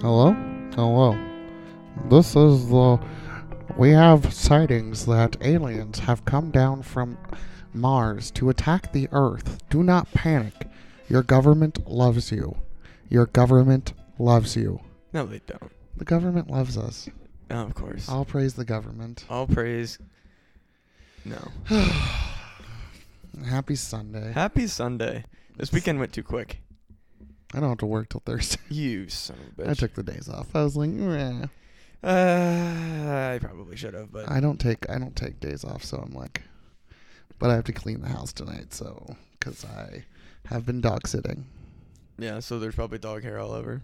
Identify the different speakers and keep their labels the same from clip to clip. Speaker 1: Hello? Hello. This is the. We have sightings that aliens have come down from Mars to attack the Earth. Do not panic. Your government loves you. Your government loves you.
Speaker 2: No, they don't.
Speaker 1: The government loves us.
Speaker 2: No, of course. All,
Speaker 1: I'll praise the government.
Speaker 2: praise. No.
Speaker 1: Happy Sunday.
Speaker 2: Happy Sunday. This weekend went too quick.
Speaker 1: I don't have to work till Thursday.
Speaker 2: You son of a bitch.
Speaker 1: I took the days off. I was like, "Meh."
Speaker 2: Uh, I probably should have, but
Speaker 1: I don't take I don't take days off, so I'm like, but I have to clean the house tonight, so because I have been dog sitting.
Speaker 2: yeah. So there's probably dog hair all over.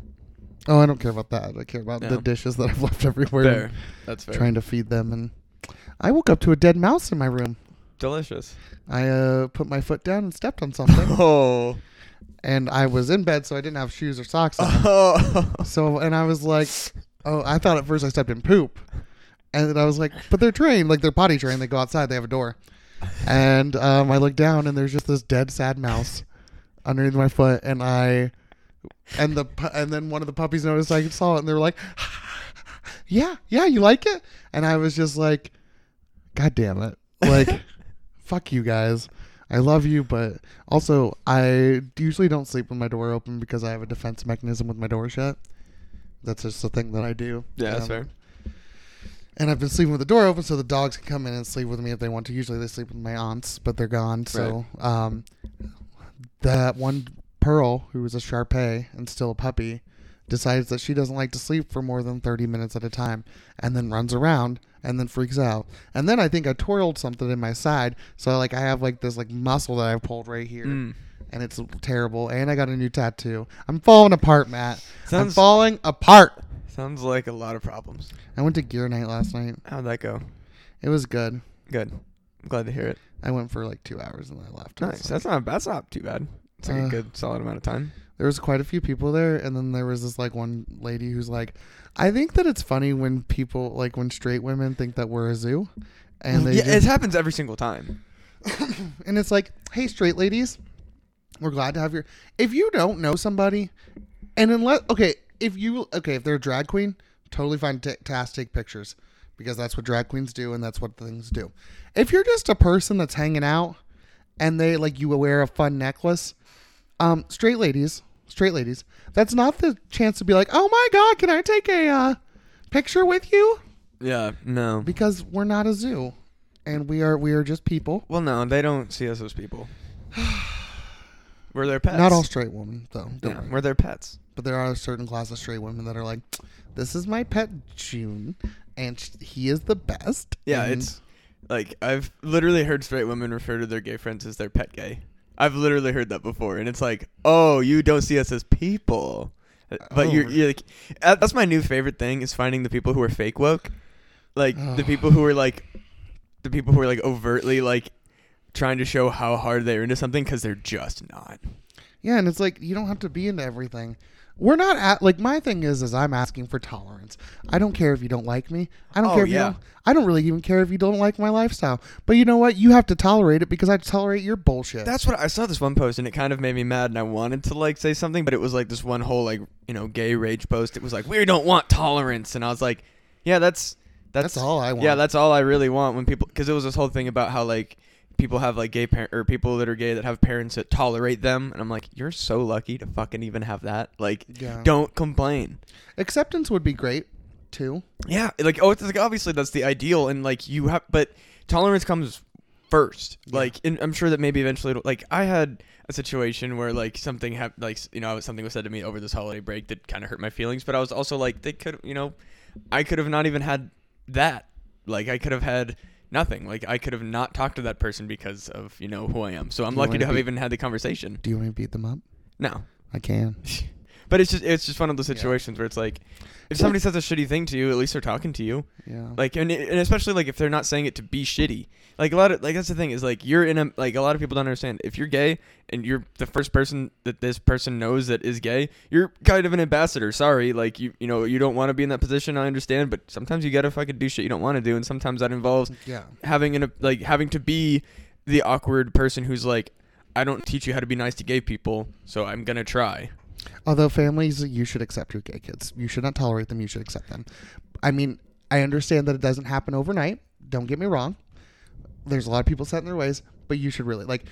Speaker 1: Oh, I don't care about that. I care about the
Speaker 2: No.
Speaker 1: dishes that I've left everywhere. and
Speaker 2: Fair. That's fair.
Speaker 1: Trying to feed them, and I woke up to a dead mouse in my room.
Speaker 2: Delicious.
Speaker 1: I uh, put my foot down and stepped on something,
Speaker 2: Oh.
Speaker 1: and I was in bed, so I didn't have shoes or socks on.
Speaker 2: Oh.
Speaker 1: so, and I was like, oh, I thought at first I stepped in poop, and then I was like, but they're trained, like they're potty trained. They go outside, they have a door, and um, I look down, and there's just this dead, sad mouse underneath my foot, and I, and the pu- and then one of the puppies noticed I saw it, and they were like, yeah, yeah, you like it, and I was just like, god damn it, like. fuck you guys. I love you, but also I usually don't sleep with my door open because I have a defense mechanism with my door shut. That's just a thing that I do.
Speaker 2: Yeah, that's
Speaker 1: Um,
Speaker 2: fair.
Speaker 1: And I've been sleeping with the door open so the dogs can come in and sleep with me if they want to. Usually they sleep with my aunts, but they're gone. So um, that one Pearl, who is a Sharpei and still a puppy, decides that she doesn't like to sleep for more than 30 minutes at a time and then runs around and then freaks out. And then I think I twirled something in my side. So like I have like this like muscle that I've pulled right here.
Speaker 2: Mm.
Speaker 1: And it's terrible. And I got a new tattoo. I'm falling apart, Matt. I'm
Speaker 2: Sounds-
Speaker 1: falling apart.
Speaker 2: Sounds like a lot of problems.
Speaker 1: I went to gear night last night.
Speaker 2: How'd that go?
Speaker 1: It was good.
Speaker 2: Good. I'm glad to hear it.
Speaker 1: I went for like two hours and then I left. It was
Speaker 2: Nice.
Speaker 1: like-
Speaker 2: That's not. That's not too bad. It's like
Speaker 1: Uh,
Speaker 2: a good solid amount of time.
Speaker 1: there was quite a few people there, and then there was this like one lady who's like, "I think that it's funny when people like when straight women think that we're a zoo, and they
Speaker 2: yeah,
Speaker 1: just-
Speaker 2: it happens every single time.
Speaker 1: and it's like, hey, straight ladies, we're glad to have your. If you don't know somebody, and unless okay, if you okay, if they're a drag queen, totally fantastic pictures because that's what drag queens do and that's what things do. If you're just a person that's hanging out and they like you wear a fun necklace, um, straight ladies, straight ladies, that's not the chance to be like, oh my god, can I take a uh, picture with you?
Speaker 2: Yeah. No.
Speaker 1: Because we're not a zoo, and we are we are just people.
Speaker 2: Well, no, they don't see us as people. We're their pets.
Speaker 1: Not all straight women though. Don't
Speaker 2: Yeah,
Speaker 1: worry.
Speaker 2: we're their pets.
Speaker 1: But there are a certain class of straight women that are like, "This is my pet June, and sh- he is the best."
Speaker 2: Yeah,
Speaker 1: and
Speaker 2: it's like I've literally heard straight women refer to their gay friends as their pet gay. I've literally heard that before, and it's like, oh, you don't see us as people, but
Speaker 1: Oh.
Speaker 2: you're, you're like, uh, that's my new favorite thing is finding the people who are fake woke, like the
Speaker 1: Ugh.
Speaker 2: people who are like, the people who are like overtly like trying to show how hard they're into something because they're just not.
Speaker 1: yeah, and it's like you don't have to be into everything. We're not at like my thing is is I'm asking for tolerance. I don't care if you don't like me. I don't
Speaker 2: Oh,
Speaker 1: care if
Speaker 2: yeah.
Speaker 1: you don't, I don't really even care if you don't like my lifestyle. But you know what? You have to tolerate it because I tolerate your bullshit.
Speaker 2: That's what I saw this one post and it kind of made me mad and I wanted to like say something, but it was like this one whole like you know gay rage post. It was like we don't want tolerance, and I was like, yeah, that's that's,
Speaker 1: That's all I
Speaker 2: Yeah,
Speaker 1: want.
Speaker 2: that's all I really want when people because it was this whole thing about how like people have like gay parent or people that are gay that have parents that tolerate them, and I'm like, you're so lucky to fucking even have that. Like,
Speaker 1: Yeah.
Speaker 2: don't complain.
Speaker 1: acceptance would be great too.
Speaker 2: Yeah, like oh, it's like obviously that's the ideal, and like you have, but tolerance comes first. Like, and I'm sure that maybe eventually, it'll, like I had a situation where like something happened, like you know, something was said to me over this holiday break that kind of hurt my feelings, but I was also like, they could, you know, I could have not even had that. Like, I could have had nothing. Like, I could have not talked to that person because of you know who I am. So I'm
Speaker 1: You
Speaker 2: lucky
Speaker 1: wanna
Speaker 2: to have
Speaker 1: be-
Speaker 2: even had the conversation.
Speaker 1: Do you want me to beat them up?
Speaker 2: No,
Speaker 1: I can.
Speaker 2: but it's just it's just one of those situations where it's like, if somebody says a shitty thing to you, at least they're talking to you
Speaker 1: Yeah.
Speaker 2: like and, and especially like if they're not saying it to be shitty like a lot of like that's the thing is like you're in a like a lot of people don't understand if you're gay and you're the first person that this person knows that is gay you're kind of an ambassador sorry like you you know you don't want to be in that position i understand but sometimes you gotta fucking do shit you don't want to do and sometimes that involves
Speaker 1: yeah.
Speaker 2: having an like having to be the awkward person who's like i don't teach you how to be nice to gay people so i'm gonna try
Speaker 1: Although families, you should accept your gay kids. You should not tolerate them. You should accept them. I mean, I understand that it doesn't happen overnight. Don't get me wrong. There's a lot of people set in their ways, but you should really like.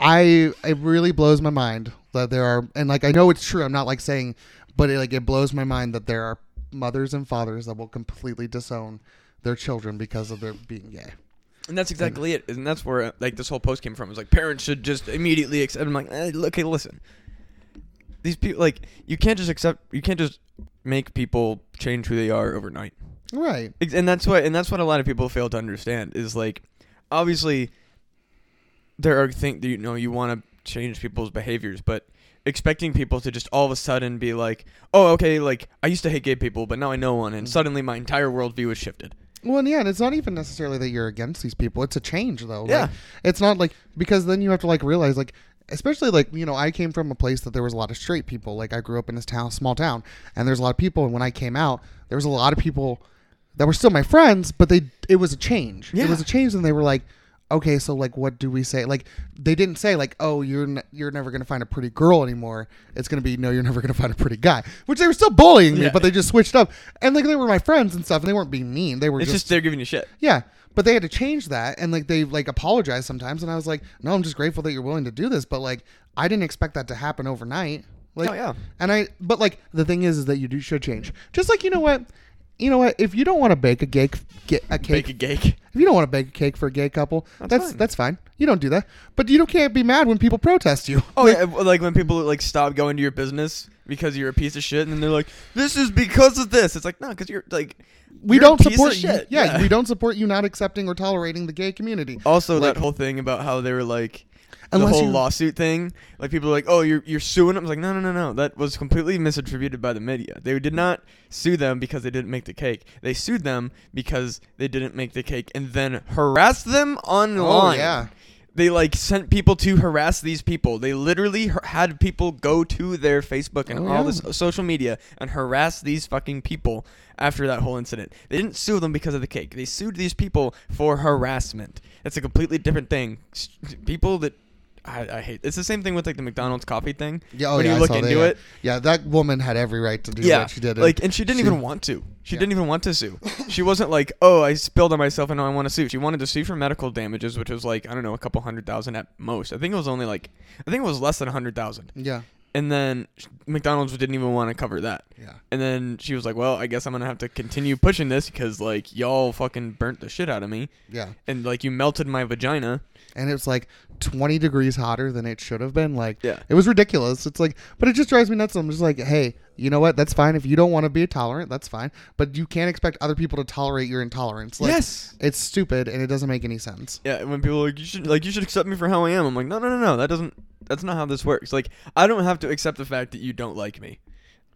Speaker 1: I it really blows my mind that there are, and like I know it's true. I'm not like saying, but it, like it blows my mind that there are mothers and fathers that will completely disown their children because of their being gay.
Speaker 2: And that's exactly it. And that's where like this whole post came from. It was like parents should just immediately accept. I'm like, eh, okay, listen. These people like you can't just accept. You can't just make people change who they are overnight.
Speaker 1: Right.
Speaker 2: Ex- And that's what and that's what a lot of people fail to understand is like, obviously, there are things you know you want to change people's behaviors, but expecting people to just all of a sudden be like, oh, okay, like I used to hate gay people, but now I know one,
Speaker 1: Mm-hmm.
Speaker 2: and suddenly my entire worldview was shifted.
Speaker 1: Well, and yeah, and it's not even necessarily that you're against these people. It's a change, though. Like,
Speaker 2: Yeah.
Speaker 1: it's not like because then you have to like realize like. Especially like you know, I came from a place that there was a lot of straight people. Like I grew up in this town, small town, and there's a lot of people. And when I came out, there was a lot of people that were still my friends, but they it was a change. It
Speaker 2: Yeah.
Speaker 1: was a change, and they were like, okay, so like, what do we say? Like they didn't say like, oh, you're n- you're never gonna find a pretty girl anymore. It's gonna be no, you're never gonna find a pretty guy. Which they were still bullying me,
Speaker 2: Yeah.
Speaker 1: but they just switched up, and like they were my friends and stuff, and they weren't being mean. They were
Speaker 2: It's
Speaker 1: just
Speaker 2: just they're giving you shit.
Speaker 1: yeah, but they had to change that, and like they like apologized sometimes, and I was like, no, I'm just grateful that you're willing to do this, but like I didn't expect that to happen overnight. Like,
Speaker 2: Oh, yeah.
Speaker 1: and I but like the thing is, is that you do should change. Just like you know what, you know what, if you don't want to bake a cake, get a cake.
Speaker 2: Bake a cake.
Speaker 1: if you don't want to bake a cake for a gay couple, that's that's fine.
Speaker 2: fine.
Speaker 1: You don't do that, but you don't can't be mad when people protest you.
Speaker 2: Oh, yeah, well, like when people like stop going to your business because you're a piece of shit, and then they're like, "This is because of this." It's like, no, because you're like,
Speaker 1: we
Speaker 2: you're a
Speaker 1: don't
Speaker 2: piece of
Speaker 1: support you.
Speaker 2: shit.
Speaker 1: Yeah, we don't support you not accepting or tolerating the gay community.
Speaker 2: Also,
Speaker 1: Like-
Speaker 2: that whole thing about how they were like the
Speaker 1: Unless
Speaker 2: whole
Speaker 1: you-
Speaker 2: lawsuit thing. Like people are like, "Oh, you're you're suing." them." I was like, "No, no, no, no." That was completely misattributed by the media. They did not sue them because they didn't make the cake. They sued them because they didn't make the cake, and then harassed them online.
Speaker 1: Oh, yeah.
Speaker 2: They like sent people to harass these people. They literally har- had people go to their Facebook and
Speaker 1: Oh,
Speaker 2: all
Speaker 1: yeah.
Speaker 2: this uh, social media and harass these fucking people after that whole incident. They didn't sue them because of the cake. They sued these people for harassment. That's a completely different thing. S- People that I, I hate. It's the same thing with like the McDonald's coffee thing.
Speaker 1: Yeah, oh,
Speaker 2: when
Speaker 1: yeah, I
Speaker 2: you look
Speaker 1: saw that,
Speaker 2: into
Speaker 1: yeah.
Speaker 2: it,
Speaker 1: Yeah, that woman had every right to do what she did. and
Speaker 2: like, and she didn't
Speaker 1: she-
Speaker 2: even want to. She
Speaker 1: Yeah.
Speaker 2: didn't even want to sue. She wasn't like, oh, I spilled on myself and now I want to sue. She wanted to sue for medical damages, which was like, I don't know, a couple hundred thousand at most. I think it was only like, I think it was less than a hundred thousand.
Speaker 1: Yeah.
Speaker 2: And then sh- McDonald's didn't even want to cover that.
Speaker 1: Yeah.
Speaker 2: And then she was like, well, I guess I'm going to have to continue pushing this because, like, y'all fucking burnt the shit out of me.
Speaker 1: Yeah.
Speaker 2: And, like, you melted my vagina.
Speaker 1: And it was like 20 degrees hotter than it should have been. Like,
Speaker 2: Yeah.
Speaker 1: it was ridiculous. It's like, but it just drives me nuts. I'm just like, hey, you know what? That's fine. If you don't want to be tolerant, that's fine. But you can't expect other people to tolerate your intolerance. Like,
Speaker 2: yes.
Speaker 1: It's stupid and it doesn't make any sense.
Speaker 2: Yeah, when people are like you should like you should accept me for how I am. I'm like, no, no, no, no. That doesn't. That's not how this works. Like, I don't have to accept the fact that you don't like me,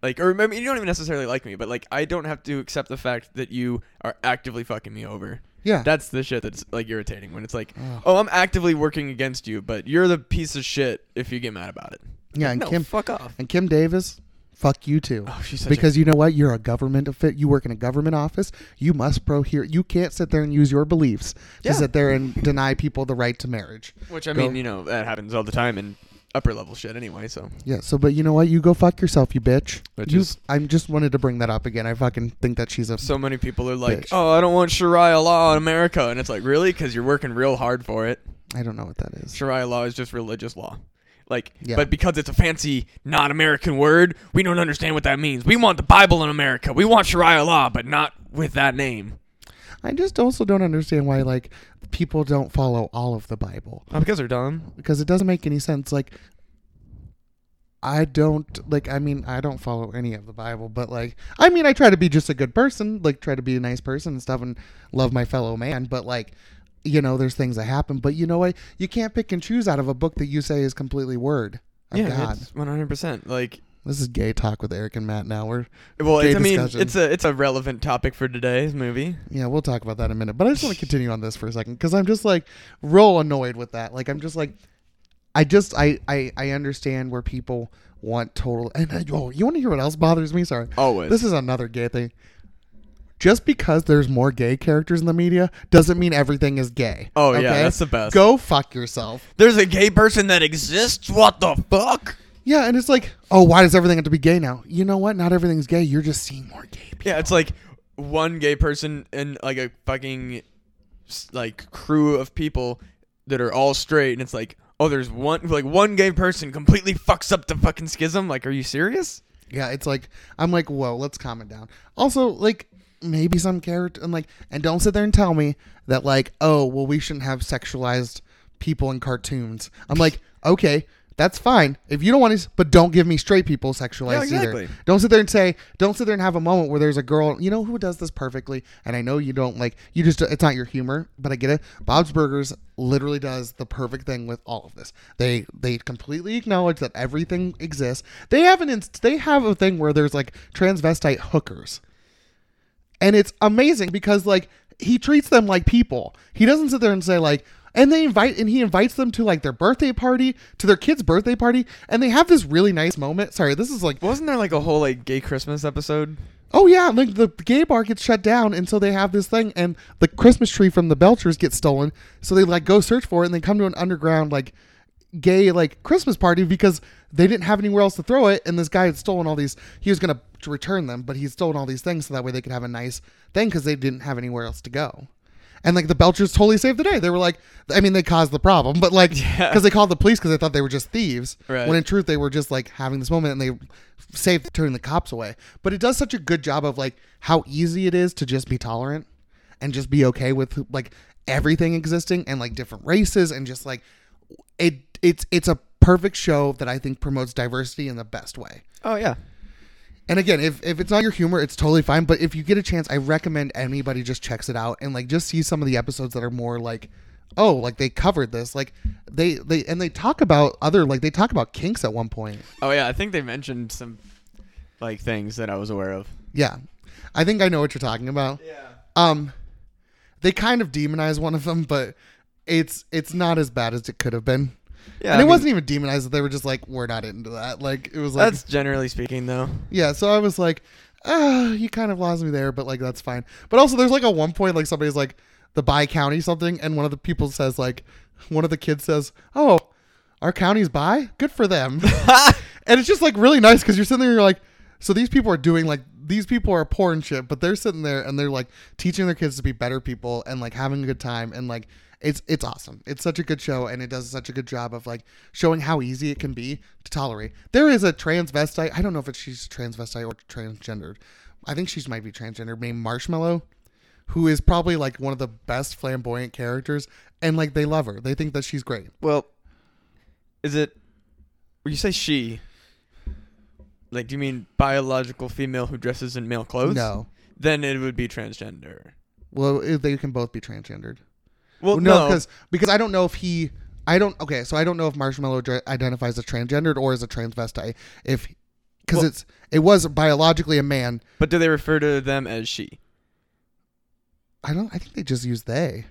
Speaker 2: like, or I mean, you don't even necessarily like me, but like, I don't have to accept the fact that you are actively fucking me over.
Speaker 1: Yeah.
Speaker 2: That's the shit that's like irritating when it's like,
Speaker 1: Ugh.
Speaker 2: oh, I'm actively working against you, but you're the piece of shit if you get mad about it.
Speaker 1: yeah.
Speaker 2: Like,
Speaker 1: And
Speaker 2: no,
Speaker 1: Kim
Speaker 2: fuck off.
Speaker 1: and Kim Davis, fuck you too.
Speaker 2: Oh, she's such because
Speaker 1: because you know what? You're a government offi- You work in a government office. You must prohere. You can't sit there and use your beliefs to
Speaker 2: Yeah.
Speaker 1: sit there and deny people the right to marriage.
Speaker 2: which I
Speaker 1: go-
Speaker 2: mean, you know, that happens all the time in upper level shit anyway. So
Speaker 1: Yeah. So, but you know what? You go fuck yourself, you bitch.
Speaker 2: Which
Speaker 1: You-
Speaker 2: is-
Speaker 1: I'm just wanted to bring that up again. I fucking think that she's a.
Speaker 2: so many people are like,
Speaker 1: Bitch.
Speaker 2: oh, I don't want Sharia law in America, and it's like, really? Because you're working real hard for it.
Speaker 1: I don't know what that is.
Speaker 2: Sharia law is just religious law. Like,
Speaker 1: Yeah.
Speaker 2: but because it's a fancy non-American word, we don't understand what that means. We want the Bible in America. We want Sharia law, but not with that name.
Speaker 1: I just also don't understand why like people don't follow all of the Bible
Speaker 2: Oh, because they're dumb.
Speaker 1: because it doesn't make any sense. Like. I don't like I mean I don't follow any of the Bible but like I mean I try to be just a good person like try to be a nice person and stuff and love my fellow man but like you know there's things that happen but you know what you can't pick and choose out of a book that you say is completely word of
Speaker 2: Yeah,
Speaker 1: Oh, God.
Speaker 2: it's one hundred percent. Like,
Speaker 1: This is gay talk with Eric and Matt now. We're
Speaker 2: well,
Speaker 1: Gay
Speaker 2: it's, I mean,
Speaker 1: discussion.
Speaker 2: it's a it's a relevant topic for today's movie.
Speaker 1: Yeah, we'll talk about that in a minute. But I just want to continue on this for a second because I'm just like real annoyed with that. Like I'm just like, I just I I, I understand where people want total. And I, oh, you want to hear what else bothers me? Sorry.
Speaker 2: Always.
Speaker 1: This is another gay thing. Just because there's more gay characters in the media doesn't mean everything is gay.
Speaker 2: Oh, yeah, that's the best.
Speaker 1: Go fuck yourself.
Speaker 2: There's a gay person that exists. What the fuck?
Speaker 1: Yeah, and it's like, oh, why does everything have to be gay now? You know what? Not everything's gay. You're just seeing more gay people.
Speaker 2: Yeah, it's like one gay person and like a fucking s- like crew of people that are all straight, and it's like, oh, there's one like one gay person completely fucks up the fucking schism. Like, are you serious?
Speaker 1: Yeah, it's like I'm like, whoa, let's calm it down. Also, like maybe some character and like and don't sit there and tell me that like, oh, well, we shouldn't have sexualized people in cartoons. I'm like, okay, that's fine if you don't want to, but don't give me straight people sexualized
Speaker 2: Yeah, exactly.
Speaker 1: either. Don't sit there and say, don't sit there and have a moment where there's a girl. You know who does this perfectly, and I know you don't like you just it's not your humor, but I get it. Bob's Burgers literally does the perfect thing with all of this. They they completely acknowledge that everything exists. They have an inst- they have a thing where there's like transvestite hookers, and it's amazing because like he treats them like people. He doesn't sit there and say like. And they invite, and he invites them to like their birthday party, to their kid's birthday party, and they have this really nice moment. Sorry, this is like
Speaker 2: Wasn't there like a whole like gay Christmas episode?
Speaker 1: Oh yeah, like the gay bar gets shut down, and so they have this thing, and the Christmas tree from the Belchers gets stolen. So they like go search for it, and they come to an underground like gay like Christmas party because they didn't have anywhere else to throw it, and this guy had stolen all these. He was gonna return them, but he stolen all these things so that way they could have a nice thing because they didn't have anywhere else to go. And like the Belchers totally saved the day. They were like, I mean, they caused the problem, but like, because
Speaker 2: Yeah.
Speaker 1: they called the police because they thought they were just thieves.
Speaker 2: Right.
Speaker 1: When in truth, they were just like having this moment and they saved turning the cops away. But it does such a good job of like how easy it is to just be tolerant and just be okay with like everything existing and like different races and just like it. It's it's a perfect show that I think promotes diversity in the best way.
Speaker 2: Oh yeah.
Speaker 1: And again, if, if it's not your humor, it's totally fine. But if you get a chance, I recommend anybody just checks it out and like just see some of the episodes that are more like, oh, like they covered this, like they they and they talk about other like they talk about kinks at one point.
Speaker 2: Oh yeah. I think they mentioned some like things that I was aware of.
Speaker 1: Yeah, I think I know what you're talking about.
Speaker 2: Yeah.
Speaker 1: Um, they kind of demonize one of them, but it's it's not as bad as it could have been.
Speaker 2: Yeah.
Speaker 1: and
Speaker 2: I
Speaker 1: it
Speaker 2: mean,
Speaker 1: wasn't even demonized. They were just like, we're not into that. Like it was like
Speaker 2: That's generally speaking though.
Speaker 1: Yeah, so I was like, ah, you kind of lost me there, but like that's fine. But also, there's like a one point like somebody's like the bi county something, and one of the people says like, one of the kids says, oh, our county's bi, good for them, and it's just like really nice because you're sitting there, and you're like, so these people are doing like these people are poor and shit, but they're sitting there and they're like teaching their kids to be better people and like having a good time and like. It's, it's awesome. It's such a good show, and it does such a good job of like showing how easy it can be to tolerate. There is a transvestite. I don't know if it's, she's transvestite or transgendered. I think she's might be transgendered. Named Marshmallow, who is probably like one of the best flamboyant characters, and like they love her. They think that she's great.
Speaker 2: Well, is it? When you say she, like, do you mean biological female who dresses in male clothes?
Speaker 1: No,
Speaker 2: Then it would be transgender.
Speaker 1: well it- they can both be transgendered.
Speaker 2: Well,
Speaker 1: no,
Speaker 2: no,
Speaker 1: because because I don't know if he. I don't. Okay, so I don't know if Marshmallow dre- identifies as transgendered or as a transvestite. If because
Speaker 2: Well-
Speaker 1: it's it was biologically a man.
Speaker 2: but do they refer to them as she?
Speaker 1: I don't. I think they just use they.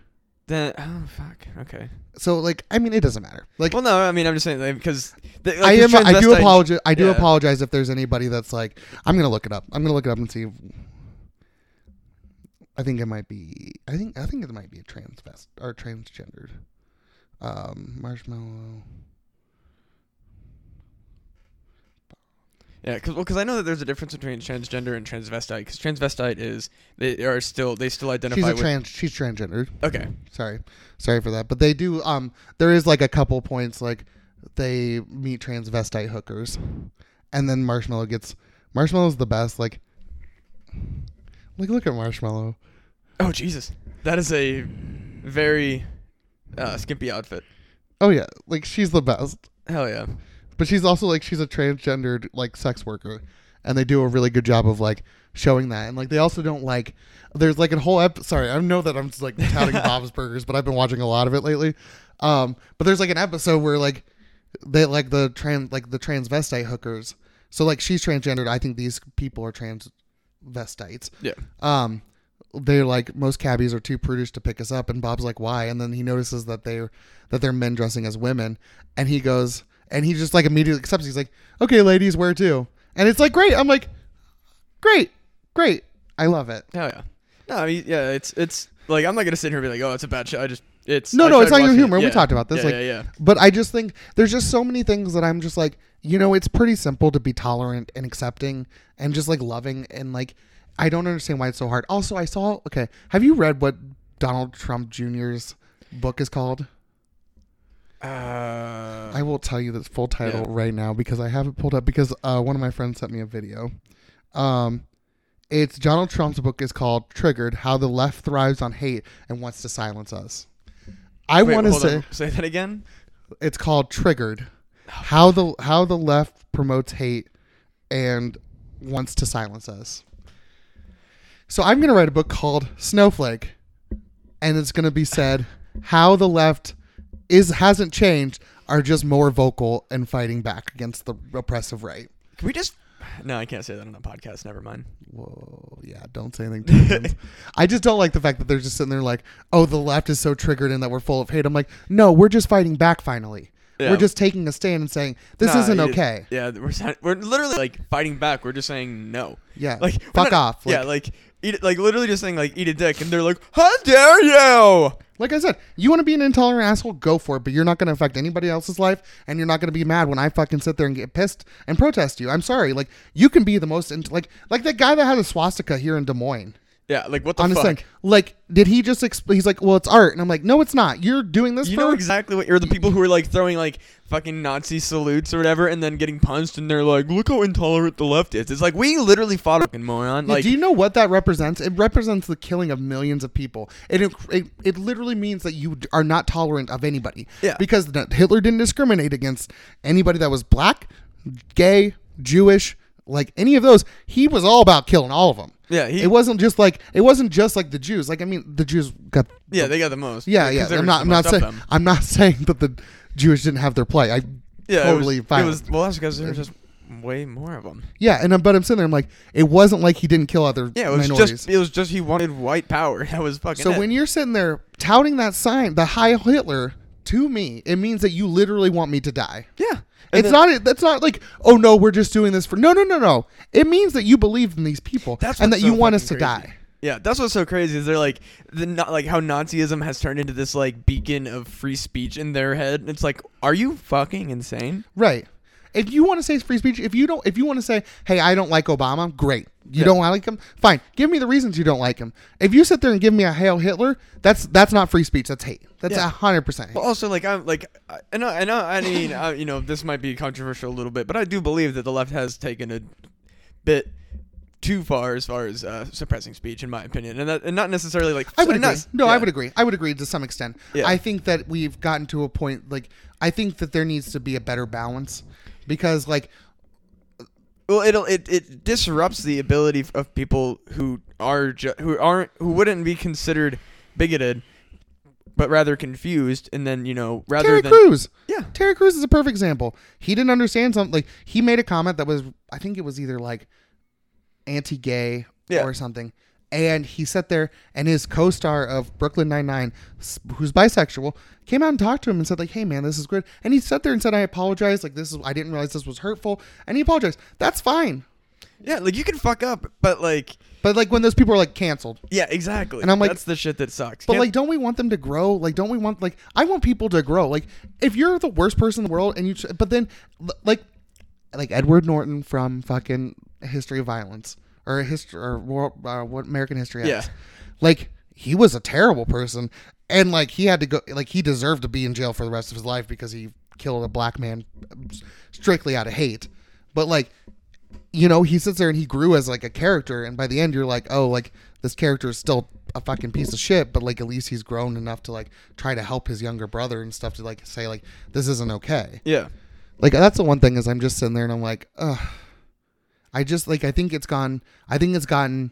Speaker 2: Then oh fuck, okay.
Speaker 1: So like, I mean, it doesn't matter. Like,
Speaker 2: Well, no, I mean I'm just saying like, because the- like,
Speaker 1: I
Speaker 2: the
Speaker 1: am. I do
Speaker 2: transvestite-
Speaker 1: apologize. I do
Speaker 2: yeah.
Speaker 1: apologize if there's anybody that's like. I'm gonna look it up. I'm gonna look it up and see. If, I think it might be. I think. I think it might be a transvest or transgendered. Um, marshmallow.
Speaker 2: Yeah, because I know that there's a difference between transgender and transvestite. Because transvestite is they are still they still
Speaker 1: She's
Speaker 2: identify
Speaker 1: a trans. She's transgendered.
Speaker 2: with okay.
Speaker 1: Sorry, sorry for that. But they do. Um, there is like a couple points like they meet transvestite hookers, and then marshmallow gets marshmallow's the best. Like, like look at marshmallow.
Speaker 2: Oh Jesus, that is a very uh, skimpy outfit.
Speaker 1: Oh yeah, like she's the best.
Speaker 2: Hell yeah.
Speaker 1: but she's also like she's a transgendered like sex worker and they do a really good job of like showing that and like they also don't like there's like a whole ep- sorry i know that i'm just like touting bob's burgers but i've been watching a lot of it lately um but there's like an episode where like they like the trans like the transvestite hookers so like she's transgendered i think these people are transvestites
Speaker 2: Yeah.
Speaker 1: um they're like most cabbies are too prudish to pick us up and bob's like why and then he notices that they're that they're men dressing as women and he goes and he just like immediately accepts he's like okay ladies where to and it's like great i'm like great great i love it
Speaker 2: Hell yeah. No, I mean, yeah, it's it's like I'm not gonna sit here and be like, oh, it's a bad show. I just It's
Speaker 1: No,
Speaker 2: I
Speaker 1: no,
Speaker 2: tried
Speaker 1: it's not your
Speaker 2: watching it.
Speaker 1: humor. We
Speaker 2: Yeah.
Speaker 1: talked about this.
Speaker 2: Yeah,
Speaker 1: like,
Speaker 2: yeah, yeah.
Speaker 1: But I just think there's just so many things that I'm just like, you know, it's pretty simple to be tolerant and accepting and just like loving and like, I don't understand why it's so hard. Also, I saw. Okay, have you read what Donald Trump Jr.'s book is called?
Speaker 2: Uh,
Speaker 1: I will tell you the full title
Speaker 2: Yeah.
Speaker 1: right now because I have it pulled up because uh, one of my friends sent me a video. Um, it's Donald Trump's book is called "Triggered: How the Left Thrives on Hate and Wants to Silence Us." I
Speaker 2: wait,
Speaker 1: want to
Speaker 2: hold
Speaker 1: say
Speaker 2: on. say that again.
Speaker 1: it's called "Triggered: How the How the Left Promotes Hate and Wants to Silence Us." So I'm gonna write a book called "Snowflake," and it's gonna be said how the left is hasn't changed are just more vocal and fighting back against the oppressive right.
Speaker 2: Can we just? No, I can't say that on a podcast. Never mind.
Speaker 1: Whoa, yeah, don't say anything. To them. I just don't like the fact that they're just sitting there like, oh, the left is so triggered and that we're full of hate. I'm like, no, we're just fighting back finally.
Speaker 2: Yeah.
Speaker 1: We're just taking a stand and saying this
Speaker 2: Nah,
Speaker 1: isn't
Speaker 2: you-
Speaker 1: okay.
Speaker 2: Yeah, we're sa- we're literally like fighting back. We're just saying no.
Speaker 1: Yeah,
Speaker 2: Like we're
Speaker 1: fuck
Speaker 2: not-
Speaker 1: off. Like,
Speaker 2: yeah, like eat, like literally just saying like eat a dick, and they're like, how dare you?
Speaker 1: like I said, you want to be an intolerant asshole, go for it. But you're not going to affect anybody else's life, and you're not going to be mad when I fucking sit there and get pissed and protest you. I'm sorry. Like you can be the most int- like like that guy that had a swastika here in Des Moines.
Speaker 2: Yeah, like what the
Speaker 1: on his
Speaker 2: fuck?
Speaker 1: thing. Like, did he just? Exp- he's like, well, it's art, and I'm like, no, it's not. You're doing this
Speaker 2: You
Speaker 1: for
Speaker 2: know exactly what you're the people who are like throwing like fucking Nazi salutes or whatever, and then getting punched, and they're like, "Look how intolerant the left is." It's like we literally fought a fucking moron.
Speaker 1: Yeah,
Speaker 2: like,
Speaker 1: do you know what that represents? It represents the killing of millions of people. It it, it literally means that you d- are not tolerant of anybody.
Speaker 2: Yeah.
Speaker 1: Because the- Hitler didn't discriminate against anybody that was black, gay, Jewish, like any of those. He was all about killing all of them.
Speaker 2: Yeah, he-
Speaker 1: it wasn't just like it wasn't just like the Jews. Like I mean, the Jews got
Speaker 2: yeah, they got the most.
Speaker 1: yeah
Speaker 2: 'cause
Speaker 1: yeah.
Speaker 2: they were
Speaker 1: I'm
Speaker 2: just
Speaker 1: not I'm not
Speaker 2: the most of
Speaker 1: saying
Speaker 2: them.
Speaker 1: I'm not saying that the Jewish didn't have their play. I
Speaker 2: Yeah,
Speaker 1: totally
Speaker 2: it was,
Speaker 1: fine.
Speaker 2: It was, well, that's because there's just way more of them.
Speaker 1: Yeah, and I'm, but I'm sitting there. I'm like, it wasn't like he didn't kill other
Speaker 2: Yeah, it was
Speaker 1: minorities.
Speaker 2: just it was just he wanted white power. That was fucking.
Speaker 1: so
Speaker 2: it.
Speaker 1: when you're sitting there touting that sign, the high Hitler to me, it means that you literally want me to die.
Speaker 2: yeah,
Speaker 1: it's not. That's not like, oh no, we're just doing this for. No, no, no, no. It means that you believe in these people and that
Speaker 2: what's
Speaker 1: you
Speaker 2: so
Speaker 1: want us to
Speaker 2: fucking crazy.
Speaker 1: die.
Speaker 2: Yeah, that's what's so crazy is they're like the not like how Nazism has turned into this like beacon of free speech in their head. It's like, are you fucking insane?
Speaker 1: Right. If you want to say it's free speech, if you don't, if you want to say, hey, I don't like Obama, great. You
Speaker 2: Yeah.
Speaker 1: don't like him, fine. Give me the reasons you don't like him. If you sit there and give me a hail Hitler, that's that's not free speech. That's hate. That's
Speaker 2: Yeah.
Speaker 1: hundred percent.
Speaker 2: But also, like I'm like I I know I know I mean I, you know this might be controversial a little bit, but I do believe that the left has taken a bit too far as far as uh, suppressing speech, in my opinion, and that and not necessarily like
Speaker 1: I would
Speaker 2: and
Speaker 1: agree.
Speaker 2: not-
Speaker 1: no, I
Speaker 2: yeah.
Speaker 1: would agree. I would agree to some extent.
Speaker 2: Yeah.
Speaker 1: I think that we've gotten to a point like I think that there needs to be a better balance because like
Speaker 2: Well, it'll it, it disrupts the ability f- of people who are ju- who aren't who wouldn't be considered bigoted, but rather confused, and then you know rather
Speaker 1: Terry
Speaker 2: than
Speaker 1: Crews.
Speaker 2: yeah
Speaker 1: Terry Crews is a perfect example. He didn't understand something like he made a comment that was I think it was either like anti-gay
Speaker 2: Yeah.
Speaker 1: or something. And he sat there, and his co-star of Brooklyn Nine-Nine, s- who's bisexual, came out and talked to him and said, like, hey, man, this is good. And he sat there and said, I apologize. Like, this is, I didn't realize this was hurtful. And he apologized. That's fine.
Speaker 2: yeah like you can fuck up, but like
Speaker 1: But like when those people are like canceled.
Speaker 2: yeah exactly.
Speaker 1: And I'm like-
Speaker 2: that's the shit that sucks.
Speaker 1: But
Speaker 2: Can't-
Speaker 1: like, don't we want them to grow? Like, don't we want like I want people to grow? Like, if you're the worst person in the world and you, but then l- like, like Edward Norton from fucking History of Violence or history or World- uh, what American History? X.
Speaker 2: Yeah.
Speaker 1: Like he was a terrible person, and like he had to go. Like he deserved to be in jail for the rest of his life because he killed a black man strictly out of hate. But like you know, he sits there and he grew as like a character, and by the end, you're like, oh, like this character is still a fucking piece of shit, but like at least he's grown enough to like try to help his younger brother and stuff to like say like this isn't okay.
Speaker 2: yeah
Speaker 1: Like that's the one thing is I'm just sitting there and I'm like, ugh. I just like I think it's gone. I think it's gotten.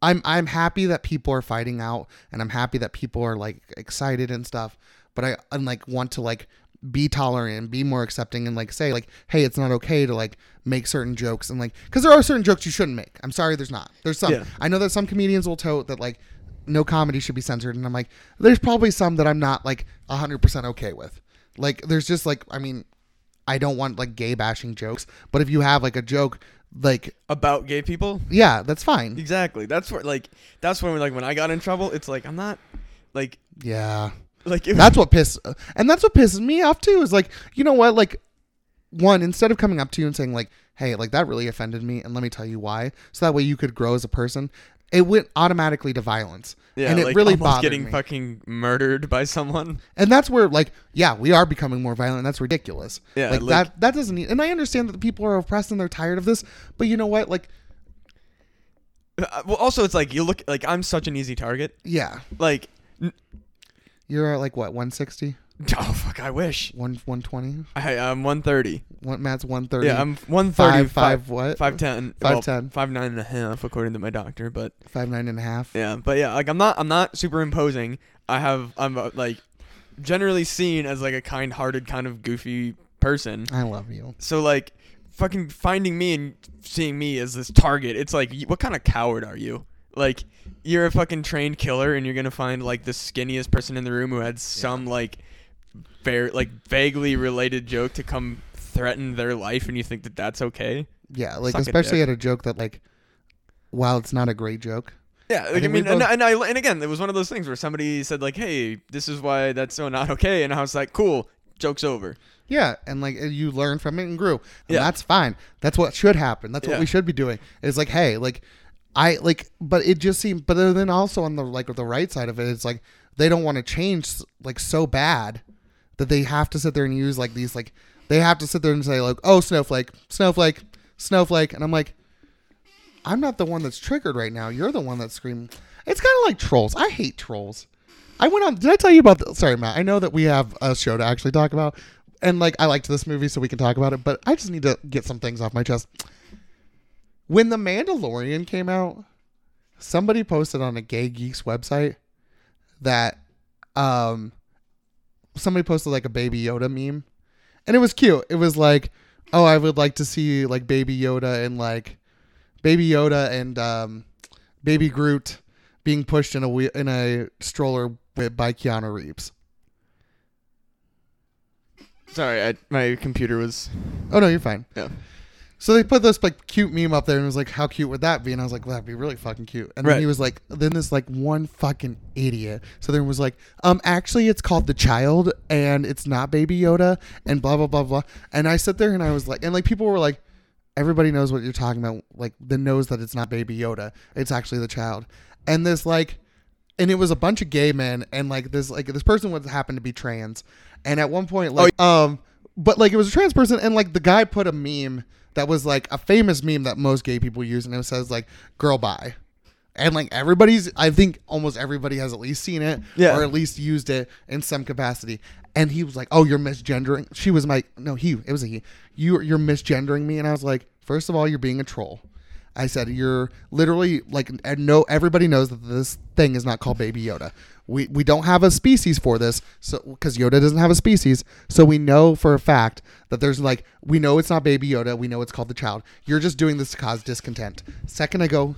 Speaker 1: I'm I'm happy that people are fighting out, and I'm happy that people are like excited and stuff. But I I'm, like want to like be tolerant and be more accepting and like say like hey it's not okay to like make certain jokes and like because there are certain jokes you shouldn't make i'm sorry there's not there's some
Speaker 2: Yeah.
Speaker 1: i know that some comedians will tote that like no comedy should be censored and i'm like there's probably some that i'm not like 100% okay with like there's just like i mean i don't want like gay bashing jokes but if you have like a joke like
Speaker 2: about gay people
Speaker 1: yeah, that's fine.
Speaker 2: exactly. That's where like that's when we like when I got in trouble. It's like I'm not like
Speaker 1: Yeah.
Speaker 2: Like it
Speaker 1: That's what piss and that's what pisses me off too. Is like, you know what? Like, one instead of coming up to you and saying like, "Hey, like that really offended me," and let me tell you why, so that way you could grow as a person. It went automatically to violence,
Speaker 2: yeah,
Speaker 1: and it
Speaker 2: like
Speaker 1: really
Speaker 2: almost
Speaker 1: bothered
Speaker 2: getting
Speaker 1: me.
Speaker 2: fucking murdered by someone.
Speaker 1: and that's where like, yeah, we are becoming more violent. and That's ridiculous.
Speaker 2: Yeah,
Speaker 1: like,
Speaker 2: like-
Speaker 1: that. That doesn't. Need, and I understand that the people are oppressed and they're tired of this, but you know what? Like,
Speaker 2: Uh, Well, also it's like you look like I'm such an easy target.
Speaker 1: yeah,
Speaker 2: Like, n-
Speaker 1: you're at like what 160,
Speaker 2: oh fuck, I wish.
Speaker 1: 1 120.
Speaker 2: I, I'm 130.
Speaker 1: One, Matt's 130.
Speaker 2: Yeah, I'm 130.
Speaker 1: Five- five what?
Speaker 2: 5'10.
Speaker 1: Five
Speaker 2: well,
Speaker 1: ten.
Speaker 2: five nine and a half, according to my doctor. But
Speaker 1: five nine and a half.
Speaker 2: yeah, but yeah, like I'm not, I'm not super imposing. I have, I'm uh, like generally seen as like a kind-hearted, kind of goofy person.
Speaker 1: I love you.
Speaker 2: So like, fucking finding me and seeing me as this target, it's like, y- what kind of coward are you? Like, you're a fucking trained killer, and you're gonna find like the skinniest person in the room who had some like, fair, like vaguely related joke to come threaten their life, and you think that that's okay?
Speaker 1: Yeah, like
Speaker 2: Suck a
Speaker 1: especially
Speaker 2: dick.
Speaker 1: at a joke that like, while it's not a great joke,
Speaker 2: Yeah, like, I,
Speaker 1: think we
Speaker 2: mean, and,
Speaker 1: both-
Speaker 2: and I and again, it was one of those things where somebody said like, "Hey, this is why that's so not okay," and I was like, "Cool, joke's over."
Speaker 1: yeah, and like you learn from it and grew, and
Speaker 2: Yeah.
Speaker 1: that's fine. That's what should happen. That's what
Speaker 2: Yeah.
Speaker 1: we should be doing. It's like, hey, like, I like, but it just seemed. But then also on the like the right side of it, it's like they don't want to change like so bad that they have to sit there and use like these like they have to sit there and say like, oh, snowflake, snowflake, snowflake, and I'm like, I'm not the one that's triggered right now. You're the one that's screaming. It's kind of like trolls. I hate trolls. I went on. Did I tell you about? The, sorry, Matt. I know that we have a show to actually talk about, and like I liked this movie, so we can talk about it. But I just need to get some things off my chest. When The Mandalorian came out, somebody posted on a Gay Geeks website that um somebody posted like a Baby Yoda meme, and it was cute. It was like, oh, I would like to see like Baby Yoda and like Baby Yoda and um, Baby Groot being pushed in a wheel, in a stroller wi- by Keanu Reeves.
Speaker 2: Sorry, I, my computer was.
Speaker 1: Oh no, you're fine.
Speaker 2: Yeah.
Speaker 1: So they put this like cute meme up there and it was like, "How cute would that be?" And I was like, well, "That'd be really fucking cute." And then
Speaker 2: Right.
Speaker 1: he was like, "Then this like one fucking idiot." So then was like, "Um, actually, it's called the Child and it's not Baby Yoda and blah blah blah blah." And I sit there and I was like, and like people were like, "Everybody knows what you're talking about." Like, then knows that it's not Baby Yoda. It's actually the Child. And this like and it was a bunch of gay men and like this like this person was happened to be trans and at one point like um but like it was a trans person and like the guy put a meme that was like a famous meme that most gay people use and it says like girl bye and like everybody's i think almost everybody has at least seen it
Speaker 2: Yeah.
Speaker 1: or at least used it in some capacity and he was like oh you're misgendering she was like no he it was a he you you're misgendering me and i was like first of all you're being a troll I said, "You're literally like and no. Everybody knows that this thing is not called Baby Yoda. We we don't have a species for this, so because Yoda doesn't have a species, so we know for a fact that there's like we know it's not Baby Yoda. We know it's called the Child. You're just doing this to cause discontent." Second, I go,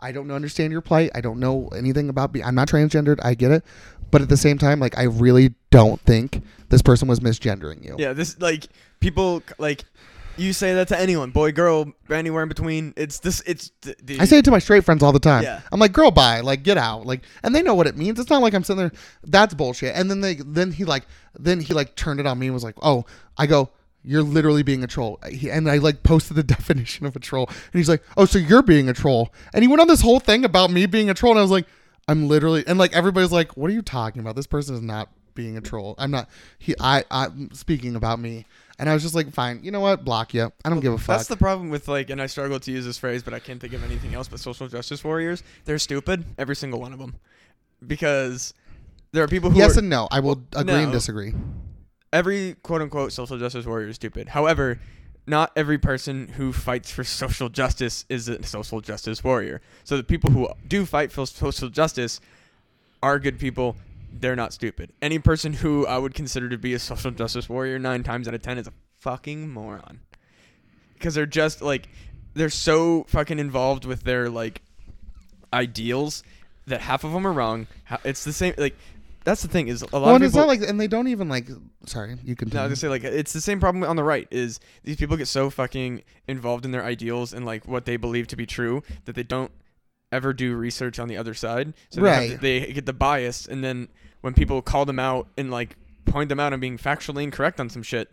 Speaker 1: "I don't understand your plight. I don't know anything about. Be- I'm not transgendered. I get it, but at the same time, like I really don't think this person was misgendering you.
Speaker 2: Yeah, this like people like you say that to anyone, boy, girl, anywhere in between. It's this. It's the, the
Speaker 1: I say it to my straight friends all the time.
Speaker 2: Yeah.
Speaker 1: I'm like, girl, bye. Like, get out. Like, and they know what it means. It's not like I'm sitting there. That's bullshit. And then they, then he like, then he like turned it on me and was like, oh, I go, you're literally being a troll. He- And I like posted the definition of a troll. And he's like, oh, so you're being a troll. And he went on this whole thing about me being a troll. And I was like, I'm literally, and like everybody's like, what are you talking about? This person is not being a troll. I'm not. He, I, I'm speaking about me. And I was just like, fine. You know what? Block you. I don't give a fuck.
Speaker 2: That's the problem with like, and I struggle to use this phrase, but I can't think of anything else but social justice warriors. They're stupid, every single one of them, because there are people who
Speaker 1: yes
Speaker 2: are,
Speaker 1: and no. I will agree and
Speaker 2: No.
Speaker 1: disagree.
Speaker 2: every quote unquote social justice warrior is stupid. However, not every person who fights for social justice is a social justice warrior. So the people who do fight for social justice are good people. They're not stupid. Any person who I would consider to be a social justice warrior nine times out of ten is a fucking moron. Because they're just like, they're so fucking involved with their like ideals that half of them are wrong. Ha- It's the same. Like, that's the thing is a lot
Speaker 1: Well,
Speaker 2: of
Speaker 1: and it's
Speaker 2: people.
Speaker 1: not like, and they don't even like. Sorry, you can.
Speaker 2: No, I was gonna say like it's the same problem on the right is these people get so fucking involved in their ideals and like what they believe to be true that they don't ever do research on the other side. So they, have-
Speaker 1: Right.
Speaker 2: they get the bias and then when people call them out and like point them out and being factually incorrect on some shit.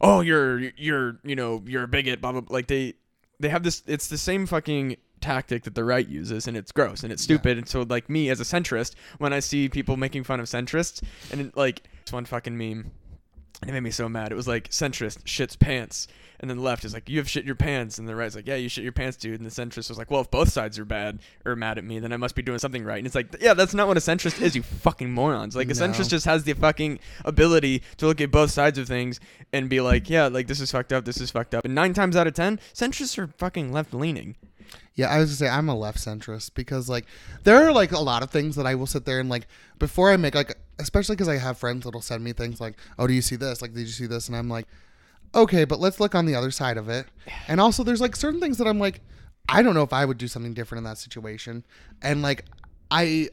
Speaker 2: Oh, you're you're you know you're a bigot. Blah blah. blah. Like they they have this. It's the same fucking tactic that the right uses, and it's gross and it's stupid. And so like me as a centrist, when I see people making fun of centrists, and it, like it's one fucking meme. And it made me so mad. It was like centrist shits pants, and then the left is like you have shit your pants, and the right's like yeah you shit your pants, dude. And the centrist was like well if both sides are bad or mad at me, then I must be doing something right. And it's like yeah that's not what a centrist is, you fucking morons. Like a
Speaker 1: No.
Speaker 2: centrist just has the fucking ability to look at both sides of things and be like yeah like this is fucked up, this is fucked up. And nine times out of ten, centrists are fucking left leaning.
Speaker 1: Yeah, I was gonna say I'm a left centrist because like there are like a lot of things that I will sit there and like before I make like especially because I have friends that'll send me things like oh do you see this like did you see this and I'm like okay but let's look on the other side of it and also there's like certain things that I'm like I don't know if I would do something different in that situation and like I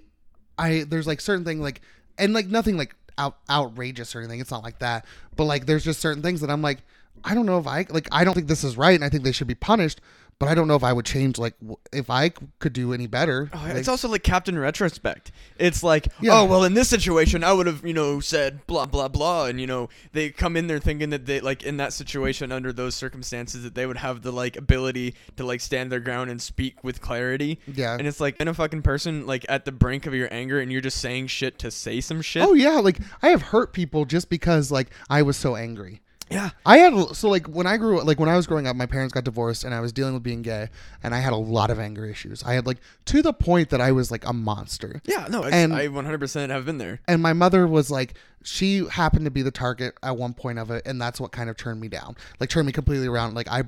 Speaker 1: I there's like certain thing like and like nothing like out, outrageous or anything it's not like that but like there's just certain things that I'm like I don't know if I like I don't think this is right and I think they should be punished but I don't know if I would change like w- if I c- could do any better
Speaker 2: Oh,
Speaker 1: Like,
Speaker 2: it's also like Captain Retrospect. It's like,
Speaker 1: Yeah.
Speaker 2: oh well, in this situation, I would have, you know, said blah blah blah, and you know, they come in there thinking that they like in that situation under those circumstances that they would have the like ability to like stand their ground and speak with clarity.
Speaker 1: Yeah.
Speaker 2: and it's like in a fucking person like at the brink of your anger, and you're just saying shit to say some shit.
Speaker 1: oh yeah like I have hurt people just because like I was so angry
Speaker 2: yeah,
Speaker 1: I had so like when I grew like when I was growing up, my parents got divorced, and I was dealing with being gay, and I had a lot of anger issues. I had like to the point that I was like a monster.
Speaker 2: yeah. No, it's,
Speaker 1: And-
Speaker 2: I 100% have been there.
Speaker 1: And my mother was like, she happened to be the target at one point of it, and that's what kind of turned me down, like turned me completely around. Like I,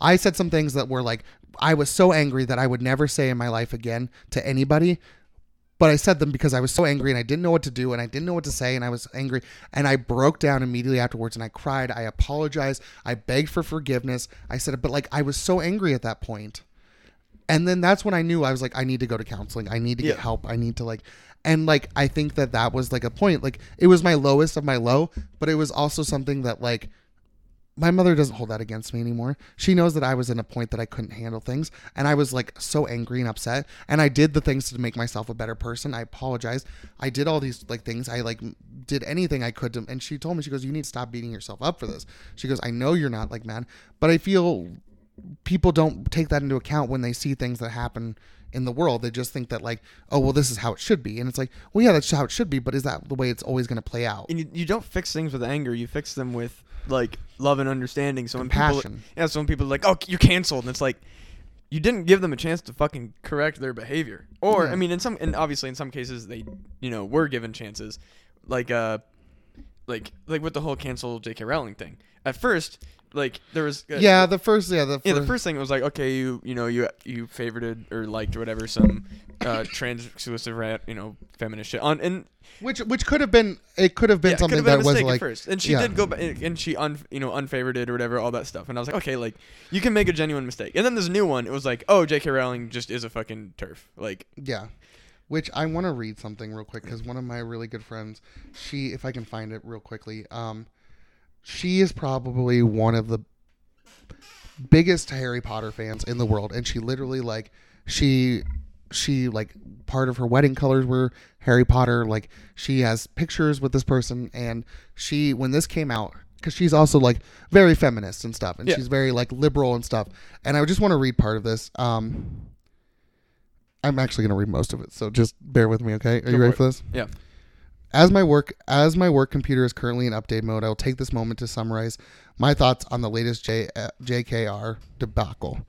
Speaker 1: I said some things that were like I was so angry that I would never say in my life again to anybody. But I said them because I was so angry and I didn't know what to do and I didn't know what to say and I was angry and I broke down immediately afterwards and I cried. I apologized. I begged for forgiveness. I said, but like I was so angry at that point. And then that's when I knew I was like, I need to go to counseling. I need to get
Speaker 2: Yeah.
Speaker 1: help. I need to like, and like I think that that was like a point. Like it was my lowest of my low, but it was also something that like my mother doesn't hold that against me anymore. She knows that I was in a point that I couldn't handle things and I was like so angry and upset and I did the things to make myself a better person. I apologized. I did all these like things. I like m- did anything I could to and she told me she goes you need to stop beating yourself up for this. She goes I know you're not like mad, but I feel people don't take that into account when they see things that happen in the world. They just think that like oh well this is how it should be and it's like well yeah that's how it should be, but is that the way it's always going to play out?
Speaker 2: and you, you don't fix things with anger you fix them with like love and understanding so when people
Speaker 1: Compassion.
Speaker 2: yeah so when people are like oh you're canceled and it's like you didn't give them a chance to fucking correct their behavior or i
Speaker 1: Yeah.
Speaker 2: mean in some and obviously in some cases they you know were given chances like uh like like with the whole cancel jk rowling thing at first like there was uh,
Speaker 1: yeah, the first yeah, the first,
Speaker 2: yeah, the first thing was like, okay, you you know you you favorited or liked or whatever some uh, trans exclusive rat you know feminist shit on and
Speaker 1: Which which could have been it could have been
Speaker 2: yeah,
Speaker 1: something
Speaker 2: could have
Speaker 1: that
Speaker 2: been a
Speaker 1: was
Speaker 2: mistake
Speaker 1: like
Speaker 2: at first. And she
Speaker 1: yeah.
Speaker 2: did go back and she un you know unfavored it or whatever, all that stuff. And I was like, okay, like you can make a genuine mistake. And then there's a new one. It was like, oh, J.K. Rowling just is a fucking turf. Like,
Speaker 1: yeah. Which I want to read something real quick because one of my really good friends, she if I can find it real quickly, um, she is probably one of the biggest Harry Potter fans in the world, and she literally like she she like part of her wedding colors were Harry Potter. Like she has pictures with this person, and she when this came out because she's also like very feminist and stuff, and
Speaker 2: Yeah.
Speaker 1: she's very like liberal and stuff. And I just want to read part of this. Um, I'm actually gonna read most of it, so just bear with me, okay? Are you ready
Speaker 2: for
Speaker 1: for this?
Speaker 2: yeah,
Speaker 1: As my work as my work computer is currently in update mode, I will take this moment to summarize my thoughts on the latest J, uh, JKR debacle.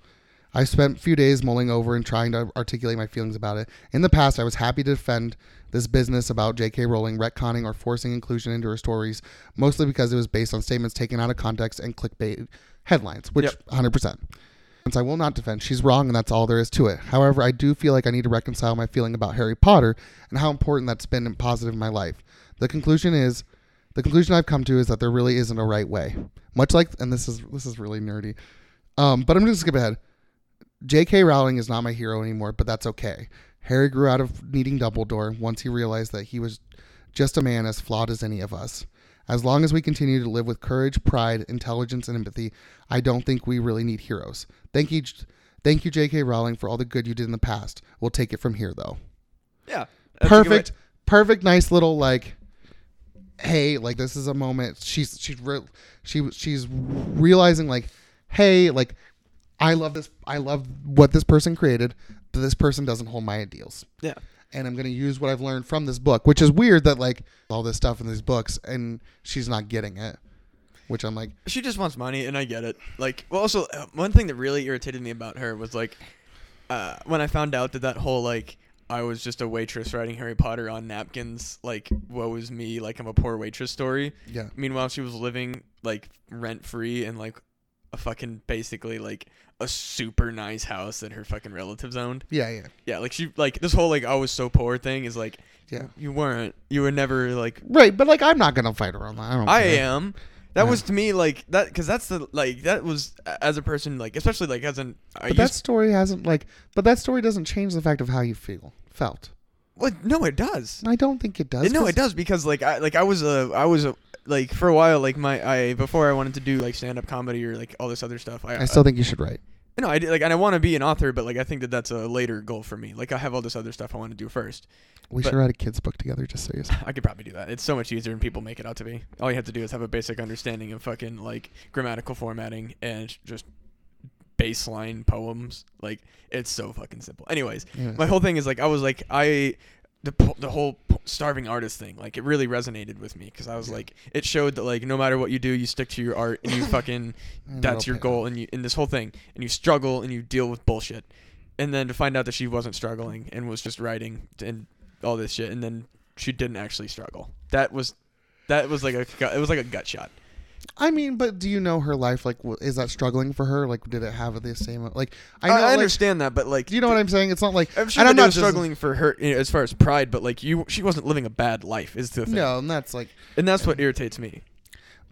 Speaker 1: I spent a few days mulling over and trying to articulate my feelings about it. In the past, I was happy to defend this business about J.K. Rowling retconning or forcing inclusion into her stories, mostly because it was based on statements taken out of context and clickbait headlines, which
Speaker 2: Yep.
Speaker 1: 100%. Since I will not defend, she's wrong, and that's all there is to it. However, I do feel like I need to reconcile my feeling about Harry Potter and how important that's been and positive in my life. The conclusion is, the conclusion I've come to is that there really isn't a right way. Much like, and this is this is really nerdy, um, but I'm going to skip ahead. J.K. Rowling is not my hero anymore, but that's okay. Harry grew out of needing Dumbledore once he realized that he was just a man as flawed as any of us. As long as we continue to live with courage, pride, intelligence, and empathy, I don't think we really need heroes. Thank you, thank you, J.K. Rowling, for all the good you did in the past. We'll take it from here, though.
Speaker 2: yeah. That's a good way-
Speaker 1: Perfect perfect, nice little like, hey, like this is a moment. She's she's re- she she's realizing like, hey, like I love this. I love what this person created, but this person doesn't hold my ideals
Speaker 2: Yeah.
Speaker 1: and I'm going to use what I've learned from this book, which is weird that like all this stuff in these books and she's not getting it, which I'm like,
Speaker 2: She just wants money, and I get it. Like, well, also uh, one thing that really irritated me about her was like, uh, when I found out that that whole like I was just a waitress writing Harry Potter on napkins, like woe is me, like I'm a poor waitress story.
Speaker 1: yeah,
Speaker 2: Meanwhile, she was living like rent free in like a fucking basically like a super nice house that her fucking relatives owned.
Speaker 1: yeah, yeah,
Speaker 2: Yeah, like she like this whole like I was so poor thing is like
Speaker 1: yeah.
Speaker 2: you weren't. You were never like
Speaker 1: Right, but like I'm not going to fight her on that. I don't.
Speaker 2: I
Speaker 1: care.
Speaker 2: am. That
Speaker 1: Yeah.
Speaker 2: was to me like that because that's the like that was as a person like especially like as an I
Speaker 1: But that
Speaker 2: used,
Speaker 1: story hasn't like, but that story doesn't change the fact of how you feel felt.
Speaker 2: well no it does
Speaker 1: And I don't think it does.
Speaker 2: no
Speaker 1: 'cause-
Speaker 2: it does because like I like I was a I was a like for a while like my I before I wanted to do like stand up comedy or like all this other stuff I,
Speaker 1: I still think you should write.
Speaker 2: no I did, like and I want to be an author but like I think that that's a later goal for me like I have all this other stuff I want to do first
Speaker 1: We
Speaker 2: but-
Speaker 1: should write a kids book together, just so you.
Speaker 2: I could probably do that it's so much easier than people make it out to be all you have to do is have a basic understanding of fucking like grammatical formatting and just baseline poems like it's so fucking simple anyways
Speaker 1: Yeah.
Speaker 2: my whole thing is like I was like I the po- the whole po- starving artist thing like it really resonated with me because I was
Speaker 1: Yeah.
Speaker 2: like it showed that like no matter what you do you stick to your art and you fucking
Speaker 1: And
Speaker 2: that's
Speaker 1: it'll
Speaker 2: your
Speaker 1: pay
Speaker 2: goal and you in this whole thing and you struggle and you deal with bullshit and then to find out that she wasn't struggling and was just writing and all this shit and then she didn't actually struggle that was that was like a gut- it was like a gut shot
Speaker 1: I mean, but do you know her life? Like, w- is that struggling for her? Like, did it have the same? Like, I
Speaker 2: I,
Speaker 1: know.
Speaker 2: I
Speaker 1: like,
Speaker 2: understand that but like
Speaker 1: Do you know what I'm saying? It's not like
Speaker 2: I'm sure
Speaker 1: and
Speaker 2: that
Speaker 1: I'm
Speaker 2: they were
Speaker 1: not just-
Speaker 2: struggling for her you know, as far as pride, but like you, she wasn't living a bad life. Is the thing.
Speaker 1: No, and that's like
Speaker 2: And that's what irritates me.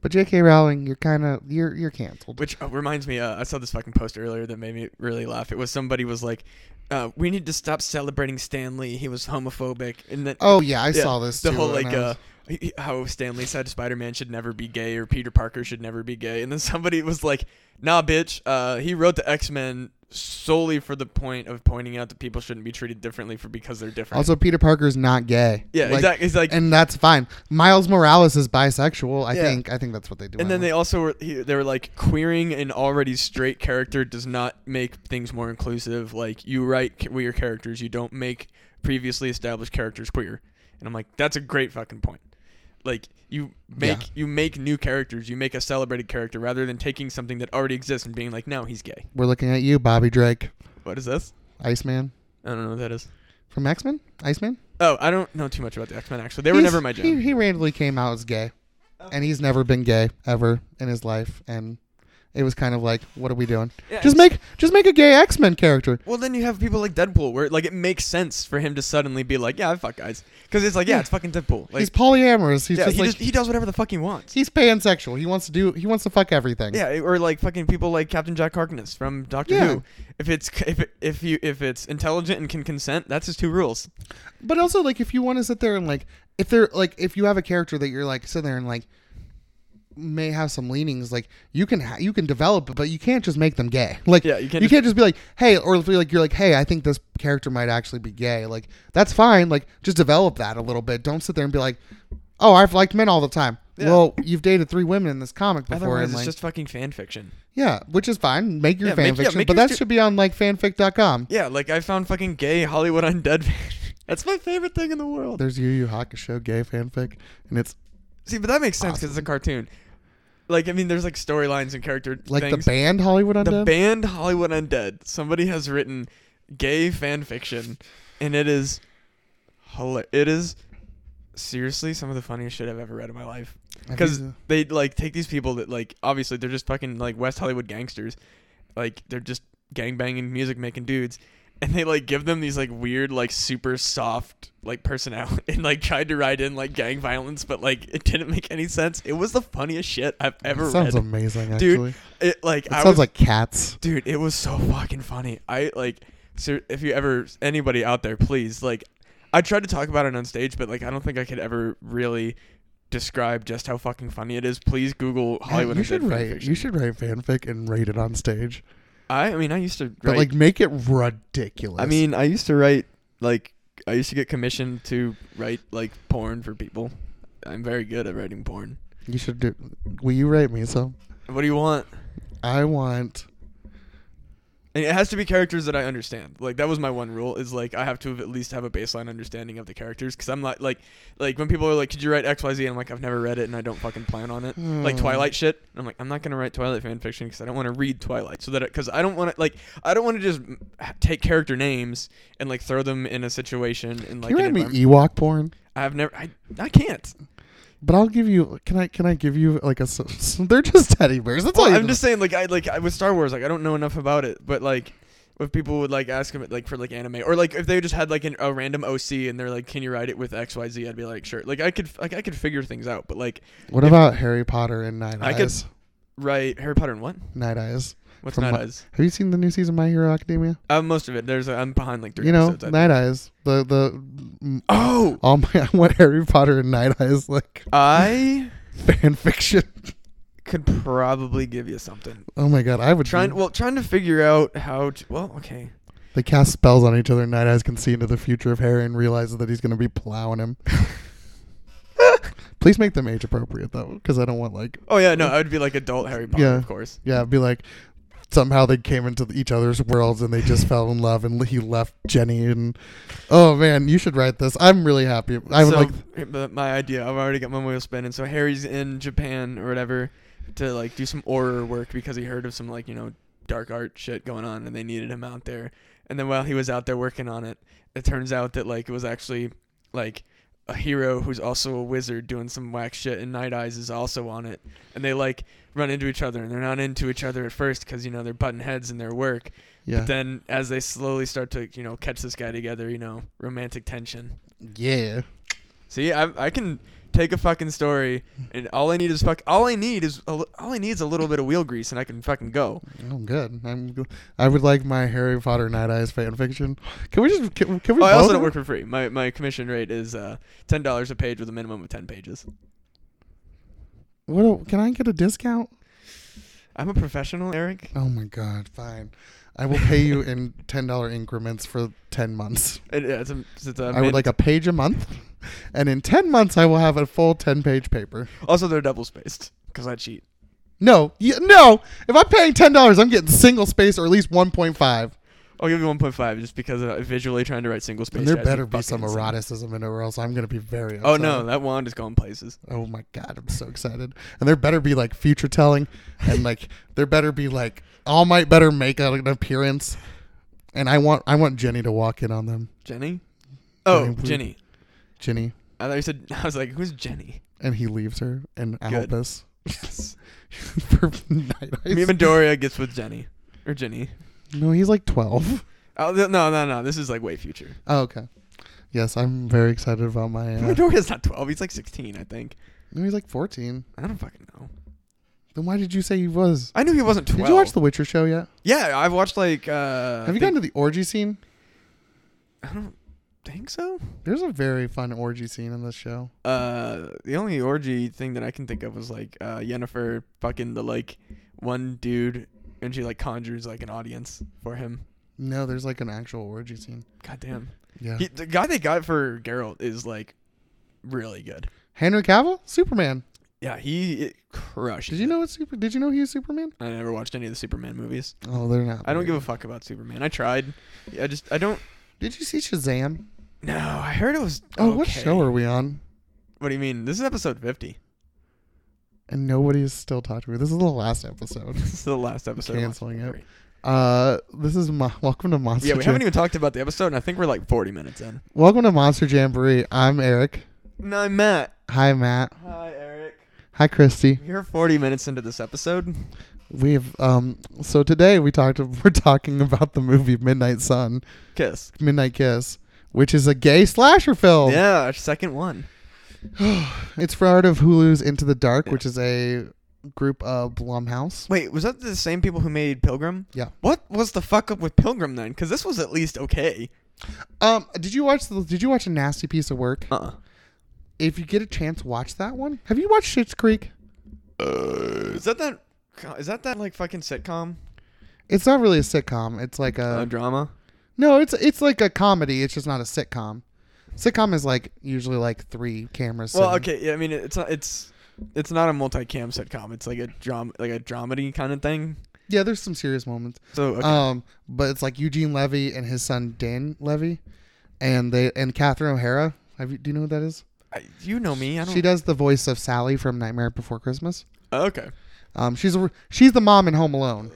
Speaker 1: But J.K. Rowling, you're kind of you're you're canceled.
Speaker 2: Which uh, reminds me, uh, I saw this fucking post earlier that made me really laugh. It was somebody was like, uh, "We need to stop celebrating Stanley. He was homophobic." And then
Speaker 1: oh yeah, I
Speaker 2: yeah,
Speaker 1: saw this.
Speaker 2: The
Speaker 1: too,
Speaker 2: whole
Speaker 1: and
Speaker 2: like
Speaker 1: I
Speaker 2: uh,
Speaker 1: was-
Speaker 2: he- he- how Stanley said Spider-Man should never be gay or Peter Parker should never be gay, and then somebody was like, "Nah, bitch. Uh, he wrote the X-Men." solely for the point of pointing out that people shouldn't be treated differently for because they're different.
Speaker 1: also Peter Parker's not gay.
Speaker 2: yeah,
Speaker 1: Like,
Speaker 2: exactly. It's like
Speaker 1: And that's fine. Miles Morales is bisexual. I
Speaker 2: Yeah.
Speaker 1: think I think that's what they do.
Speaker 2: And then they also were he, they were like queering an already straight character does not make things more inclusive. Like you write ca- queer characters, you don't make previously established characters queer. And I'm like, that's a great fucking point. Like you make
Speaker 1: Yeah.
Speaker 2: you make new characters, you make a celebrated character rather than taking something that already exists and being like, no, he's gay.
Speaker 1: we're looking at you, Bobby Drake,
Speaker 2: What is this?
Speaker 1: Iceman
Speaker 2: I don't know what that is.
Speaker 1: from X Men. Iceman.
Speaker 2: Oh, I don't know too much about the X Men. Actually, they were
Speaker 1: He's-
Speaker 2: never my jam.
Speaker 1: He, he randomly came out as gay, and he's never been gay ever in his life. And it was kind of like, what are we doing?
Speaker 2: Yeah,
Speaker 1: Just make just make a gay X Men character.
Speaker 2: Well, then you have people like Deadpool, where like it makes sense for him to suddenly be like, "Yeah, I fuck guys," because it's like, "Yeah, it's fucking Deadpool." Like,
Speaker 1: he's polyamorous. He's
Speaker 2: yeah,
Speaker 1: just
Speaker 2: he
Speaker 1: like
Speaker 2: just he does whatever the fuck he wants.
Speaker 1: he's pansexual. He wants to do. He wants to fuck everything.
Speaker 2: Yeah, eh, or like fucking people like Captain Jack Harkness from Doctor
Speaker 1: Yeah.
Speaker 2: Who. If it's if it, if you if it's intelligent and can consent, that's his two rules.
Speaker 1: But also, like, if you want to sit there and like, if they're like, if you have a character that you're like sitting there and like, may have some leanings, like you can ha- you can develop, it, but you can't just make them gay. Like,
Speaker 2: Yeah, you
Speaker 1: you
Speaker 2: can't just-
Speaker 1: can't just be like, hey, or if you're like you're like, hey, I think this character might actually be gay. Like, that's fine. Like, just develop that a little bit. Don't sit there and be like, oh, I've liked men all the time.
Speaker 2: Yeah.
Speaker 1: Well, you've dated three women in this comic before,
Speaker 2: Otherwise,
Speaker 1: and
Speaker 2: it's
Speaker 1: like,
Speaker 2: just fucking fan fiction.
Speaker 1: yeah, which is fine. Make your
Speaker 2: Yeah,
Speaker 1: fan
Speaker 2: make- yeah,
Speaker 1: fiction,
Speaker 2: make
Speaker 1: but
Speaker 2: your
Speaker 1: that
Speaker 2: stu-
Speaker 1: should be on like fanfic.com.
Speaker 2: Yeah, like I found fucking gay Hollywood undead. that's my favorite thing in the world.
Speaker 1: There's Yu Yu Hakusho gay fanfic, and it's
Speaker 2: See, but that makes sense because it's a cartoon. Like, I mean, there's like storylines and character
Speaker 1: like
Speaker 2: things.
Speaker 1: the band Hollywood Undead.
Speaker 2: the band Hollywood Undead. Somebody has written gay fan fiction, and it is, hila- it is, seriously some of the funniest shit I've ever read in my life.
Speaker 1: Have
Speaker 2: Because
Speaker 1: you-
Speaker 2: they like take these people that like obviously they're just fucking like West Hollywood gangsters, like they're just gangbanging music making dudes, and they like give them these like weird like super soft like personality and like tried to ride in like gang violence, but like it didn't make any sense. It was the funniest shit I've ever
Speaker 1: That sounds
Speaker 2: read,
Speaker 1: amazing, actually.
Speaker 2: dude. It like
Speaker 1: it
Speaker 2: I
Speaker 1: sounds
Speaker 2: was
Speaker 1: like cats.
Speaker 2: dude it was so fucking funny i like ser- if you ever anybody out there please like i tried to talk about it on stage but like i don't think i could ever really describe just how fucking funny it is please google hollywood
Speaker 1: you
Speaker 2: Undead
Speaker 1: should
Speaker 2: fan
Speaker 1: write.
Speaker 2: fiction.
Speaker 1: You should write fanfic and rate it on stage,
Speaker 2: i i mean i used to
Speaker 1: but
Speaker 2: write
Speaker 1: like make it ridiculous.
Speaker 2: i mean i used to write like I used to get commissioned to write like porn for people. I'm very good at writing porn.
Speaker 1: You should do. Will you rate me some?
Speaker 2: What do you want?
Speaker 1: I want.
Speaker 2: And it has to be characters that I understand. Like that was my one rule is like I have to have at least have a baseline understanding of the characters because I'm not like like when people are like, could you write X Y Z? And I'm like, I've never read it and I don't fucking plan on it. Like
Speaker 1: Hmm.
Speaker 2: Twilight shit. And I'm like, I'm not gonna write Twilight fan fiction because I don't want to read Twilight. So that because I don't want to like I don't want to just mm, ha- take character names and like throw them in a situation and like.
Speaker 1: Can you
Speaker 2: an
Speaker 1: write me
Speaker 2: environment.
Speaker 1: Ewok porn?
Speaker 2: I've never I I can't.
Speaker 1: But I'll give you. Can I? Can I give you like a? s- s- They're just teddy bears. That's all.
Speaker 2: Well,
Speaker 1: you
Speaker 2: I'm just saying, like, I like I, with Star Wars, like, I don't know enough about it, but like, if people would like ask him, like, for like anime, or like if they just had like an, a random OC and they're like, "Can you write it with X Y Z? I'd be like, "Sure." Like, I could, like, I could figure things out, but like,
Speaker 1: What
Speaker 2: if-
Speaker 1: about Harry Potter and Night
Speaker 2: I could-
Speaker 1: Eyes?
Speaker 2: write Harry Potter and what?
Speaker 1: Night Eyes.
Speaker 2: What's
Speaker 1: From
Speaker 2: Night
Speaker 1: what-
Speaker 2: Eyes?
Speaker 1: Have you seen the new season of My Hero Academia?
Speaker 2: Uh, most of it. There's, i I'm behind like three
Speaker 1: you know,
Speaker 2: episodes. I think.
Speaker 1: Night Eyes. The the.
Speaker 2: oh,
Speaker 1: All my I want Harry Potter and Night Eyes like
Speaker 2: I
Speaker 1: fan fiction.
Speaker 2: could probably give you something.
Speaker 1: Oh my god, I would
Speaker 2: Trying, well, trying to figure out how to. Well, okay.
Speaker 1: They cast spells on each other. Night Eyes can see into the future of Harry and realizes that he's going to be plowing him. Please make them age appropriate though, because I don't want like
Speaker 2: Oh yeah, no, I would be like adult Harry Potter,
Speaker 1: Mm-hmm. Yeah.
Speaker 2: of course.
Speaker 1: yeah, it'd be like somehow they came into each other's worlds and they just fell in love and he left Jenny and oh man, you should write this. I'm really happy. I would
Speaker 2: so,
Speaker 1: like
Speaker 2: but my idea. I've already got my wheels spinning. So Harry's in Japan or whatever to like do some horror work because he heard of some like you know dark art shit going on, and they needed him out there. And then while he was out there working on it, it turns out that like it was actually like a hero who's also a wizard doing some whack shit, and Night Eyes is also on it. And they like run into each other, and they're not into each other at first because you know they're button heads in their work.
Speaker 1: yeah
Speaker 2: But then as they slowly start to you know catch this guy together, you know romantic tension.
Speaker 1: yeah.
Speaker 2: See, I, I can take a fucking story, and all I need is fuck. All I need is a, li- all I need is a little bit of wheel grease, and I can fucking go.
Speaker 1: I'm Oh, good. I'm. Go- I would like my Harry Potter Night Eyes fan fiction. Can we just? Can, can we?
Speaker 2: Oh, I
Speaker 1: both-
Speaker 2: also don't work for free. My my commission rate is uh, ten dollars a page with a minimum of ten pages.
Speaker 1: What? Can I get a discount?
Speaker 2: I'm a professional, Eric.
Speaker 1: Oh my god, fine. I will pay you in ten dollar increments for ten months.
Speaker 2: It, it's a, it's a
Speaker 1: I would
Speaker 2: min-
Speaker 1: like a page a month, and in ten months I will have a full ten page paper.
Speaker 2: also they're double spaced because I cheat.
Speaker 1: No, you, no. If I'm paying ten dollars, I'm getting single space or at least one point five.
Speaker 2: I'll give you one point five just because uh, visually trying to write single space.
Speaker 1: And there
Speaker 2: drives me
Speaker 1: better be
Speaker 2: fucking
Speaker 1: some
Speaker 2: insane.
Speaker 1: eroticism in it, or else I'm gonna be very. Upset.
Speaker 2: Oh no, that wand is going places.
Speaker 1: Oh my god, I'm so excited. And there better be like future telling and like there better be like All Might better make an appearance. And I want I want Jenny to walk in on them.
Speaker 2: Jenny. Oh,
Speaker 1: Jenny, please.
Speaker 2: Jenny.
Speaker 1: Jenny.
Speaker 2: I thought you said I was like, who's Jenny?
Speaker 1: And he leaves her and
Speaker 2: Good.
Speaker 1: Albus for night eyes.
Speaker 2: Me Midoriya gets with Jenny or Jenny.
Speaker 1: no, he's like twelve.
Speaker 2: Oh th- no no no! This is like way future.
Speaker 1: Oh, okay. Yes, I'm very excited about my uh,
Speaker 2: Midoriya's not twelve. He's like sixteen, I think.
Speaker 1: No, he's like fourteen.
Speaker 2: I don't fucking know.
Speaker 1: Then why did you say he was?
Speaker 2: I knew he wasn't twelve.
Speaker 1: Did you watch The Witcher show yet?
Speaker 2: Yeah, I've watched like. Uh,
Speaker 1: Have you
Speaker 2: think-
Speaker 1: gotten to the orgy scene?
Speaker 2: I don't think so.
Speaker 1: There's a very fun orgy scene in this show.
Speaker 2: Uh, the only orgy thing that I can think of was like uh, Yennefer fucking the like one dude, and she like conjures like an audience for him.
Speaker 1: No, there's like an actual orgy scene.
Speaker 2: God damn.
Speaker 1: Yeah.
Speaker 2: He, the guy they got for Geralt is like really good.
Speaker 1: Henry Cavill, Superman.
Speaker 2: Yeah, he it crushed.
Speaker 1: Did you
Speaker 2: it.
Speaker 1: know it's super? Did you know he was Superman?
Speaker 2: I never watched any of the Superman movies.
Speaker 1: Oh, they're not.
Speaker 2: I don't
Speaker 1: very
Speaker 2: give a
Speaker 1: good.
Speaker 2: fuck about Superman. I tried. I just I don't.
Speaker 1: Did you see Shazam?
Speaker 2: No, I heard it was.
Speaker 1: Oh, what
Speaker 2: okay.
Speaker 1: show are we on?
Speaker 2: What do you mean? This is episode fifty.
Speaker 1: And nobody is still talking to me. This is the last episode.
Speaker 2: This is the last episode. of
Speaker 1: Canceling
Speaker 2: Monster
Speaker 1: it. Uh, this is Mo- welcome to Monster.
Speaker 2: Jamboree. Yeah, we
Speaker 1: Jam-
Speaker 2: haven't even talked about the episode, and I think we're like forty minutes in.
Speaker 1: Welcome to Monster Jamboree. I'm Eric.
Speaker 2: No, I'm Matt.
Speaker 1: Hi, Matt.
Speaker 2: Hi, Eric.
Speaker 1: Hi, Christy.
Speaker 2: You're forty minutes into this episode.
Speaker 1: We have um. So today we talked. We're talking about the movie Midnight Sun,
Speaker 2: Kiss.
Speaker 1: Midnight Kiss, which is a gay slasher film.
Speaker 2: Yeah, our second one.
Speaker 1: It's part of Hulu's Into the Dark,
Speaker 2: Yeah.
Speaker 1: which is a group of Blumhouse.
Speaker 2: Wait, was that the same people who made Pilgrim?
Speaker 1: Yeah.
Speaker 2: What was the fuck up with Pilgrim then? Because this was at least okay.
Speaker 1: Um, did you watch the? Did you watch a nasty piece of work?
Speaker 2: Uh.
Speaker 1: If you get a chance, watch that one. Have you watched Schitt's Creek?
Speaker 2: Is that that? Is that that like fucking sitcom?
Speaker 1: It's not really a sitcom. It's like a
Speaker 2: uh, drama.
Speaker 1: no. It's it's like a comedy. It's just not a sitcom. Sitcom is like usually like three cameras.
Speaker 2: Well,
Speaker 1: sitting-
Speaker 2: okay, yeah, I mean it's not it's it's not a multicam sitcom. It's like a dram like a dramedy kind of thing.
Speaker 1: Yeah, there's some serious moments.
Speaker 2: So okay.
Speaker 1: Um, but it's like Eugene Levy and his son Dan Levy, and they and Catherine O'Hara. Have you, do you know who that is?
Speaker 2: I, you know me. I don't.
Speaker 1: She does the voice of Sally from Nightmare Before Christmas.
Speaker 2: Oh, okay.
Speaker 1: Um, she's a, she's the mom in Home Alone.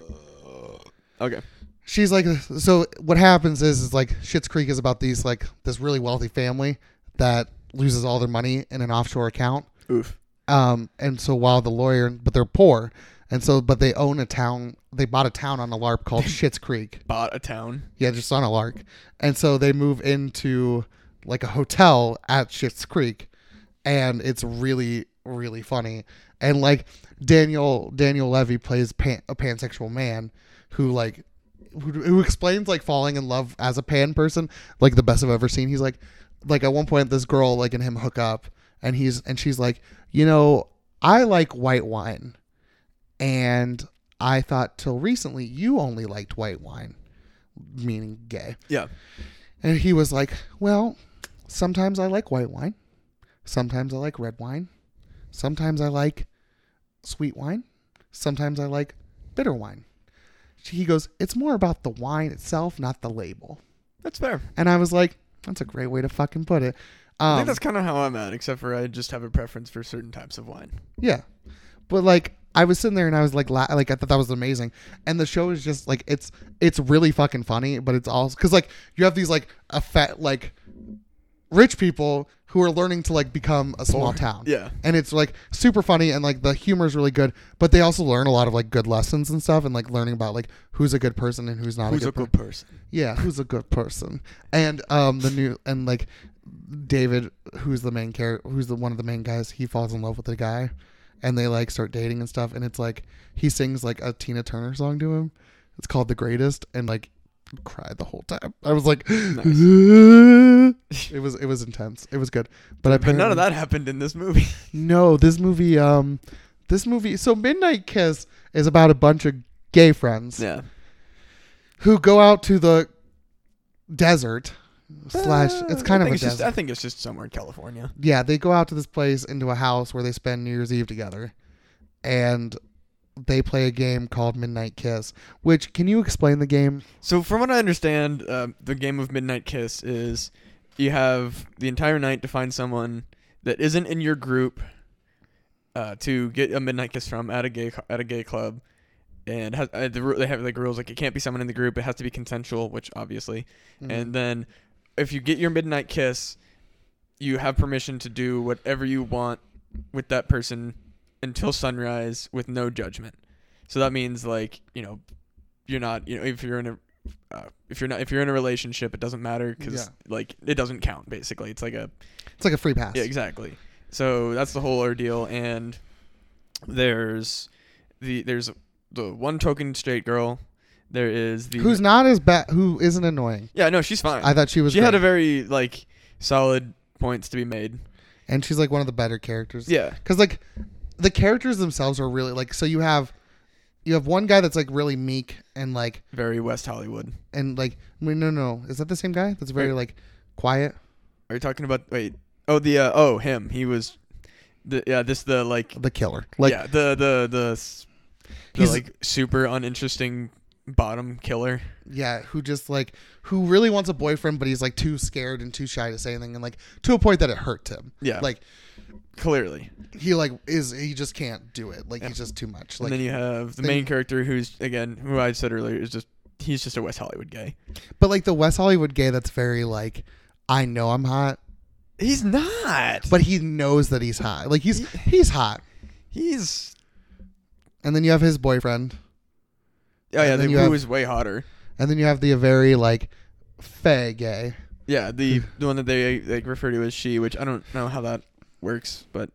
Speaker 2: Okay.
Speaker 1: she's like so what happens is is like Schitt's Creek is about these like this really wealthy family that loses all their money in an offshore account.
Speaker 2: Oof.
Speaker 1: Um and so while the lawyer but they're poor and so but they own a town they bought a town on a LARP called Schitt's Creek.
Speaker 2: Bought a town.
Speaker 1: Yeah, just on a lark. And so they move into like a hotel at Schitt's Creek and it's really really funny. And like Daniel Daniel Levy plays pan, a pansexual man who like who, who explains like falling in love as a pan person like the best I've ever seen. He's like like at one point this girl like and him hook up and he's and she's like, "You know, I like white wine." And I thought till recently you only liked white wine meaning gay.
Speaker 2: Yeah.
Speaker 1: And he was like, Well, sometimes I like white wine. Sometimes I like red wine. Sometimes I like sweet wine. Sometimes I like bitter wine. She- He goes, It's more about the wine itself, not the label.
Speaker 2: That's fair.
Speaker 1: And I was like, That's a great way to fucking put it.
Speaker 2: I
Speaker 1: Um,
Speaker 2: think that's kind of how I'm at, except for I just have a preference for certain types of wine.
Speaker 1: Yeah, but like I was sitting there and I was like, la- like I thought that was amazing, and the show is just like it's it's really fucking funny, but it's also because like you have these like a fat like rich people who are learning to like become a small town.
Speaker 2: Yeah.
Speaker 1: And it's like super funny and like the humor is really good, but they also learn a lot of like good lessons and stuff and like learning about like who's a good person and who's not
Speaker 2: Who's
Speaker 1: a
Speaker 2: a
Speaker 1: good person.
Speaker 2: good person?
Speaker 1: Yeah, who's a good person. And um the new and like David, who's the main character, who's the one of the main guys, he falls in love with a guy and they like start dating and stuff and it's like he sings like a Tina Turner song to him. It's called The Greatest and like cried the whole time. I was like It was it was intense. It was good. But I
Speaker 2: But none of that happened in this movie.
Speaker 1: no, this movie, um, this movie. So Midnight Kiss is about a bunch of gay friends
Speaker 2: yeah.
Speaker 1: who go out to the desert slash. It's kind
Speaker 2: Uh, I
Speaker 1: of a
Speaker 2: think it's
Speaker 1: desert.
Speaker 2: just, I think it's just somewhere in California.
Speaker 1: yeah, they go out to this place into a house where they spend New Year's Eve together, and they play a game called Midnight Kiss. Which can you explain the game?
Speaker 2: So, from what I understand, uh, the game of Midnight Kiss is you have the entire night to find someone that isn't in your group uh, to get a midnight kiss from at a gay cu- at a gay club, and has, uh, the, ru- they have like rules like it can't be someone in the group. It has to be consensual, which obviously.
Speaker 1: Mm-hmm. Mm.
Speaker 2: And then, if you get your midnight kiss, you have permission to do whatever you want with that person until sunrise with no judgment. So that means like you know you're not you know if you're in a uh, if you're not if you're in a relationship it doesn't matter because
Speaker 1: Yeah.
Speaker 2: like it doesn't count basically it's like a
Speaker 1: It's like a free pass.
Speaker 2: yeah, exactly. So that's the whole ordeal, and there's the there's the one token straight girl. There is the
Speaker 1: Who's not as bad? Who isn't annoying?
Speaker 2: yeah no she's fine.
Speaker 1: I thought she was.
Speaker 2: she had a
Speaker 1: great.
Speaker 2: very like solid points to be made.
Speaker 1: and she's like one of the better characters.
Speaker 2: Yeah,
Speaker 1: because like the characters themselves are really like so you have you have one guy that's like really meek and like
Speaker 2: very West Hollywood.
Speaker 1: and like I mean, no no is that the same guy that's very
Speaker 2: Wait.
Speaker 1: like quiet
Speaker 2: Are you talking about wait? Oh the uh, oh him he was the yeah this the like
Speaker 1: the killer like
Speaker 2: yeah the the the, s- the
Speaker 1: He's-
Speaker 2: like super uninteresting bottom killer.
Speaker 1: yeah who just like who really wants a boyfriend but he's like too scared and too shy to say anything and like to a point that it hurts him
Speaker 2: Yeah,
Speaker 1: like
Speaker 2: clearly.
Speaker 1: he like is he just can't do it like he's just too much like
Speaker 2: and then you have the
Speaker 1: they-
Speaker 2: main character, who's again, who I said earlier is just he's just a West Hollywood guy.
Speaker 1: but like the West Hollywood gay that's very like I know I'm hot
Speaker 2: He's not. But
Speaker 1: but he knows that he's hot like he's he's hot
Speaker 2: he's
Speaker 1: and then you have his boyfriend
Speaker 2: oh yeah,
Speaker 1: And
Speaker 2: the,
Speaker 1: then
Speaker 2: who
Speaker 1: you
Speaker 2: is
Speaker 1: have-
Speaker 2: way hotter.
Speaker 1: And then you have the very like fey gay.
Speaker 2: Yeah, the the one that they like refer to as she, which I don't know how that works, but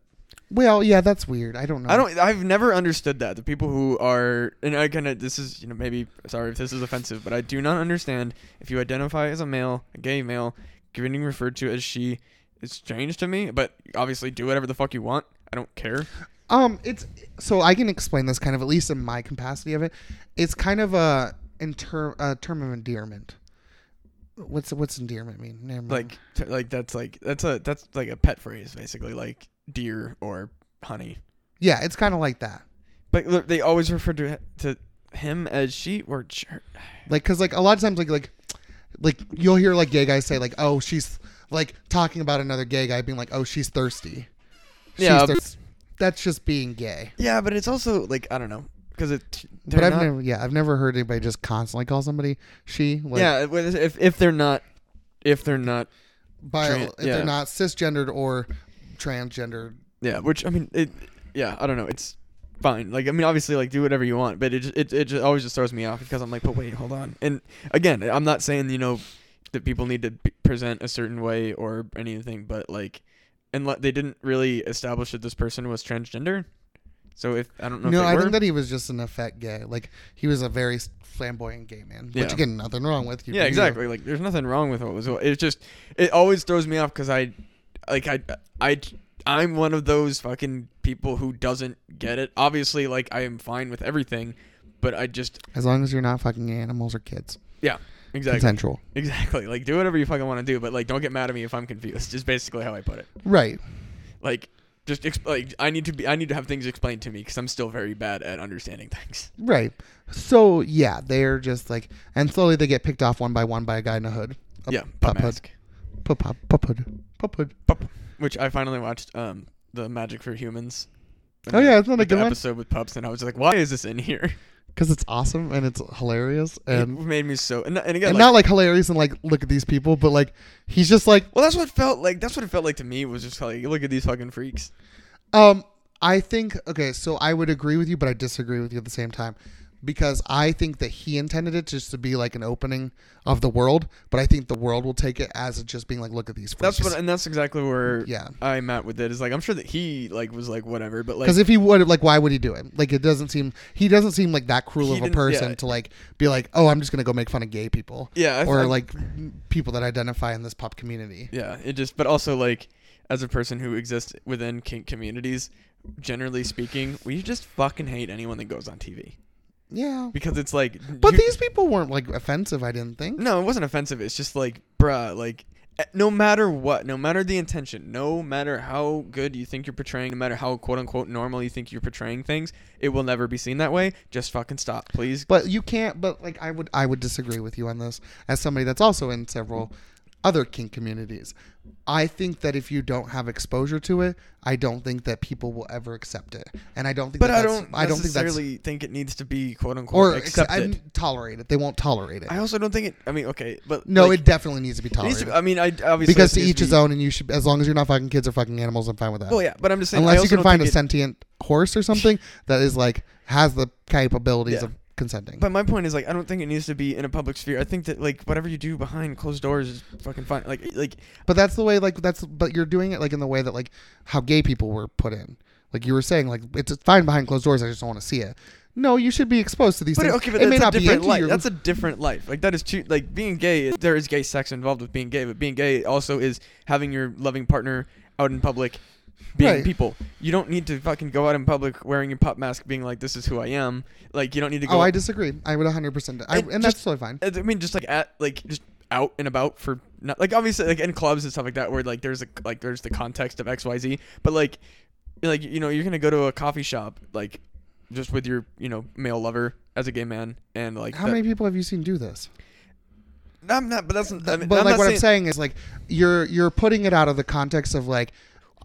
Speaker 1: Well, yeah, that's weird. I don't know.
Speaker 2: I don't. I've never understood that the people who are and I kind of this is you know maybe sorry if this is offensive, but I do not understand if you identify as a male, a gay male, getting referred to as she. It's strange to me, but obviously do whatever the fuck you want. I don't care.
Speaker 1: Um, it's so I can explain this kind of at least in my capacity of it. It's kind of a in term a term of endearment. What's what's endearment mean? Never mind.
Speaker 2: like t- like that's like that's a that's like a pet phrase basically like deer or honey
Speaker 1: yeah, it's kind of like that.
Speaker 2: but look, they always refer to to him as she or jer-
Speaker 1: Like, cause like a lot of times, like like like you'll hear like gay guys say like, oh, she's like talking about another gay guy being like, oh, she's thirsty. She's
Speaker 2: Yeah.
Speaker 1: thirst- that's just being gay.
Speaker 2: yeah but it's also like i don't know because it
Speaker 1: But
Speaker 2: they're
Speaker 1: I've
Speaker 2: not-
Speaker 1: never, yeah, I've never heard anybody just constantly call somebody she. Like,
Speaker 2: yeah well, if, if they're not if they're not
Speaker 1: By,
Speaker 2: Tran-
Speaker 1: if
Speaker 2: yeah.
Speaker 1: they're not cisgendered or transgendered.
Speaker 2: yeah which i mean it yeah i don't know it's fine like i mean obviously like do whatever you want but it just, it, it just always just throws me off because i'm like but wait hold on and again i'm not saying you know that people need to be- present a certain way or anything but like and they didn't really establish that this person was transgender so if i don't know
Speaker 1: No,
Speaker 2: if they
Speaker 1: I
Speaker 2: were.
Speaker 1: think that he was just an effect gay. Like he was a very flamboyant gay man,
Speaker 2: Yeah.
Speaker 1: which again, nothing wrong with. You
Speaker 2: yeah
Speaker 1: do you.
Speaker 2: exactly like there's nothing wrong with what was it just it always throws me off because i like i i i'm one of those fucking people who doesn't get it obviously like i am fine with everything but i just
Speaker 1: As long as you're not fucking animals or kids,
Speaker 2: yeah exactly
Speaker 1: consensual.
Speaker 2: exactly like do whatever you fucking want to do but like don't get mad at me if i'm confused is basically how i put it
Speaker 1: Right.
Speaker 2: like just exp- like i need to be i need to have things explained to me because i'm still very bad at understanding things
Speaker 1: Right. So yeah, they're just like, and slowly they get picked off one by one by a guy in a hood. A
Speaker 2: yeah
Speaker 1: pup
Speaker 2: pup
Speaker 1: hood.
Speaker 2: mask.
Speaker 1: Pup pup pup hood. Pup hood.
Speaker 2: Pup, which I finally watched um the Magic for Humans.
Speaker 1: Oh, yeah, isn't that a
Speaker 2: Like, the
Speaker 1: good one?
Speaker 2: episode with pups, and I was like, why is this in here?
Speaker 1: Because it's awesome and it's hilarious and
Speaker 2: it made me so and, and again
Speaker 1: and
Speaker 2: like,
Speaker 1: not like hilarious and like look at these people, but like he's just like
Speaker 2: well that's what felt like that's what it felt like to me was just like look at these fucking freaks.
Speaker 1: Um, I think okay, so I would agree with you, but I disagree with you at the same time because I think that he intended it just to be like an opening of the world, but I think the world will take it as it just being like, look at these.
Speaker 2: That's
Speaker 1: freaks.
Speaker 2: what and that's exactly where
Speaker 1: Yeah.
Speaker 2: I'm at with it. Is like I'm sure that he like was like whatever, but like
Speaker 1: Because if he would, like, why would he do it? Like, it doesn't seem he doesn't seem like that cruel
Speaker 2: He
Speaker 1: of a
Speaker 2: didn't-
Speaker 1: person
Speaker 2: yeah.
Speaker 1: to like be like, oh, I'm just gonna go make fun of gay people,
Speaker 2: Yeah, I th-
Speaker 1: or
Speaker 2: I'm-
Speaker 1: like people that identify in this pop community.
Speaker 2: yeah, it just but also like as a person who exists within kink communities, generally speaking, we just fucking hate anyone that goes on TV
Speaker 1: Yeah,
Speaker 2: because it's like
Speaker 1: but
Speaker 2: you-
Speaker 1: these people weren't like offensive. I didn't think.
Speaker 2: No, it wasn't offensive. It's just like, bruh, like, eh, no matter what, no matter the intention, no matter how good you think you're portraying, no matter how quote unquote normal you think you're portraying things, it will never be seen that way. Just fucking stop, please.
Speaker 1: But you can't. But like, I would, I would disagree with you on this as somebody that's also in several other kink communities. I think that if you don't have exposure to it, I don't think that people will ever accept it, and I don't think.
Speaker 2: But
Speaker 1: that
Speaker 2: I
Speaker 1: that's-
Speaker 2: don't
Speaker 1: I don't think that's
Speaker 2: necessarily think it needs to be quote unquote
Speaker 1: or accept
Speaker 2: accepted.
Speaker 1: tolerate it. They won't tolerate it.
Speaker 2: I also don't think it. I mean, okay, but
Speaker 1: no,
Speaker 2: like,
Speaker 1: it definitely needs to be
Speaker 2: it needs
Speaker 1: tolerated
Speaker 2: to. I mean, I obviously
Speaker 1: because to
Speaker 2: it needs
Speaker 1: each his
Speaker 2: be-
Speaker 1: own, and you should as long as you're not fucking kids or fucking animals, I'm fine with that.
Speaker 2: Well, yeah, but I'm just saying. I
Speaker 1: Unless you
Speaker 2: also
Speaker 1: can
Speaker 2: don't
Speaker 1: find a
Speaker 2: think it-
Speaker 1: sentient horse or something that is like has the capabilities
Speaker 2: Yeah.
Speaker 1: of consenting.
Speaker 2: But my point is like I don't think it needs to be in a public sphere. I think that like whatever you do behind closed doors is fucking fine. Like like
Speaker 1: But that's the way, like, that's, but you're doing it, like, in the way that, like, how gay people were put in. Like, you were saying, like, it's fine behind closed doors. I just don't want to see it. No, you should be exposed to these
Speaker 2: But
Speaker 1: things.
Speaker 2: okay, but
Speaker 1: it
Speaker 2: that's
Speaker 1: may
Speaker 2: a
Speaker 1: not be
Speaker 2: different
Speaker 1: into
Speaker 2: life.
Speaker 1: your.
Speaker 2: That's a different life. Like that is too. Like being gay, is- there is gay sex involved with being gay, but being gay also is having your loving partner out in public, being
Speaker 1: Right.
Speaker 2: people. You don't need to fucking go out in public wearing your pop mask, being like, "This is who I am." Like you don't need to go.
Speaker 1: oh, I disagree. I would 100%. I, and
Speaker 2: And just-
Speaker 1: that's totally fine.
Speaker 2: I mean, just like at like just out and about for not like obviously like in clubs and stuff like that where like there's a like there's the context of X Y Z, but like like you know you're gonna go to a coffee shop like just with your you know male lover as a gay man and like
Speaker 1: How
Speaker 2: that-
Speaker 1: many people have you seen do this?
Speaker 2: No, I'm not, but that's. I mean,
Speaker 1: but
Speaker 2: I'm
Speaker 1: like what
Speaker 2: not saying,
Speaker 1: I'm saying is like you're you're putting it out of the context of like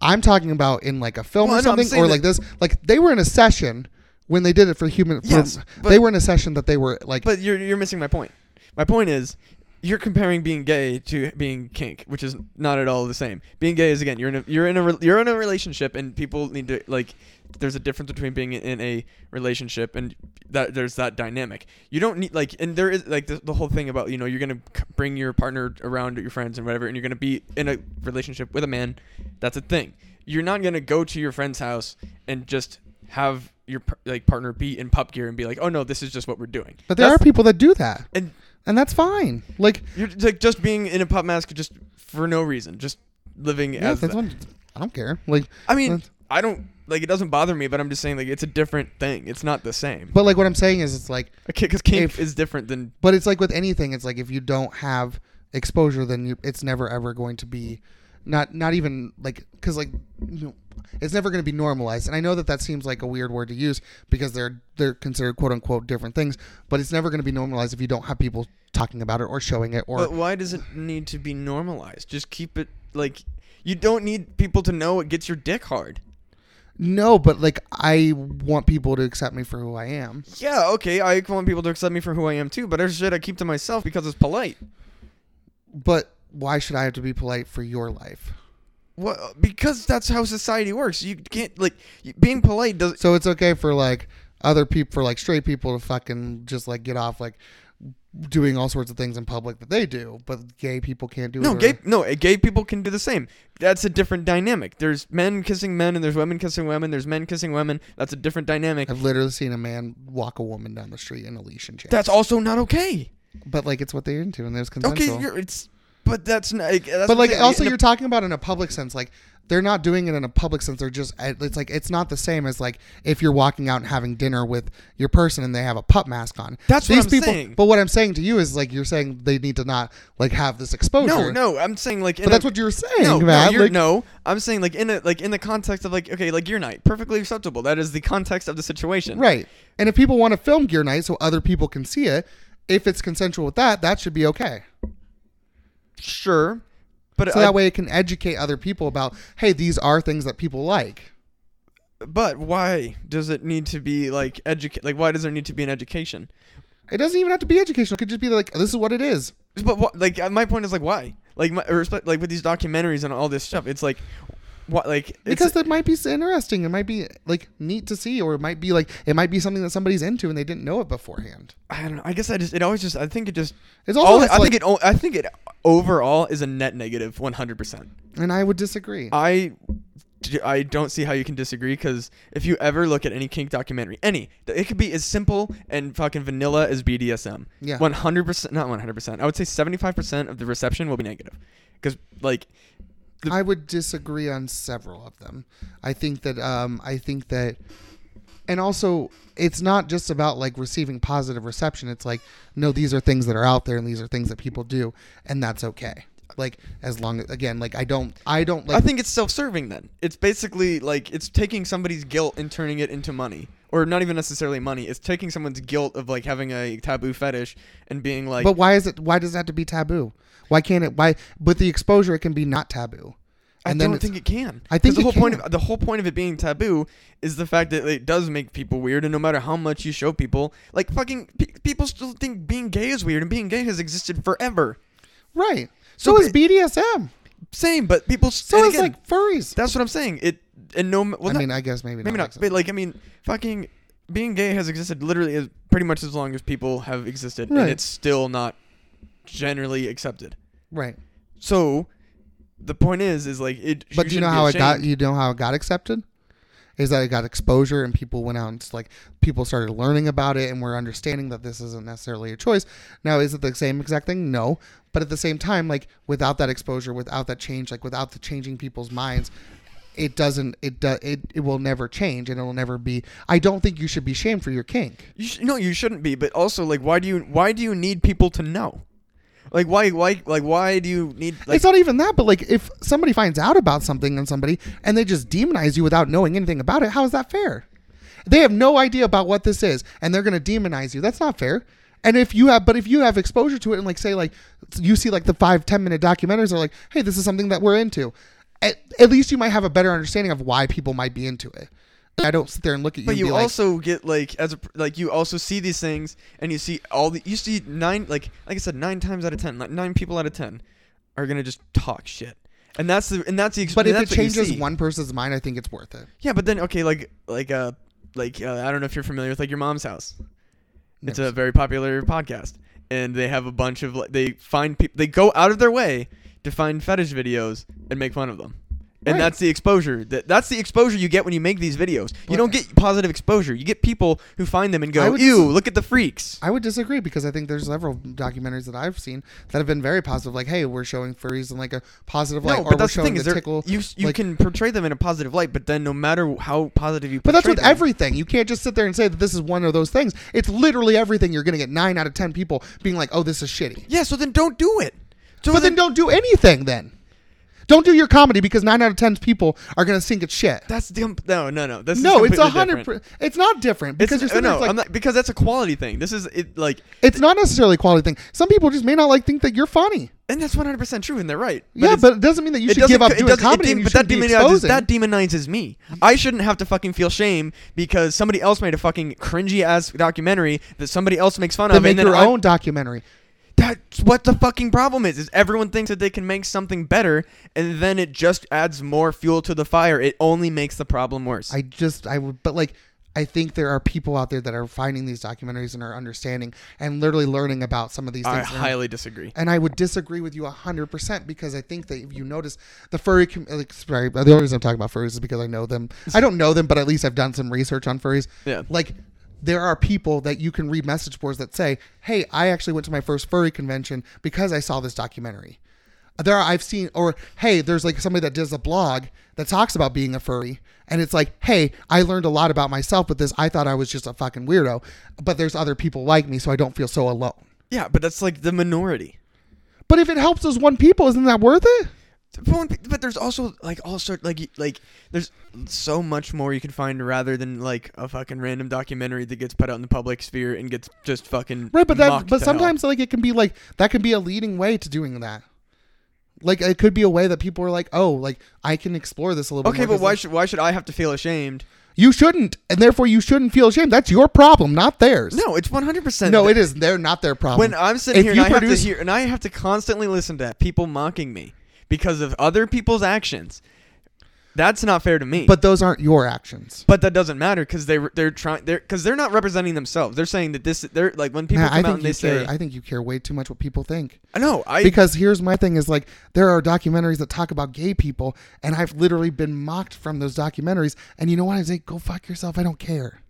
Speaker 1: I'm talking about in like a film
Speaker 2: Well,
Speaker 1: or
Speaker 2: I know, I'm
Speaker 1: something
Speaker 2: saying
Speaker 1: or
Speaker 2: that-
Speaker 1: like this like they were in a session when they did it for human for-
Speaker 2: Yes, but-
Speaker 1: they were in a session that they were like
Speaker 2: But you're you're missing my point. My point is, you're comparing being gay to being kink, which is not at all the same. Being gay is again, you're in a you're in a re- you're in a relationship, and people need to like. There's a difference between being in a relationship and that there's that dynamic. You don't need like, and there is like the, the whole thing about you know you're gonna c- bring your partner around your friends and whatever, and you're gonna be in a relationship with a man. That's a thing. You're not gonna go to your friend's house and just have your par- like partner be in pup gear and be like, oh no, this is just what we're doing.
Speaker 1: but there
Speaker 2: That's-
Speaker 1: are people that do that
Speaker 2: and
Speaker 1: and that's fine like
Speaker 2: you're just, like just being in a pop mask just for no reason, just living
Speaker 1: yeah,
Speaker 2: as.
Speaker 1: that's
Speaker 2: the-
Speaker 1: one, I don't care like
Speaker 2: I mean,
Speaker 1: that's-
Speaker 2: I don't like it doesn't bother me, but I'm just saying like it's a different thing. It's not the same.
Speaker 1: but like what I'm saying is it's like
Speaker 2: Okay, because kink
Speaker 1: if-
Speaker 2: is different than
Speaker 1: but it's like with anything it's like if you don't have exposure, then you, it's never ever going to be, not not even like because like you know, it's never going to be normalized. And I know that that seems like a weird word to use because they're they're considered quote unquote different things, but it's never going to be normalized if you don't have people talking about it or showing it or
Speaker 2: But why does it need to be normalized? Just keep it like you don't need people to know it gets your dick hard.
Speaker 1: no. But like I want people to accept me for who I am.
Speaker 2: Yeah, okay, I want people to accept me for who I am too, but there's shit I keep to myself because it's polite.
Speaker 1: But why should I have to be polite for your life?
Speaker 2: Well, because that's how society works. You can't like you- being polite does.
Speaker 1: So it's okay for like other people, for like straight people to fucking just like get off like doing all sorts of things in public that they do, but gay people can't do it.
Speaker 2: No,
Speaker 1: or-
Speaker 2: gay no, uh, gay people can do the same. That's a different dynamic. There's men kissing men, and there's women kissing women. There's men kissing women. That's a different dynamic.
Speaker 1: I've literally seen a man walk a woman down the street in a leash and chains.
Speaker 2: That's also not okay.
Speaker 1: but like it's what they're into and there's consensual.
Speaker 2: Okay, you're, it's but that's not. like, That's
Speaker 1: but like also
Speaker 2: in a-
Speaker 1: you're talking about in a public sense like they're not doing it in a public sense they're just eh, it's like it's not the same as like if you're walking out and having dinner with your person and they have a pup mask on
Speaker 2: That's what
Speaker 1: these
Speaker 2: I'm
Speaker 1: people
Speaker 2: saying.
Speaker 1: but what i'm saying to you is like you're saying they need to not like have this exposure
Speaker 2: no, no. I'm saying like, in
Speaker 1: but that's
Speaker 2: a,
Speaker 1: what you're saying
Speaker 2: no, no,
Speaker 1: Matt.
Speaker 2: you're,
Speaker 1: Like,
Speaker 2: no. I'm saying like in a like in the context of like okay, like your night, perfectly acceptable. That is the context of the situation.
Speaker 1: right and if people want to film gear night so other people can see it if it's consensual with that that should be okay
Speaker 2: Sure, but
Speaker 1: so
Speaker 2: I-
Speaker 1: that way it can educate other people about hey these are things that people like
Speaker 2: but why does it need to be like educate? Like why does there need to be an education?
Speaker 1: it doesn't even have to be educational it could just be like this is what it is
Speaker 2: But what, like uh, my point is like why? Like my respect, like with these documentaries and all this stuff, it's like what like it's,
Speaker 1: because that might be s- interesting. It might be like neat to see, or it might be like it might be something that somebody's into and they didn't know it beforehand.
Speaker 2: I don't know. I guess I just it always just I think it just
Speaker 1: It's
Speaker 2: all
Speaker 1: also
Speaker 2: I
Speaker 1: it's like,
Speaker 2: think it o- I think it overall is a net negative 100. percent
Speaker 1: and I would disagree.
Speaker 2: I d- I don't see how you can disagree because if you ever look at any kink documentary, any th- it could be as simple and fucking vanilla as BDSM.
Speaker 1: Yeah.
Speaker 2: one hundred percent, not one hundred percent. I would say seventy five percent of the reception will be negative, because like the-
Speaker 1: I would disagree on several of them. I think that um I think that and also it's not just about like receiving positive reception. It's like no these are things that are out there and these are things that people do and that's okay. Like as long again like I don't I don't like
Speaker 2: I think it's self serving. Then it's basically like it's taking somebody's guilt and turning it into money, or not even necessarily money. It's taking someone's guilt of like having a taboo fetish and being like,
Speaker 1: But why is it? Why does it have to be taboo? Why can't it? Why? But the exposure, it can be not taboo.
Speaker 2: I
Speaker 1: And then
Speaker 2: don't
Speaker 1: it's-
Speaker 2: think it can.
Speaker 1: I think
Speaker 2: 'Cause the
Speaker 1: it
Speaker 2: whole point
Speaker 1: can.
Speaker 2: of the whole point of it being taboo is the fact that it does make people weird, and no matter how much you show people, like fucking pe- people still think being gay is weird, and being gay has existed forever.
Speaker 1: right. So,
Speaker 2: So
Speaker 1: is BDSM.
Speaker 2: Same, but people. s-
Speaker 1: So
Speaker 2: and
Speaker 1: is
Speaker 2: again,
Speaker 1: like furries.
Speaker 2: that's what I'm saying. It and no, ma- well,
Speaker 1: I
Speaker 2: not-
Speaker 1: mean, I guess maybe,
Speaker 2: maybe not,
Speaker 1: like
Speaker 2: but like I mean, fucking being gay has existed literally as pretty much as long as people have existed,
Speaker 1: Right.
Speaker 2: and it's still not generally accepted.
Speaker 1: right.
Speaker 2: So. The point is, is like it.
Speaker 1: But do you know
Speaker 2: shouldn't be
Speaker 1: how it got?
Speaker 2: ashamed.
Speaker 1: You know how it got accepted? Is that it got exposure and people went out and s- like people started learning about it and were understanding that this isn't necessarily a choice. Now, is it the same exact thing? No. But at the same time, like without that exposure, without that change, like without the changing people's minds, it doesn't. It do, it it will never change and it will never be. I don't think you should be shamed for your kink.
Speaker 2: You sh- no, you shouldn't be. But also, like, why do you why do you need people to know? Like, why why like why do you need like
Speaker 1: it's not even that, but like if somebody finds out about something on somebody and they just demonize you without knowing anything about it, how is that fair? They have no idea about what this is and they're going to demonize you. That's not fair. And if you have, but if you have exposure to it and like say like you see like the five ten minute documentaries are like, hey, this is something that we're into. At, at least you might have a better understanding of why people might be into it. I don't sit there and look at you.
Speaker 2: But
Speaker 1: and be
Speaker 2: you
Speaker 1: like,
Speaker 2: also get like as a pr- like you also see these things and you see all the you see nine like like I said nine times out of ten like nine people out of ten are gonna just talk shit and that's the and that's the ex-
Speaker 1: but if
Speaker 2: and
Speaker 1: it
Speaker 2: that's what you
Speaker 1: changes
Speaker 2: see.
Speaker 1: one person's mind, I think it's worth it.
Speaker 2: yeah but then okay like like uh like uh, I don't know if you're familiar with like your mom's house It's a very popular podcast, and they have a bunch of like they find people they go out of their way to find fetish videos and make fun of them, and
Speaker 1: Right.
Speaker 2: that's the exposure that that's the exposure you get when you make these videos. You
Speaker 1: But-
Speaker 2: don't get positive exposure. You get people who find them and
Speaker 1: I
Speaker 2: go,
Speaker 1: would-
Speaker 2: "Ew, look at the freaks."
Speaker 1: I would disagree because I think there's several documentaries that I've seen that have been very positive. Like, hey, we're showing furries in like a positive light,
Speaker 2: no,
Speaker 1: or
Speaker 2: but
Speaker 1: we're
Speaker 2: that's the
Speaker 1: showing
Speaker 2: thing
Speaker 1: the,
Speaker 2: is there,
Speaker 1: tickle.
Speaker 2: you you
Speaker 1: like-
Speaker 2: can portray them in a positive light, but then no matter how positive you
Speaker 1: but that's
Speaker 2: portray
Speaker 1: with
Speaker 2: them-
Speaker 1: everything. You can't just sit there and say that this is one of those things. It's literally everything. You're gonna get nine out of ten people being like, "Oh, this is shitty."
Speaker 2: yeah. So then don't do it. So
Speaker 1: but then,
Speaker 2: then-
Speaker 1: don't do anything then. Don't do your comedy because nine out of ten people are gonna think it's shit.
Speaker 2: That's dumb. No, no, no. This
Speaker 1: no,
Speaker 2: is
Speaker 1: it's
Speaker 2: completely
Speaker 1: a hundred.
Speaker 2: different.
Speaker 1: per- It's not different because
Speaker 2: it's,
Speaker 1: you're sitting there,
Speaker 2: no,
Speaker 1: it's like,
Speaker 2: I'm not, because that's a quality thing. This is it, like,
Speaker 1: it's not necessarily a quality thing. Some people just may not like think that you're funny.
Speaker 2: and that's 100 percent true, and they're right.
Speaker 1: yeah,
Speaker 2: it's-
Speaker 1: but it doesn't mean that you should give up
Speaker 2: it
Speaker 1: doing
Speaker 2: doesn't- it
Speaker 1: comedy.
Speaker 2: dem-
Speaker 1: and you
Speaker 2: but that,
Speaker 1: shouldn't be
Speaker 2: demonizes,
Speaker 1: exposing.
Speaker 2: that demonizes me. I shouldn't have to fucking feel shame because somebody else made a fucking cringy ass documentary that somebody else makes fun
Speaker 1: then
Speaker 2: of.
Speaker 1: make
Speaker 2: and then
Speaker 1: your
Speaker 2: I-
Speaker 1: own documentary.
Speaker 2: That's what the fucking problem is. Is everyone thinks that they can make something better, and then it just adds more fuel to the fire. It only makes the problem worse.
Speaker 1: I just I would but like I think there are people out there that are finding these documentaries and are understanding and literally learning about some of these
Speaker 2: I
Speaker 1: things. And-
Speaker 2: highly disagree.
Speaker 1: and I would disagree with you 100% because I think that if you notice the furry com- uh, like, sorry, the only reason I'm talking about furries is because I know them. I don't know them, but at least I've done some research on furries.
Speaker 2: Yeah.
Speaker 1: Like there are people that you can read message boards that say, "Hey, I actually went to my first furry convention because I saw this documentary." There are, I've seen or hey, there's like somebody that does a blog that talks about being a furry and it's like, "Hey, I learned a lot about myself with this. I thought I was just a fucking weirdo, but there's other people like me so I don't feel so alone."
Speaker 2: Yeah, but that's like the minority.
Speaker 1: But if it helps those one people, isn't that worth it?
Speaker 2: But when- but there's also like all sort like y- like there's so much more you can find rather than like a fucking random documentary that gets put out in the public sphere and gets just fucking
Speaker 1: Right, but that
Speaker 2: mocked
Speaker 1: but
Speaker 2: to hell.
Speaker 1: sometimes like it can be like that can be a leading way to doing that. Like it could be a way that people are like, oh, like I can explore this a little.
Speaker 2: okay,
Speaker 1: bit more
Speaker 2: but
Speaker 1: 'cause
Speaker 2: why
Speaker 1: it's-
Speaker 2: should why should I have to feel ashamed?
Speaker 1: you shouldn't, and therefore you shouldn't feel ashamed. That's your problem, not theirs.
Speaker 2: No, it's one hundred percent.
Speaker 1: no, it is. They're not their problem.
Speaker 2: when I'm sitting
Speaker 1: If
Speaker 2: here
Speaker 1: you
Speaker 2: and I have
Speaker 1: produce-
Speaker 2: to hear and I have to constantly listen to people mocking me because of other people's actions. That's not fair to me.
Speaker 1: but those aren't your actions.
Speaker 2: but that doesn't matter because they they're trying they're because they're not representing themselves. They're saying that this they're like when people
Speaker 1: Nah,
Speaker 2: come
Speaker 1: I
Speaker 2: out
Speaker 1: think
Speaker 2: and they
Speaker 1: you care.
Speaker 2: say
Speaker 1: I think you care way too much what people think.
Speaker 2: I know I
Speaker 1: because here's my thing is like there are documentaries that talk about gay people and i've literally been mocked from those documentaries and you know what i say go fuck yourself i don't care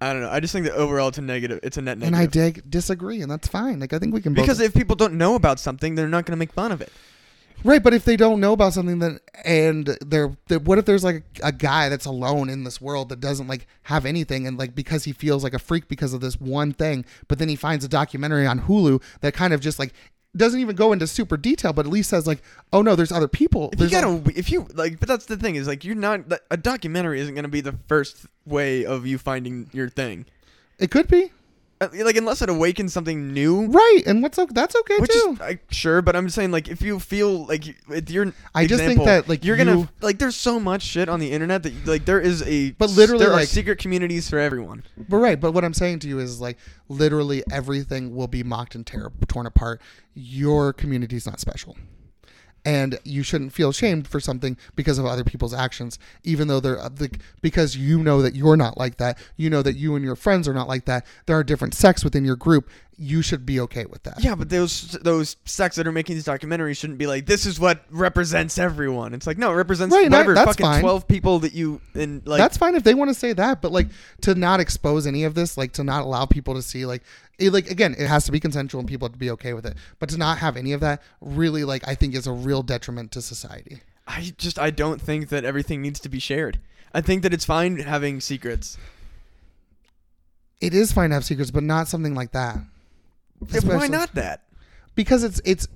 Speaker 2: I don't know. I just think that overall it's a negative. It's a net
Speaker 1: and i
Speaker 2: negative.
Speaker 1: dig disagree and that's fine like i think we can both-
Speaker 2: because if people don't know about something, they're not going to make fun of it.
Speaker 1: right but if they don't know about something then and they're, they what if there's like a, guy that's alone in this world that doesn't like have anything and like because he feels like a freak because of this one thing but then he finds a documentary on hulu that kind of just like doesn't even go into super detail but at least says like oh no there's other people
Speaker 2: If
Speaker 1: there's
Speaker 2: you gotta, if you like, but that's the thing is like you're not that- a documentary isn't going to be the first way of you finding your thing.
Speaker 1: it could be
Speaker 2: Uh, Like unless it awakens something new,
Speaker 1: Right, and what's okay? That's okay
Speaker 2: which
Speaker 1: too.
Speaker 2: is I, sure. But I'm saying like if you feel like you- with your,
Speaker 1: I just think
Speaker 2: example,
Speaker 1: that, like,
Speaker 2: you're gonna
Speaker 1: you-
Speaker 2: like there's so much shit on the internet that like there is a
Speaker 1: But literally,
Speaker 2: there are
Speaker 1: like-
Speaker 2: secret communities for everyone.
Speaker 1: but right, but what I'm saying to you is like literally everything will be mocked and tear, torn apart. Your community's not special. And you shouldn't feel shamed for something because of other people's actions, even though they're the, because you know that you're not like that. You know that you and your friends are not like that. There are different sects within your group. You should be okay with that.
Speaker 2: Yeah, but those those sects that are making these documentaries shouldn't be like this is what represents everyone. It's like no, it represents
Speaker 1: Right, and I-
Speaker 2: whatever
Speaker 1: that's
Speaker 2: fucking
Speaker 1: fine.
Speaker 2: twelve people that you and like.
Speaker 1: that's fine if they want to say that, but like to not expose any of this, like to not allow people to see, like, it, like again, it has to be consensual and people have to be okay with it. But to not have any of that, really, like, I think is a real detriment to society.
Speaker 2: I just I don't think that everything needs to be shared. I think that it's fine having secrets.
Speaker 1: It is fine to have secrets, but not something like that.
Speaker 2: Yeah, but Why
Speaker 1: Especially-
Speaker 2: not that?
Speaker 1: Because it's it's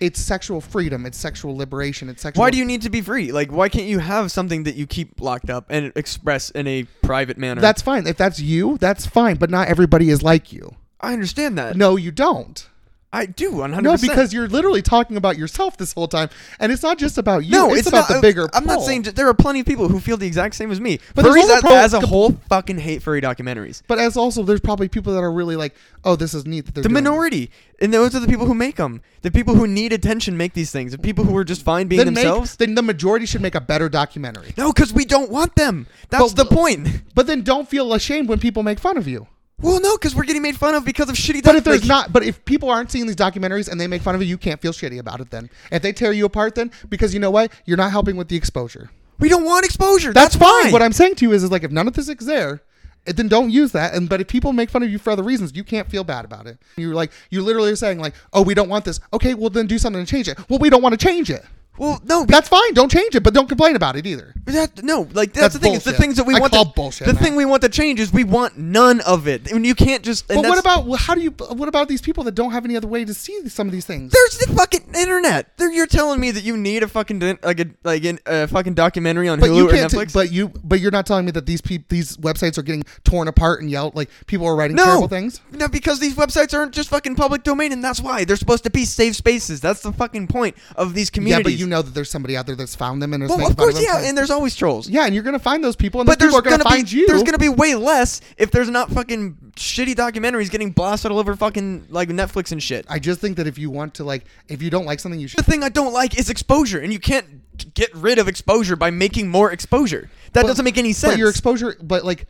Speaker 1: it's sexual freedom, it's sexual liberation, it's sexual.
Speaker 2: Why do you need to be free? Like why can't you have something that you keep locked up and express in a private manner?
Speaker 1: That's fine. If that's you, that's fine. But not everybody is like you.
Speaker 2: I understand that.
Speaker 1: No, you don't.
Speaker 2: I do 100%.
Speaker 1: No, because you're literally talking about yourself this whole time, and it's not just about you.
Speaker 2: No,
Speaker 1: it's, about
Speaker 2: not,
Speaker 1: the bigger.
Speaker 2: I'm not
Speaker 1: pull.
Speaker 2: saying that there are plenty of people who feel the exact same as me.
Speaker 1: But
Speaker 2: But
Speaker 1: there's also
Speaker 2: furries as,
Speaker 1: pro-
Speaker 2: as a whole fucking hate furry documentaries.
Speaker 1: But as also, there's probably people that are really like, oh, this is neat. That they're
Speaker 2: The
Speaker 1: doing
Speaker 2: minority, and those are the people who make them. The people who need attention make these things. The people who are just fine
Speaker 1: this.
Speaker 2: being
Speaker 1: Then make-
Speaker 2: themselves.
Speaker 1: then the majority should make a better documentary.
Speaker 2: no, because we don't want them. That's
Speaker 1: But-
Speaker 2: the point.
Speaker 1: But then don't feel ashamed when people make fun of you.
Speaker 2: Well, no, because we're getting made fun of because of shitty.
Speaker 1: But
Speaker 2: doc-
Speaker 1: if there's
Speaker 2: like-
Speaker 1: not, but if people aren't seeing these documentaries and they make fun of you, you can't feel shitty about it. Then if they tear you apart, then because you know what, you're not helping with the exposure.
Speaker 2: we don't want exposure.
Speaker 1: That's,
Speaker 2: That's,
Speaker 1: fine. What I'm saying to you is, is like if none of this is there, it- then don't use that. And but if people make fun of you for other reasons, you can't feel bad about it. You're like you literally are saying like, oh, we don't want this. Okay, well then do something to change it. Well, we don't want to change it.
Speaker 2: Well, no,
Speaker 1: That's fine. Don't change it, but don't complain about it either.
Speaker 2: But That, no, like
Speaker 1: That's
Speaker 2: that's, the thing. It's the
Speaker 1: bullshit.
Speaker 2: things that we
Speaker 1: I
Speaker 2: want.
Speaker 1: call
Speaker 2: to,
Speaker 1: bullshit,
Speaker 2: The
Speaker 1: Matt.
Speaker 2: thing we want to change is we want none of it. And you can't just. And
Speaker 1: But what
Speaker 2: that's-
Speaker 1: about how do you? What about these people that don't have any other way to see some of these things?
Speaker 2: There's the fucking internet. There- You're telling me that you need a fucking din- like a like an- a fucking documentary on
Speaker 1: but
Speaker 2: Hulu
Speaker 1: you
Speaker 2: or
Speaker 1: can't.
Speaker 2: Netflix.
Speaker 1: but you. But you're not telling me that these peop these websites are getting torn apart and yelled like people are writing
Speaker 2: no,
Speaker 1: terrible things.
Speaker 2: No, because these websites aren't just fucking public domain, and that's why they're supposed to be safe spaces. That's the fucking point of these
Speaker 1: Yeah,
Speaker 2: communities.
Speaker 1: but you know that there's somebody out there that's found them and is
Speaker 2: well,
Speaker 1: making
Speaker 2: of
Speaker 1: fun
Speaker 2: course,
Speaker 1: of them.
Speaker 2: yeah, and there's always trolls.
Speaker 1: yeah, and you're gonna find those people, and
Speaker 2: But
Speaker 1: those
Speaker 2: there's
Speaker 1: people are gonna,
Speaker 2: gonna,
Speaker 1: find
Speaker 2: be
Speaker 1: you.
Speaker 2: there's gonna be way less if there's not fucking shitty documentaries getting blasted all over fucking like Netflix and shit.
Speaker 1: I just think that if you want to like, if you don't like something, you should.
Speaker 2: The thing I don't like is exposure, and you can't g- get rid of exposure by making more exposure. That
Speaker 1: But-
Speaker 2: doesn't make any sense.
Speaker 1: But your exposure, but like,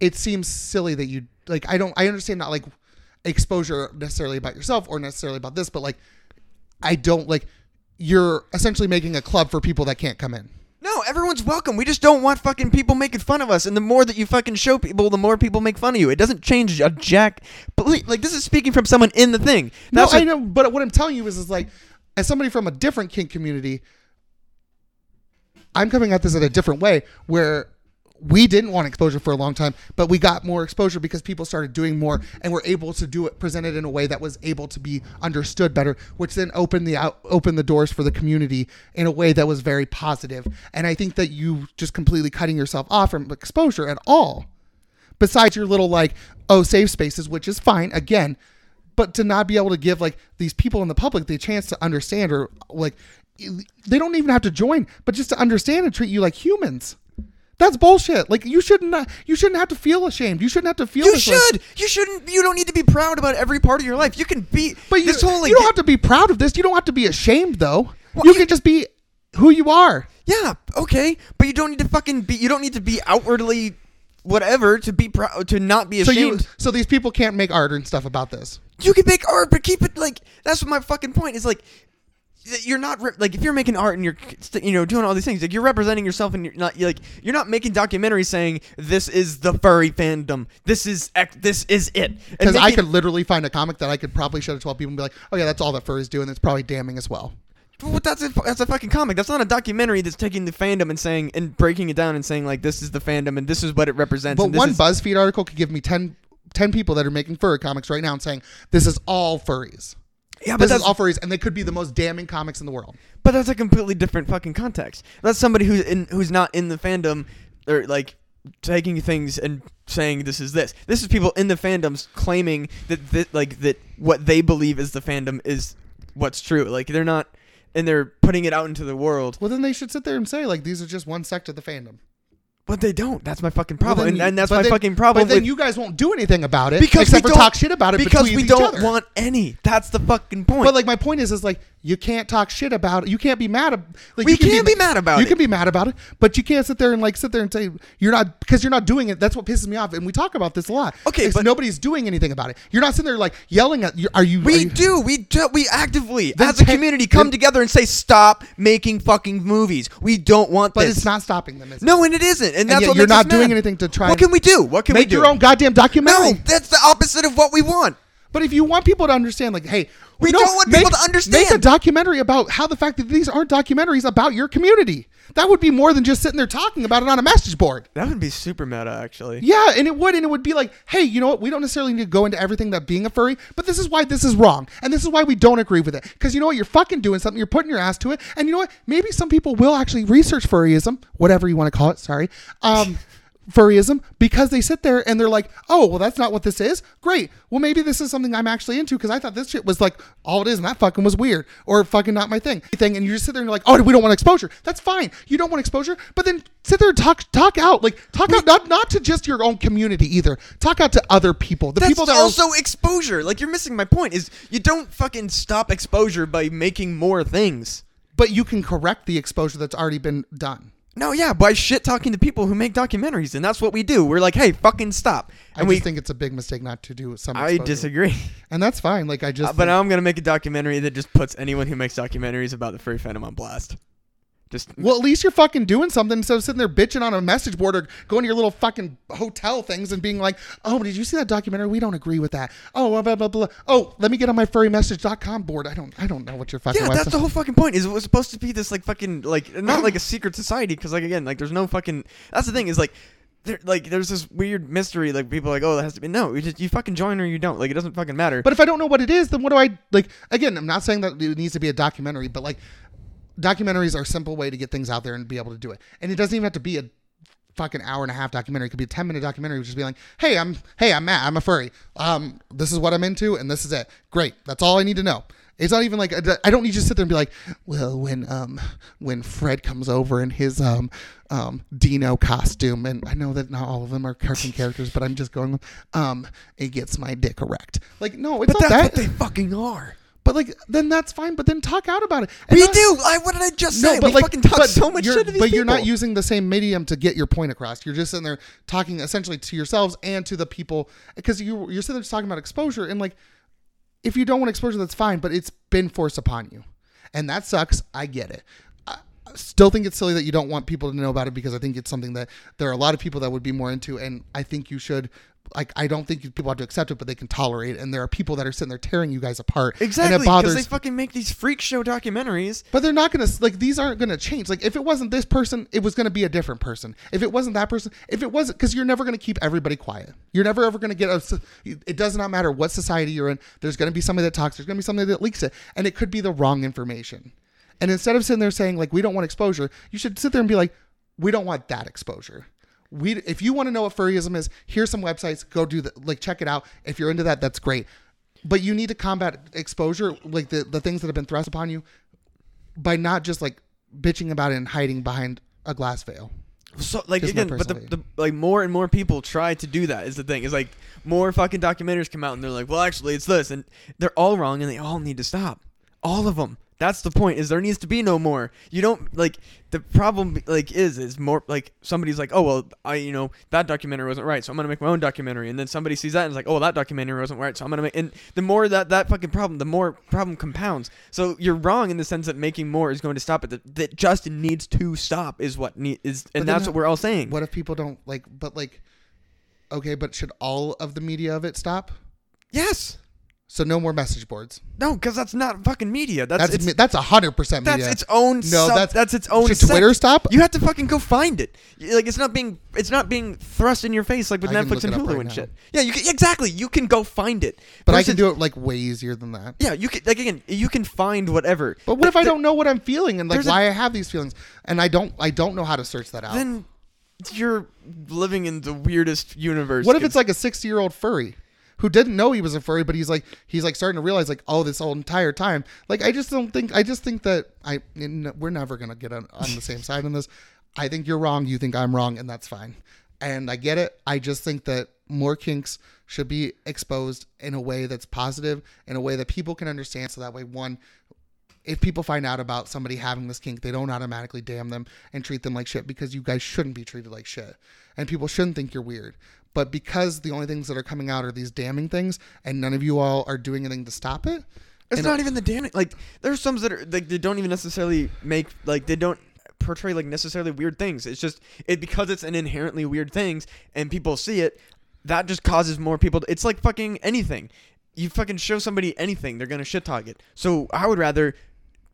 Speaker 1: it seems silly that you like. I don't. I understand not like exposure necessarily about yourself or necessarily about this, but like, I don't like. You're essentially making a club for people that can't come in.
Speaker 2: no, everyone's welcome. We just don't want fucking people making fun of us. And the more that you fucking show people, the more people make fun of you. It doesn't change a jack. But li- like this is speaking from someone in the thing. That's
Speaker 1: no,
Speaker 2: what-
Speaker 1: I know, but what I'm telling you is, is like, as somebody from a different kink community, I'm coming at this in a different way where we didn't want exposure for a long time, but we got more exposure because people started doing more and were able to do it presented in a way that was able to be understood better, which then opened the out, opened the doors for the community in a way that was very positive. And I think that you just completely cutting yourself off from exposure at all besides your little like oh safe spaces which is fine again but to not be able to give like these people in the public the chance to understand or like e, they don't even have to join but just to understand and treat you like humans that's bullshit like you shouldn't you shouldn't have to feel ashamed you shouldn't have to feel
Speaker 2: you
Speaker 1: this way.
Speaker 2: should. You shouldn't. You don't need to be proud about every part of your life. You can be.
Speaker 1: but you,
Speaker 2: this whole like,
Speaker 1: you don't have to be proud of this you don't have to be ashamed though
Speaker 2: Well,
Speaker 1: you
Speaker 2: you-
Speaker 1: can just be who you are
Speaker 2: Yeah, okay, but you don't need to fucking be. You don't need to be outwardly whatever to be proud to not be
Speaker 1: so
Speaker 2: ashamed.
Speaker 1: you so these people can't make art and stuff about this
Speaker 2: you can make art, but keep it like that's what my fucking point is. Like, that you're not re- like if you're making art and you're you know doing all these things, like you're representing yourself and you're not you're like you're not making documentaries saying this is the furry fandom, this is ec- this is it. And
Speaker 1: because I could
Speaker 2: making-
Speaker 1: literally find a comic that I could probably show to twelve people and be like, "Oh yeah, that's all that furries do, and it's probably damning as well."
Speaker 2: Well, that's a, that's a fucking comic. That's not a documentary that's taking the fandom and saying and breaking it down and saying like this is the fandom and this is what it represents.
Speaker 1: But
Speaker 2: and this
Speaker 1: one
Speaker 2: is-
Speaker 1: BuzzFeed article could give me 10, 10 people that are making furry comics right now and saying, "This is all furries.
Speaker 2: yeah, but
Speaker 1: this is
Speaker 2: that's
Speaker 1: all furries," and they could be the most damning comics in the world.
Speaker 2: But that's a completely different fucking context. That's somebody who's in who's not in the fandom or like taking things and saying this is this. This is people in the fandoms claiming that that like that what they believe is the fandom is what's true. Like they're not and they're putting it out into the world,
Speaker 1: Well, then they should sit there and say, like, "These are just one sect of the fandom."
Speaker 2: but they don't. That's my fucking
Speaker 1: Well,
Speaker 2: problem,
Speaker 1: then
Speaker 2: and,
Speaker 1: you-
Speaker 2: and that's
Speaker 1: but
Speaker 2: my
Speaker 1: then-
Speaker 2: fucking problem.
Speaker 1: But then
Speaker 2: with-
Speaker 1: you guys won't do anything about it
Speaker 2: because
Speaker 1: except
Speaker 2: we
Speaker 1: for
Speaker 2: don't
Speaker 1: talk shit about it
Speaker 2: because
Speaker 1: between
Speaker 2: we
Speaker 1: each
Speaker 2: don't
Speaker 1: other.
Speaker 2: want any. That's the fucking point.
Speaker 1: But like my point is, is like you can't talk shit about it. You can't be mad. Ab- like
Speaker 2: We
Speaker 1: you can
Speaker 2: can't be mad about
Speaker 1: You
Speaker 2: it.
Speaker 1: can be mad about it, but you can't sit there and like sit there and say you're not because you're not doing it. That's what pisses me off, and we talk about this a lot.
Speaker 2: Okay,
Speaker 1: It's
Speaker 2: but-
Speaker 1: nobody's doing anything about it. You're not sitting there like yelling at. you- Are you? are
Speaker 2: We
Speaker 1: you-
Speaker 2: do. We do. We actively,
Speaker 1: Then
Speaker 2: as a
Speaker 1: ta-
Speaker 2: community, come
Speaker 1: then-
Speaker 2: together and say, "Stop making fucking movies. We don't want
Speaker 1: but
Speaker 2: this."
Speaker 1: it's not stopping them. Is it?
Speaker 2: No, and it isn't. And, that's
Speaker 1: yet
Speaker 2: what
Speaker 1: you're
Speaker 2: makes us
Speaker 1: not doing
Speaker 2: mad.
Speaker 1: anything to try
Speaker 2: What
Speaker 1: and-
Speaker 2: can we do? What can we
Speaker 1: Make
Speaker 2: do?
Speaker 1: your own goddamn
Speaker 2: no,
Speaker 1: documentary.
Speaker 2: that's the opposite of what we want.
Speaker 1: But if you want people to understand, like, hey,
Speaker 2: We
Speaker 1: no,
Speaker 2: don't want
Speaker 1: make-
Speaker 2: people to understand.
Speaker 1: Make a documentary about how the fact that these aren't documentaries about your community. That would be more than just sitting there talking about it on a message board.
Speaker 2: That would be super meta, actually.
Speaker 1: Yeah, and it would, and it would be like, hey, you know what? We don't necessarily need to go into everything that being a furry, but this is why this is wrong, and this is why we don't agree with it. Because you know what? You're fucking doing something. You're putting your ass to it, and you know what? Maybe some people will actually research furryism, whatever you want to call it. Sorry, um, furryism, because they sit there and they're like, oh, well, that's not what this is. Great. Well, maybe this is something I'm actually into because I thought this shit was like all it is, and that fucking was weird or fucking not my thing. Thing, and you just sit there and you're like, oh, we don't want exposure. That's fine. You don't want exposure, but then sit there and talk talk out, like talk out not not to just your own community either. Talk out to other people, the
Speaker 2: That's
Speaker 1: people that
Speaker 2: also exposure. Like you're missing my point. Is you don't fucking stop exposure by making more things.
Speaker 1: are, but you can correct the exposure that's already been done.
Speaker 2: No, yeah, by shit talking to people who make documentaries, and that's what we do. We're like, hey, fucking stop.
Speaker 1: I just
Speaker 2: And we,
Speaker 1: think it's a big mistake not to do some.
Speaker 2: I Uh,
Speaker 1: exposure.
Speaker 2: disagree.
Speaker 1: and that's fine. Like I just,
Speaker 2: But now I'm gonna make a documentary that just puts anyone who makes documentaries about the furry fandom on blast. Just
Speaker 1: Well, at least you're fucking doing something instead of sitting there bitching on a message board or going to your little fucking hotel things and being like, oh, did you see that documentary? We don't agree with that. Oh, blah, blah, blah, blah. Oh, let me get on my furrymessage.com board. I don't I don't know what you're fucking
Speaker 2: yeah, that's
Speaker 1: website-
Speaker 2: the whole fucking point. Is it was supposed to be this like fucking like not like a secret society because like again like there's no fucking that's the thing is like there like there's this weird mystery like people are like oh that has to be no you just you fucking join or you don't like it doesn't fucking matter.
Speaker 1: But if I don't know what it is, then what do I like? Again, I'm not saying that it needs to be a documentary, but like documentaries are a simple way to get things out there and be able to do it. And it doesn't even have to be a fucking hour and a half documentary. It could be a 10 minute documentary, which is be like, hey, I'm hey, I'm Matt, I'm a furry. Um, this is what I'm into, and this is it. Great, that's all I need to know. It's not even like I don't need you to sit there and be like, well, when um when Fred comes over in his um um Dino costume, and I know that not all of them are cartoon characters, but I'm just going um it gets my dick erect. Like no, it's
Speaker 2: But
Speaker 1: not
Speaker 2: that's
Speaker 1: that.
Speaker 2: what they fucking are.
Speaker 1: but like then that's fine. But then talk out about it. And
Speaker 2: We
Speaker 1: not-
Speaker 2: do. I what did I just say?
Speaker 1: no, but
Speaker 2: we
Speaker 1: like,
Speaker 2: fucking touch
Speaker 1: but
Speaker 2: so much
Speaker 1: you're,
Speaker 2: shit. To these
Speaker 1: but you're not
Speaker 2: people.
Speaker 1: using the same medium to get your point across. You're just sitting there talking essentially to yourselves and to the people because you you're sitting there just talking about exposure and like if you don't want exposure, that's fine. But it's been forced upon you, and that sucks. I get it. I I still think it's silly that you don't want people to know about it because I think it's something that there are a lot of people that would be more into, and I think you should. Like I don't think people have to accept it, but they can tolerate it. And there are people that are sitting there tearing you guys apart.
Speaker 2: exactly
Speaker 1: and it
Speaker 2: because they
Speaker 1: bothers
Speaker 2: fucking make these freak show documentaries.
Speaker 1: but they're not gonna like these aren't gonna change. Like if it wasn't this person, it was gonna be a different person. If it wasn't that person, if it wasn't because you're never gonna keep everybody quiet. You're never ever gonna get a. s- It does not matter what society you're in. There's gonna be somebody that talks. There's gonna be somebody that leaks it, and it could be the wrong information. And instead of sitting there saying like we don't want exposure, you should sit there and be like, we don't want that exposure. We if you want to know what furryism is, here's some websites. Go do the like check it out. If you're into that, that's great. But you need to combat exposure, like the, the things that have been thrust upon you by not just like bitching about it and hiding behind a glass veil.
Speaker 2: so like
Speaker 1: Just my
Speaker 2: again but the,
Speaker 1: personal
Speaker 2: the like more and more people try to do that is the thing is like more fucking documentaries come out and they're like well actually it's this and they're all wrong and they all need to stop all of them that's the point is there needs to be no more you don't like the problem like is is more like somebody's like oh well i you know that documentary wasn't right so i'm gonna make my own documentary and then somebody sees that and is like oh that documentary wasn't right so i'm gonna make and the more that that fucking problem the more problem compounds so you're wrong in the sense that making more is going to stop it that, that just needs to stop is what need is and
Speaker 1: then
Speaker 2: that's
Speaker 1: how-
Speaker 2: what we're all saying
Speaker 1: What if people don't like? But like, okay, but should all of the media of it stop?
Speaker 2: yes
Speaker 1: So no more message boards.
Speaker 2: no because that's not fucking media that's
Speaker 1: That's
Speaker 2: it's,
Speaker 1: me- that's a hundred percent
Speaker 2: that's
Speaker 1: media.
Speaker 2: its own sub- that's, its own
Speaker 1: Should
Speaker 2: sect.
Speaker 1: Twitter stop?
Speaker 2: you have to fucking go find it Y- like it's not being it's not being thrust in your face like with
Speaker 1: I can
Speaker 2: netflix
Speaker 1: look
Speaker 2: and
Speaker 1: it up
Speaker 2: hulu
Speaker 1: right
Speaker 2: and
Speaker 1: now.
Speaker 2: shit yeah you can, exactly you can go find it
Speaker 1: but I can do it like way easier than that.
Speaker 2: yeah you can like again you can find whatever
Speaker 1: But what if I
Speaker 2: Th-
Speaker 1: don't know what I'm feeling and like
Speaker 2: there's a-
Speaker 1: why I have these feelings and I don't I don't know how to search that out?
Speaker 2: then you're living in the weirdest universe
Speaker 1: What if it's like a 60 year old furry who didn't know he was a furry, but he's like he's like starting to realize like oh this whole entire time. Like I just don't think I just think that I n- we're never gonna get on, on the same side on this. I think you're wrong. You think I'm wrong, and that's fine. And I get it. I just think that more kinks should be exposed in a way that's positive, in a way that people can understand. So that way, one, if people find out about somebody having this kink, they don't automatically damn them and treat them like shit because you guys shouldn't be treated like shit. And people shouldn't think you're weird. But because the only things that are coming out are these damning things and none of you all are doing anything to stop it,
Speaker 2: It's
Speaker 1: And-
Speaker 2: not even the damn. Like there's some that are like they don't even necessarily make like they don't portray like necessarily weird things. It's just it because it's an inherently weird things and people see it. That just causes more people. To, it's like fucking anything. You fucking show somebody anything, they're gonna shit talk it. So I would rather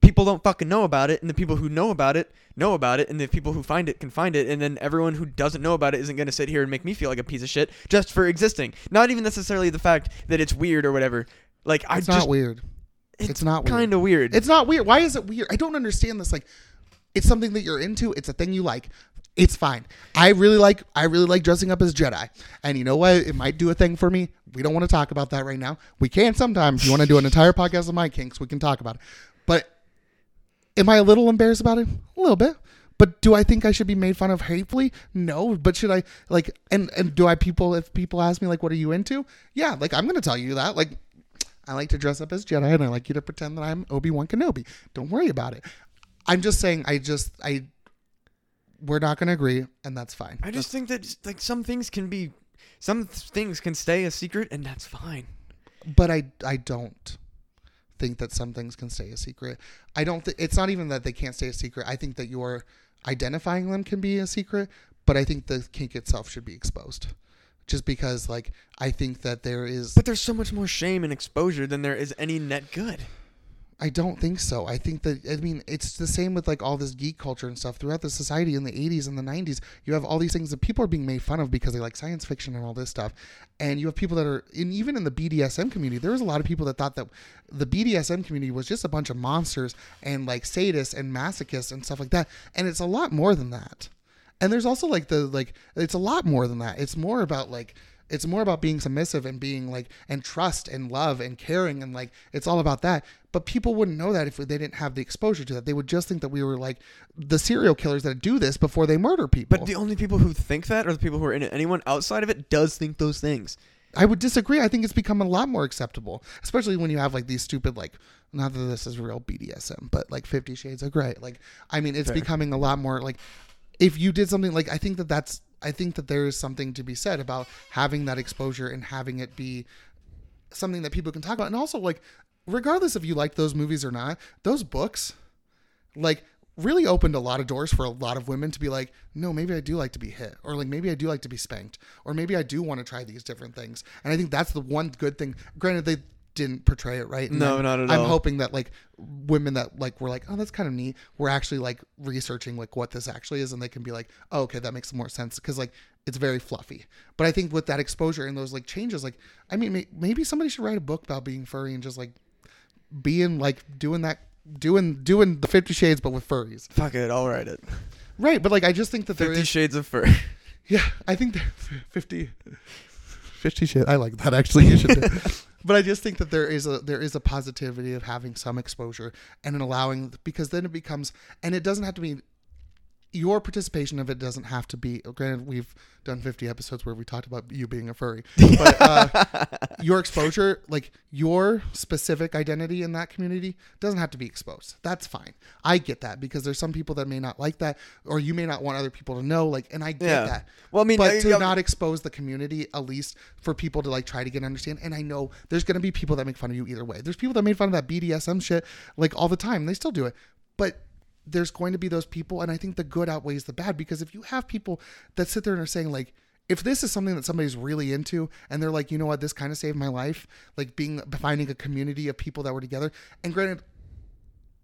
Speaker 2: people don't fucking know about it, and the people who know about it know about it, and the people who find it can find it, and then everyone who doesn't know about it isn't gonna sit here and make me feel like a piece of shit just for existing. Not even necessarily the fact that it's weird or whatever. Like I
Speaker 1: it's
Speaker 2: just
Speaker 1: not weird. It's, not weird.
Speaker 2: kind of weird.
Speaker 1: It's not weird. Why is it weird? I don't understand this. Like, it's something that you're into. It's a thing you like. It's fine. I really like. I really like dressing up as Jedi. And you know what? It might do a thing for me. We don't want to talk about that right now. We can sometime. If you want to do an entire podcast on my kinks, we can talk about it. But am I a little embarrassed about it? A little bit. But do I think I should be made fun of hatefully? No. But should I like and and do I people if people ask me like what are you into? Yeah, like I'm gonna tell you that. Like I like to dress up as Jedi and I like you to pretend that I'm Obi Wan Kenobi. Don't worry about it. I'm just saying I just I we're not gonna agree and that's fine.
Speaker 2: I just think that like some things can be, some th- things can stay a secret, and that's fine.
Speaker 1: but I I don't think that some things can stay a secret. I don't think it's not even that they can't stay a secret. I think that your identifying them can be a secret, but I think the kink itself should be exposed. Just because like I think that there is
Speaker 2: But there's so much more shame and exposure than there is any net good.
Speaker 1: I don't think so. I think that I mean it's the same with like all this geek culture and stuff throughout the society in the 80s and the 90s. You have all these things that people are being made fun of because they like science fiction and all this stuff. And you have people that are in even in the BDSM community. There was a lot of people that thought that the BDSM community was just a bunch of monsters and like sadists and masochists and stuff like that. And it's a lot more than that. And there's also like the like it's a lot more than that. It's more about like it's more about being submissive and being like and trust and love and caring and like it's all about that. But people wouldn't know that if they didn't have the exposure to that. They would just think that we were like the serial killers that do this before they murder people.
Speaker 2: But the only people who think that are the people who are in it. Anyone outside of it does think those things.
Speaker 1: I would disagree. I think it's become a lot more acceptable, especially when you have like these stupid like not that this is real BDSM, but like 50 shades of gray. Like I mean, it's becoming a lot more like if you did something like I think that that's I think that there is something to be said about having that exposure and having it be something that people can talk about. And also like regardless if you like those movies or not, those books like really opened a lot of doors for a lot of women to be like, no, maybe I do like to be hit, or like maybe I do like to be spanked, or maybe I do want to try these different things. And I think that's the one good thing. Granted, they didn't portray it right. and
Speaker 2: No,
Speaker 1: I'm-
Speaker 2: not at
Speaker 1: I'm
Speaker 2: all.
Speaker 1: hoping that like women that like were like, oh, that's kind of neat. We're actually like researching like what this actually is, and they can be like, oh, okay, that makes more sense because like it's very fluffy. But I think with that exposure and those like changes, like I mean, may- maybe somebody should write a book about being furry and just like being like doing that, doing doing the Fifty Shades but with furries.
Speaker 2: Fuck it, I'll write it.
Speaker 1: Right, but like I just think that there
Speaker 2: Fifty
Speaker 1: is.
Speaker 2: Shades of Fur.
Speaker 1: yeah, I think there, 50, 50 shit. I like that actually. You should. do- but I just think that there is a there is a positivity of having some exposure and in allowing because then it becomes and it doesn't have to be your participation of it doesn't have to be granted we've done 50 episodes where we talked about you being a furry but uh, your exposure like your specific identity in that community doesn't have to be exposed that's fine i get that because there's some people that may not like that or you may not want other people to know like and i get
Speaker 2: Yeah.
Speaker 1: that
Speaker 2: Well, I mean,
Speaker 1: but
Speaker 2: I-
Speaker 1: to
Speaker 2: I-
Speaker 1: not expose the community at least for people to like try to get an understand and i know there's going to be people that make fun of you either way there's people that made fun of that bdsm shit like all the time they still do it but there's going to be those people and i think the good outweighs the bad because if you have people that sit there and are saying like if this is something that somebody's really into and they're like you know what this kind of saved my life like being finding a community of people that were together and granted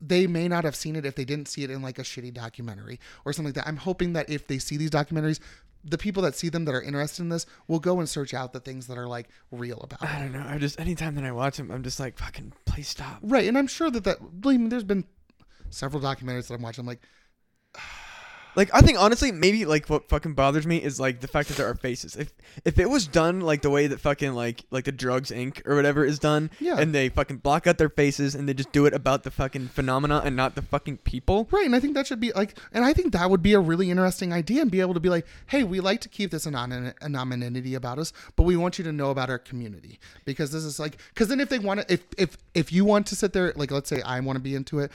Speaker 1: they may not have seen it if they didn't see it in like a shitty documentary or something like that. I'm hoping that if they see these documentaries, the people that see them that are interested in this will go and search out the things that are like real about it.
Speaker 2: I don't know. I just anytime that I watch him, I'm just like, fucking, please stop.
Speaker 1: Right. And I'm sure that that, believe me, there's been several documentaries that I'm watching. I'm like,
Speaker 2: Like I think honestly, maybe like what fucking bothers me is like the fact that there are faces. If if it was done like the way that fucking like like the drugs Inc. or whatever is done,
Speaker 1: Yeah.
Speaker 2: and they fucking block out their faces and they just do it about the fucking phenomena and not the fucking people.
Speaker 1: Right, and I think that should be like, and I think that would be a really interesting idea, and be able to be like, hey, we like to keep this anon- anonymity about us, but we want you to know about our community because this is like, because then if they want to, if if if you want to sit there, like, let's say I want to be into it,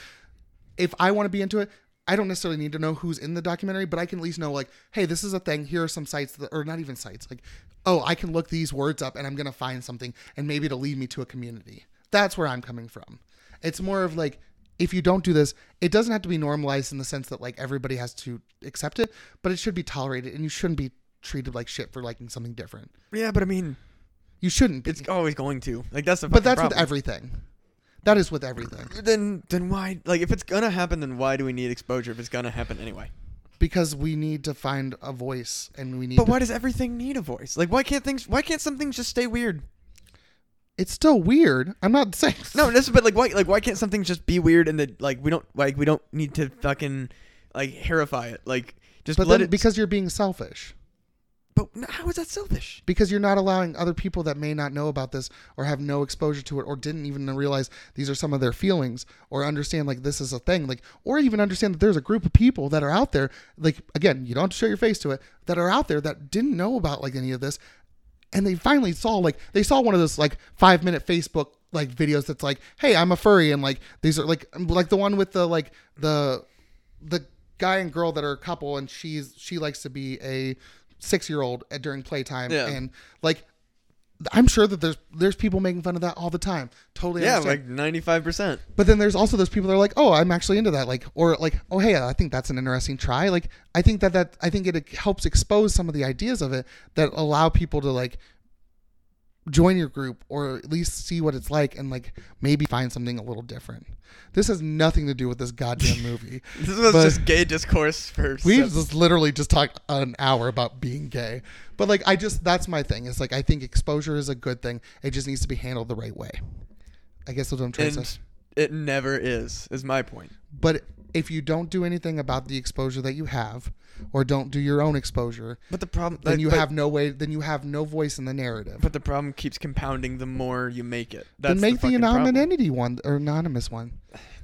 Speaker 1: if I want to be into it. I don't necessarily need to know who's in the documentary, but I can at least know, like, hey, this is a thing. Here are some sites, that, or not even sites. Like, oh, I can look these words up and I'm going to find something, and maybe it'll lead me to a community. That's where I'm coming from. It's more of like, if you don't do this, it doesn't have to be normalized in the sense that like everybody has to accept it, but it should be tolerated and you shouldn't be treated like shit for liking something different.
Speaker 2: Yeah, but I mean,
Speaker 1: You shouldn't be.
Speaker 2: it's always going to. Like that's the.
Speaker 1: but that's with everything. That is with everything.
Speaker 2: Then then why? Like if it's gonna happen, then why do we need exposure if it's gonna happen anyway?
Speaker 1: Because we need to find a voice and we need
Speaker 2: But
Speaker 1: to-
Speaker 2: why does everything need a voice? Like why can't things? Why can't some things just stay weird?
Speaker 1: it's still weird. I'm not saying
Speaker 2: No, this but like why like why can't something just be weird and that like we don't like we don't need to fucking like terrify it like just
Speaker 1: but
Speaker 2: let
Speaker 1: then,
Speaker 2: it
Speaker 1: because you're being selfish.
Speaker 2: but n- how is that selfish?
Speaker 1: Because you're not allowing other people that may not know about this or have no exposure to it or didn't even realize these are some of their feelings or understand like this is a thing, like or even understand that there's a group of people that are out there, like again, you don't have to show your face to it, that are out there that didn't know about like any of this and they finally saw like they saw one of those like five minute Facebook like videos that's like, hey, I'm a furry, and like these are like like the one with the like the the guy and girl that are a couple, and she's she likes to be a six year old during playtime,
Speaker 2: Yeah.
Speaker 1: and like I'm sure that there's there's people making fun of that all the time. Totally.
Speaker 2: Yeah,
Speaker 1: understand.
Speaker 2: like ninety five percent.
Speaker 1: But then there's also those people that are like, oh, I'm actually into that. Like, or like, oh, hey, I think that's an interesting try. Like, I think that that I think it helps expose some of the ideas of it that allow people to like join your group or at least see what it's like and like maybe find something a little different. This has nothing to do with this goddamn movie.
Speaker 2: This was
Speaker 1: But-
Speaker 2: just gay discourse for.
Speaker 1: We
Speaker 2: seven-
Speaker 1: just literally just talked an hour about being gay. But like I just that's my thing. It's like I think exposure is a good thing. It just needs to be handled the right way. I guess that's what I'm trying to
Speaker 2: and
Speaker 1: say.
Speaker 2: it never is. Is my point.
Speaker 1: But if you don't do anything about the exposure that you have or don't do your own exposure,
Speaker 2: But the problem.
Speaker 1: then
Speaker 2: like,
Speaker 1: you
Speaker 2: but-
Speaker 1: have no way then you have no voice in the narrative.
Speaker 2: But the problem keeps compounding the more you make it. That's
Speaker 1: then make the,
Speaker 2: fucking problem.
Speaker 1: anonymity one or anonymous one.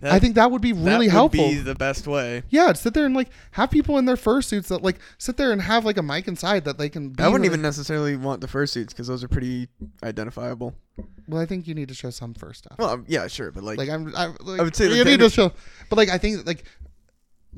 Speaker 2: That-
Speaker 1: I think that would be
Speaker 2: that
Speaker 1: really
Speaker 2: would
Speaker 1: helpful.
Speaker 2: Be the best way.
Speaker 1: yeah, sit there and like have people in their fursuits that like sit there and have like a mic inside that they can. Be
Speaker 2: I wouldn't
Speaker 1: really-
Speaker 2: even necessarily want the fursuits because those are pretty identifiable.
Speaker 1: Well, I think you need to show some first off.
Speaker 2: Well, um, yeah, sure, but like,
Speaker 1: like I'm, I'm like,
Speaker 2: I would say the
Speaker 1: you need to
Speaker 2: damage-
Speaker 1: show, but like I think like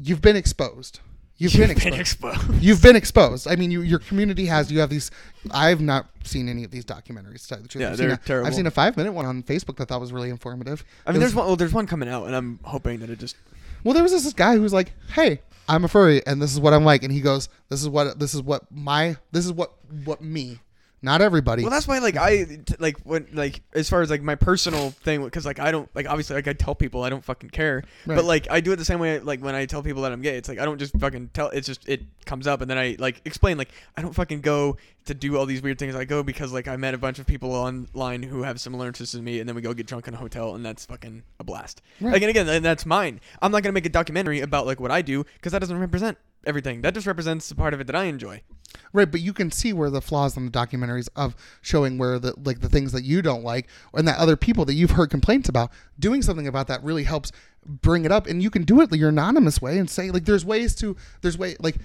Speaker 1: you've been exposed. You've, been exposed.
Speaker 2: exposed.
Speaker 1: You've been exposed. I mean, you, your community has. You have these. I've not seen any of these documentaries. To tell you the truth.
Speaker 2: Yeah,
Speaker 1: I've seen
Speaker 2: they're
Speaker 1: a-
Speaker 2: terrible.
Speaker 1: I've seen a five-minute one on Facebook that I thought was really informative.
Speaker 2: I
Speaker 1: It
Speaker 2: mean,
Speaker 1: was-
Speaker 2: there's one. Well, there's one coming out, and I'm hoping that it just.
Speaker 1: well, there was this guy who was like, "Hey, I'm a furry, and this is what I'm like," and he goes, "This is what this is what my this is what what me, not everybody."
Speaker 2: Well, that's why, like, I t- like when like as far as like my personal thing, because like I don't like obviously like I tell people I don't fucking care,
Speaker 1: Right.
Speaker 2: but like I do it the same way like when I tell people that I'm gay, it's like I don't just fucking tell. It's just it comes up, and then I like explain like I don't fucking go to do all these weird things. I go because like I met a bunch of people online who have similar interests as me, and then we go get drunk in a hotel, and that's fucking a blast.
Speaker 1: Right.
Speaker 2: Like and again, and that's mine. I'm not gonna make a documentary about like what I do because that doesn't represent everything. That just represents the part of it that I enjoy.
Speaker 1: Right, but you can see where the flaws in the documentaries of showing where the like the things that you don't like and that other people that you've heard complaints about doing something about that really helps bring it up and you can do it your anonymous way and say like there's ways to there's way like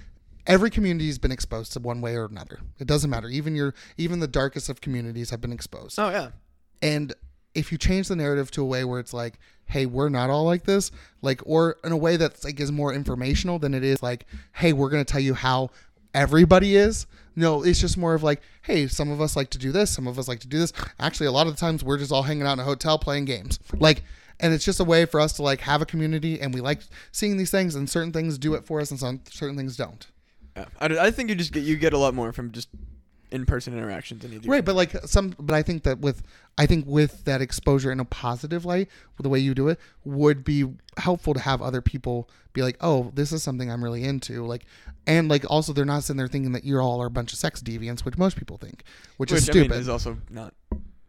Speaker 1: every community has been exposed to one way or another. It doesn't matter. Even your even the darkest of communities have been exposed.
Speaker 2: Oh yeah.
Speaker 1: And if you change the narrative to a way where it's like, hey, we're not all like this, like, or in a way that's like is more informational than it is like, hey, we're gonna tell you how everybody is. No, it's just more of like, hey, some of us like to do this, some of us like to do this. Actually, a lot of the times we're just all hanging out in a hotel playing games, like. And it's just a way for us to like have a community, and we like seeing these things, and certain things do it for us, and some certain things don't.
Speaker 2: Yeah, I, I think you just get you get a lot more from just in-person interactions than you do.
Speaker 1: right but like some but i think that with i think with that exposure in a positive light with the way you do it would be helpful to have other people be like oh this is something i'm really into like and like also they're not sitting there thinking that you're all are a bunch of sex deviants which most people think which,
Speaker 2: which
Speaker 1: is
Speaker 2: I
Speaker 1: stupid
Speaker 2: mean, is also not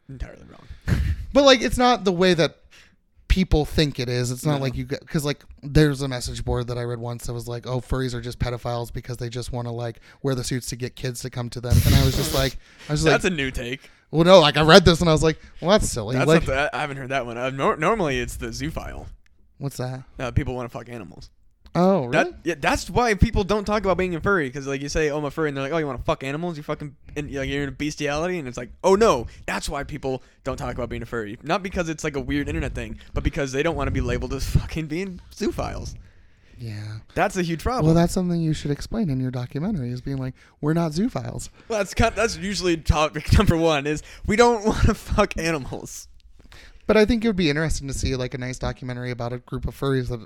Speaker 2: entirely wrong.
Speaker 1: but like it's not the way that people think it is it's not
Speaker 2: No.
Speaker 1: like you get because like there's a message board that i read once that was like oh furries are just pedophiles because they just want to like wear the suits to get kids to come to them and i was just like i was just like
Speaker 2: that's a new take.
Speaker 1: well no like i read this and i was like well that's silly
Speaker 2: That's
Speaker 1: like
Speaker 2: not the, I I haven't heard that one. Uh, nor- normally, it's the zoophile.
Speaker 1: What's that?
Speaker 2: Uh, people want to fuck animals.
Speaker 1: Oh, really?
Speaker 2: That yeah, that's why people don't talk about being a furry because like you say, oh, I'm a furry, and they're like, oh, you want to fuck animals? You fucking and, like, you're into bestiality, and it's like, oh no, that's why people don't talk about being a furry. Not because it's like a weird internet thing, but because they don't want to be labeled as fucking being zoophiles.
Speaker 1: yeah.
Speaker 2: That's a huge problem.
Speaker 1: Well, that's something you should explain in your documentary is being like, we're not zoophiles.
Speaker 2: Well, that's kind that's usually topic number one is we don't want to fuck animals.
Speaker 1: But I think it would be interesting to see like a nice documentary about a group of furries that,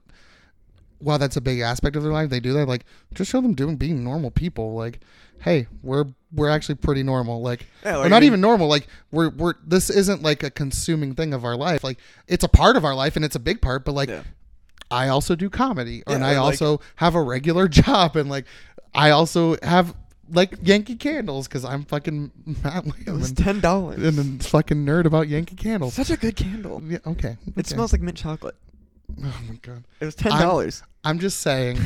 Speaker 1: while that's a big aspect of their life, they do that. Like, just show them doing being normal people. Like, hey, we're we're actually pretty normal. Like,
Speaker 2: Yeah,
Speaker 1: or
Speaker 2: like, I
Speaker 1: not
Speaker 2: mean-
Speaker 1: even normal. Like, we're we're this isn't like a consuming thing of our life. Like, it's a part of our life and it's a big part. But like,
Speaker 2: Yeah.
Speaker 1: I also do comedy, and
Speaker 2: Yeah,
Speaker 1: I
Speaker 2: and, like-
Speaker 1: also have a regular job, and like I also have like Yankee Candles because I'm fucking Matt Whalen
Speaker 2: ten dollars.
Speaker 1: and then fucking nerd about Yankee Candles.
Speaker 2: Such a good candle.
Speaker 1: Yeah, okay.
Speaker 2: It
Speaker 1: okay.
Speaker 2: smells like mint chocolate.
Speaker 1: Oh my god.
Speaker 2: It was ten dollars.
Speaker 1: I'm just saying.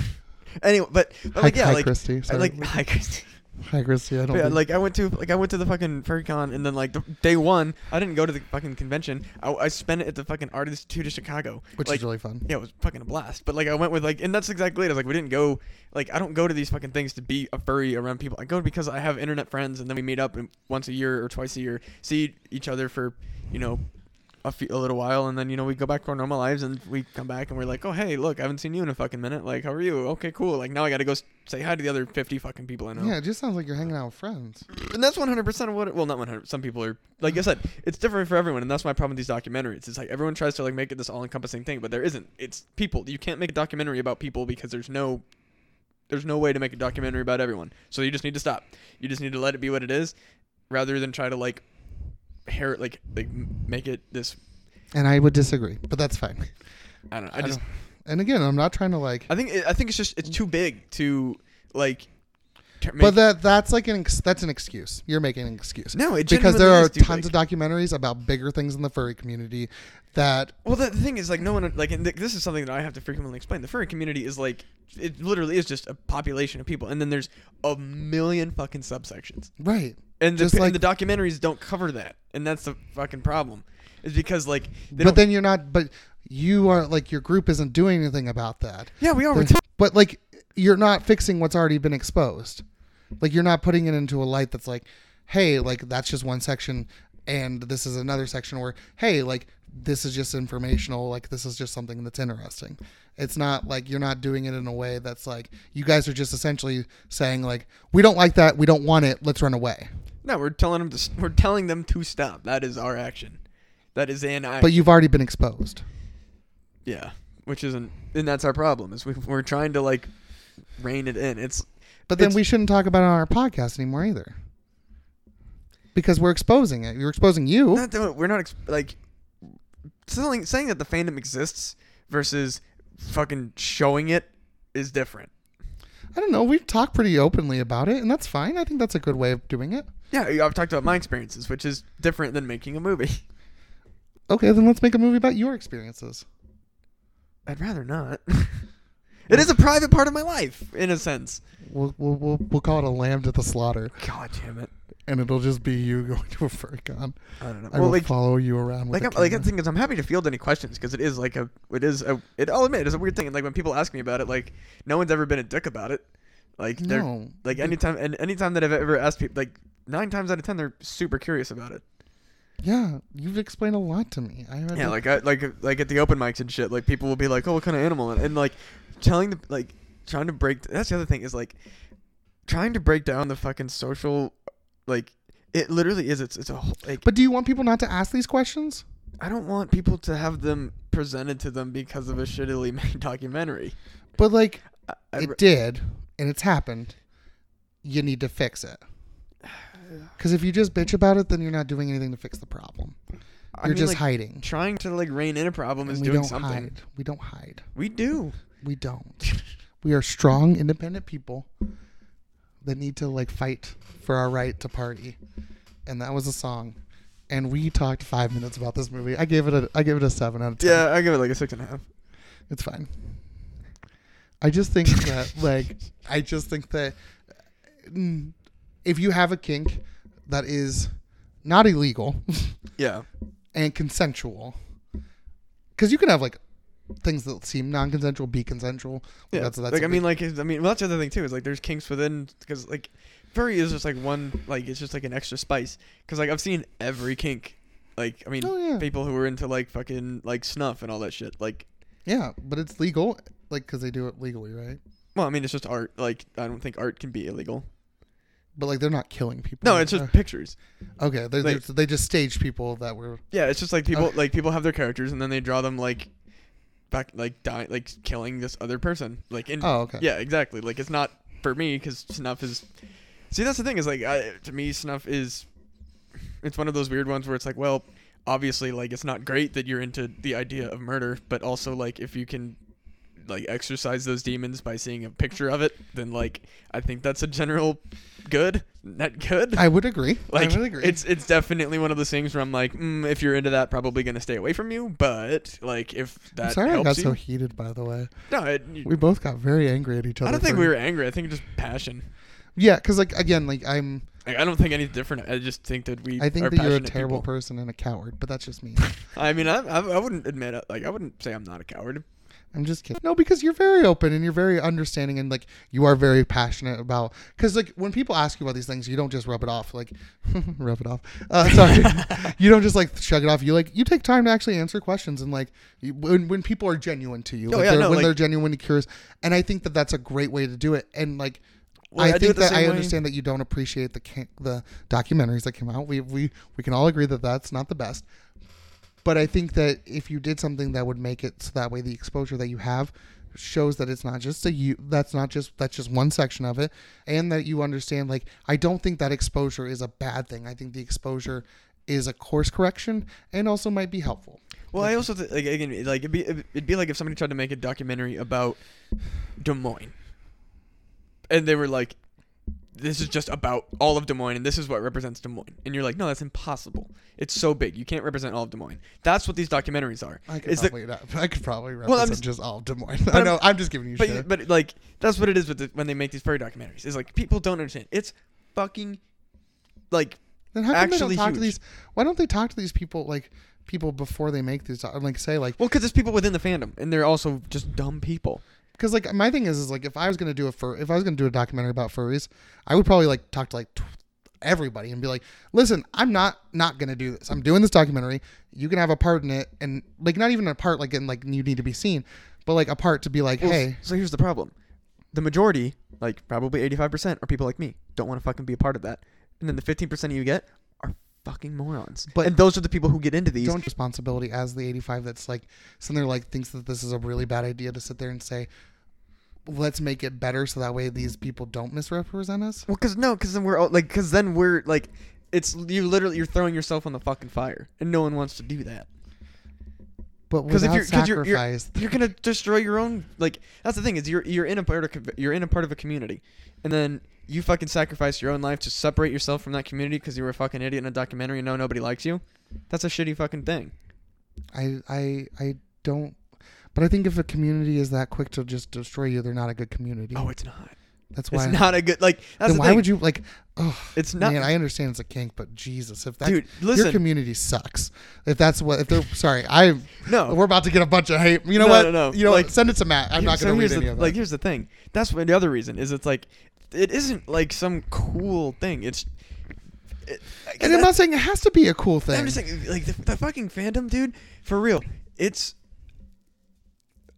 Speaker 2: Anyway, but, but
Speaker 1: Hi-
Speaker 2: like yeah,
Speaker 1: hi,
Speaker 2: like
Speaker 1: Christy.
Speaker 2: I
Speaker 1: Sorry.
Speaker 2: like hi Christy.
Speaker 1: Hi, Christy. I don't.
Speaker 2: But, yeah,
Speaker 1: think-
Speaker 2: like I went to like I went to the fucking FurryCon and then like the, day one I didn't go to the fucking convention. I, I spent it at the fucking Art Institute of Chicago,
Speaker 1: which
Speaker 2: like,
Speaker 1: is really fun.
Speaker 2: Yeah, it was fucking a blast. But like I went with like, and that's exactly it. I was like, we didn't go like I don't go to these fucking things to be a furry around people. I go because I have internet friends, and then we meet up and once a year or twice a year, see each other for you know a, few, a little while, and then you know we go back to our normal lives, and we come back, and we're like, oh hey, look, I haven't seen you in a fucking minute. Like, how are you? Okay, cool. Like now I got to go s- say hi to the other fifty fucking people I know.
Speaker 1: Yeah, it just sounds like you're hanging out with friends.
Speaker 2: And that's 100% of what, it, well, not 100. Some people are, like I said, it's different for everyone. And that's my problem with these documentaries. It's like everyone tries to like make it this all encompassing thing, but there isn't. It's people. You can't make a documentary about people because there's no, there's no way to make a documentary about everyone. So you just need to stop. You just need to let it be what it is rather than try to like, hair, like, like m- make it this,
Speaker 1: And I would disagree, but that's fine.
Speaker 2: I don't know. I
Speaker 1: I
Speaker 2: just,
Speaker 1: don't- and again, I'm not trying to like.
Speaker 2: I, think, it, I think it's just, it's too big to like, ter- make,
Speaker 1: But that that's like an ex- that's an excuse. You're making an excuse.
Speaker 2: No, it
Speaker 1: because
Speaker 2: genuinely
Speaker 1: there are
Speaker 2: is too
Speaker 1: tons of documentaries about bigger things in the furry community that
Speaker 2: Well, the, the thing is, like, no one, like, and th- this is something that I have to frequently explain. The furry community is like, it literally is just a population of people, and then there's a million fucking subsections,
Speaker 1: right.
Speaker 2: and the,
Speaker 1: Just
Speaker 2: and
Speaker 1: like-
Speaker 2: the documentaries don't cover that, and that's the fucking problem, is because like,
Speaker 1: but
Speaker 2: they don't,
Speaker 1: then you're not. But you are like your group isn't doing anything about that.
Speaker 2: yeah, we are, we're
Speaker 1: They're- but like you're not fixing what's already been exposed like you're not putting it into a light that's like hey like that's just one section and this is another section where hey like this is just informational like this is just something that's interesting it's not like you're not doing it in a way that's like you guys are just essentially saying like we don't like that we don't want it let's run away
Speaker 2: no, we're telling them to, s- we're telling them to stop. That is our action, that is an action.
Speaker 1: but you've already been exposed
Speaker 2: yeah, which isn't, and that's our problem is we, we're trying to like, rein it in. It's,
Speaker 1: but then
Speaker 2: It's-
Speaker 1: we shouldn't talk about it on our podcast anymore either because we're exposing it you're exposing you
Speaker 2: not doing. We're not ex- like saying saying that the fandom exists versus fucking showing it is different.
Speaker 1: I don't know. We talk pretty openly about it, and that's fine. I think that's a good way of doing it.
Speaker 2: Yeah, I've talked about my experiences, which is different than making a movie.
Speaker 1: Okay, then let's make a movie about your experiences.
Speaker 2: I'd rather not. it is a private part of my life, in a sense.
Speaker 1: We'll we'll we'll, we'll call it a lamb to the slaughter,
Speaker 2: God damn it!
Speaker 1: and it'll just be you going to a furry con.
Speaker 2: I don't know.
Speaker 1: I
Speaker 2: well,
Speaker 1: will
Speaker 2: like,
Speaker 1: follow you around with
Speaker 2: like, I'm,
Speaker 1: a
Speaker 2: like the
Speaker 1: camera.
Speaker 2: thing is, I'm happy to field any questions because it is like a, it is a, it. I'll admit, it's a weird thing. Like when people ask me about it, like no one's ever been a dick about it. Like they're
Speaker 1: No.
Speaker 2: like anytime and anytime that I've ever asked people, like nine times out of ten, they're super curious about it.
Speaker 1: Yeah, you've explained a lot to me. I had
Speaker 2: Yeah,
Speaker 1: to-
Speaker 2: like I, like like at the open mics and shit, like people will be like, "Oh, what kind of animal?" and, and like telling the like trying to break. That's the other thing is like trying to break down the fucking social. Like it literally is. It's it's a whole, like.
Speaker 1: But do you want people not to ask these questions?
Speaker 2: I don't want people to have them presented to them because of a shittily made documentary.
Speaker 1: But like
Speaker 2: I, I
Speaker 1: it
Speaker 2: re-
Speaker 1: did, and it's happened. You need to fix it. Because if you just bitch about it, then you're not doing anything to fix the problem.
Speaker 2: I
Speaker 1: You're
Speaker 2: mean,
Speaker 1: just
Speaker 2: like,
Speaker 1: hiding.
Speaker 2: trying to like rein in a problem is
Speaker 1: And we
Speaker 2: doing
Speaker 1: don't
Speaker 2: something.
Speaker 1: hide. We don't hide.
Speaker 2: We do.
Speaker 1: We don't. we are strong, independent people that need to like fight for our right to party. And that was a song. And we talked five minutes about this movie. I gave it a I gave it a seven out of ten.
Speaker 2: Yeah, I give it like a six and a half.
Speaker 1: It's fine. I just think that like I just think that mm, if you have a kink that is not illegal
Speaker 2: Yeah.
Speaker 1: and consensual. Because you can have like things that seem non-consensual be consensual.
Speaker 2: Yeah,
Speaker 1: that's, that's
Speaker 2: like I
Speaker 1: a big
Speaker 2: mean, like I mean, well, that's the other thing too is like there's kinks within because like furry is just like one like it's just like an extra spice because like I've seen every kink, like I mean,
Speaker 1: Oh, yeah.
Speaker 2: people who were into like fucking like snuff and all that shit. Like,
Speaker 1: Yeah, but it's legal, like because they do it legally, right?
Speaker 2: well, I mean, it's just art. Like I don't think art can be illegal.
Speaker 1: But like they're not killing people.
Speaker 2: No, it's just
Speaker 1: Uh,
Speaker 2: pictures.
Speaker 1: okay. They
Speaker 2: like-
Speaker 1: they just staged people that were
Speaker 2: Yeah, it's just like people
Speaker 1: Okay.
Speaker 2: like people have their characters and then they draw them like back like dying like killing this other person like in
Speaker 1: Oh, okay.
Speaker 2: yeah exactly like it's not for me because snuff is see that's the thing is like I, to me snuff is it's one of those weird ones where it's like well obviously like it's not great that you're into the idea of murder but also like if you can like exercise those demons by seeing a picture of it then like i think that's a general good not good
Speaker 1: I would agree.
Speaker 2: like
Speaker 1: I would agree.
Speaker 2: it's it's definitely one of those things where I'm like, mm, if you're into that, probably gonna stay away from you. But like, if
Speaker 1: I'm
Speaker 2: that
Speaker 1: sorry I
Speaker 2: helps
Speaker 1: got
Speaker 2: you,
Speaker 1: so heated. By the way,
Speaker 2: no, it, you-
Speaker 1: we both got very angry at each other.
Speaker 2: I don't think
Speaker 1: for-
Speaker 2: we were angry. I think just passion.
Speaker 1: Yeah, because like again, like I'm.
Speaker 2: Like, I don't think any different. I just think that we.
Speaker 1: I think
Speaker 2: are
Speaker 1: that you're a
Speaker 2: passionate
Speaker 1: terrible
Speaker 2: people.
Speaker 1: person and a coward, but that's just me.
Speaker 2: I mean, I, I I wouldn't admit it. Like I wouldn't say I'm not a coward.
Speaker 1: I'm just kidding. No, because you're very open and you're very understanding and like you are very passionate about. Because like when people ask you about these things, you don't just rub it off. Like rub it off. Uh, sorry, you don't just like shrug it off. You like you take time to actually answer questions and like you, when when people are genuine to you,
Speaker 2: Oh,
Speaker 1: like,
Speaker 2: yeah,
Speaker 1: they're,
Speaker 2: no,
Speaker 1: when
Speaker 2: like-
Speaker 1: they're genuinely curious. And I think that that's a great way to do it. And like.
Speaker 2: Well,
Speaker 1: I,
Speaker 2: I do it
Speaker 1: think
Speaker 2: the
Speaker 1: that
Speaker 2: same
Speaker 1: I
Speaker 2: way.
Speaker 1: understand that you don't appreciate the can- the documentaries that came out. We, we we can all agree that that's not the best, but I think that if you did something that would make it so that way the exposure that you have shows that it's not just a you that's not just that's just one section of it and that you understand like I don't think that exposure is a bad thing. I think the exposure is a course correction and also might be helpful.
Speaker 2: Well, I also th- like again, it- like it'd be it'd be like if somebody tried to make a documentary about Des Moines, and they were like, "This is just about all of Des Moines, and this is what represents Des Moines," and you're like, "No, that's impossible. It's so big. You can't represent all of Des Moines." That's what these documentaries are.
Speaker 1: I could
Speaker 2: Is the-
Speaker 1: probably not, I could probably represent
Speaker 2: Well, I'm
Speaker 1: just,
Speaker 2: just-
Speaker 1: all Des Moines. I
Speaker 2: I'm-
Speaker 1: know I'm just giving you
Speaker 2: but
Speaker 1: shit.
Speaker 2: but like that's what it is with the, when they make these furry documentaries. Is like people don't understand. It's fucking like
Speaker 1: Then how come they
Speaker 2: actually
Speaker 1: don't talk to these?
Speaker 2: huge.
Speaker 1: Why don't they talk to these people like people before they make these? doc- Like say like
Speaker 2: well, because there's people within the fandom, and they're also just dumb people.
Speaker 1: because like my thing is is like if I was gonna do a fur if I was gonna do a documentary about furries, I would probably like talk to like. T- everybody and be like listen i'm not not gonna do this i'm doing this documentary you can have a part in it and like not even a part like in like you need to be seen but like a part to be like
Speaker 2: Well,
Speaker 1: hey
Speaker 2: So here's the problem. The majority, like probably 85%, are people like me. Don't want to fucking be a part of that. And then the 15% you get are fucking morons.
Speaker 1: But-
Speaker 2: But and those are the people who get into these.
Speaker 1: don't responsibility as the 85 that's like something like thinks that this is a really bad idea to sit there and say let's make it better so that way these people don't misrepresent us
Speaker 2: Well, cuz no, cuz then we're all, like cuz then we're like it's you literally you're throwing yourself on the fucking fire and no one wants to do that.
Speaker 1: But
Speaker 2: Cuz
Speaker 1: without
Speaker 2: if you're cuz you're, you're,
Speaker 1: sacrifice,
Speaker 2: you're going to destroy your own like that's the thing is you're you're in a part of co- you're in a part of a community. And then you fucking sacrifice your own life to separate yourself from that community because you were a fucking idiot in a documentary and now nobody likes you. That's a shitty fucking thing.
Speaker 1: I, I, I don't. But I think if a community is that quick to just destroy you, they're not a good community.
Speaker 2: Oh, it's not.
Speaker 1: that's why.
Speaker 2: It's not a good like. That's
Speaker 1: then
Speaker 2: the
Speaker 1: why
Speaker 2: thing.
Speaker 1: would you like? Oh,
Speaker 2: It's not.
Speaker 1: man, I understand it's a kink, but Jesus, if that
Speaker 2: Dude,
Speaker 1: your
Speaker 2: listen.
Speaker 1: community sucks. If that's what, if they're sorry, I
Speaker 2: No.
Speaker 1: we're about to get a bunch of hate. You know
Speaker 2: No,
Speaker 1: what?
Speaker 2: no, no.
Speaker 1: You know,
Speaker 2: Like-
Speaker 1: what? send it to Matt. I'm not
Speaker 2: so
Speaker 1: going to read
Speaker 2: here's
Speaker 1: any
Speaker 2: the,
Speaker 1: of it.
Speaker 2: Like here's the thing. That's what, the other reason is. It's like it isn't like some cool thing. It's. It,
Speaker 1: and I'm
Speaker 2: that-
Speaker 1: not saying it has to be a cool thing.
Speaker 2: I'm just saying, like the, the fucking fandom, dude. For real, it's.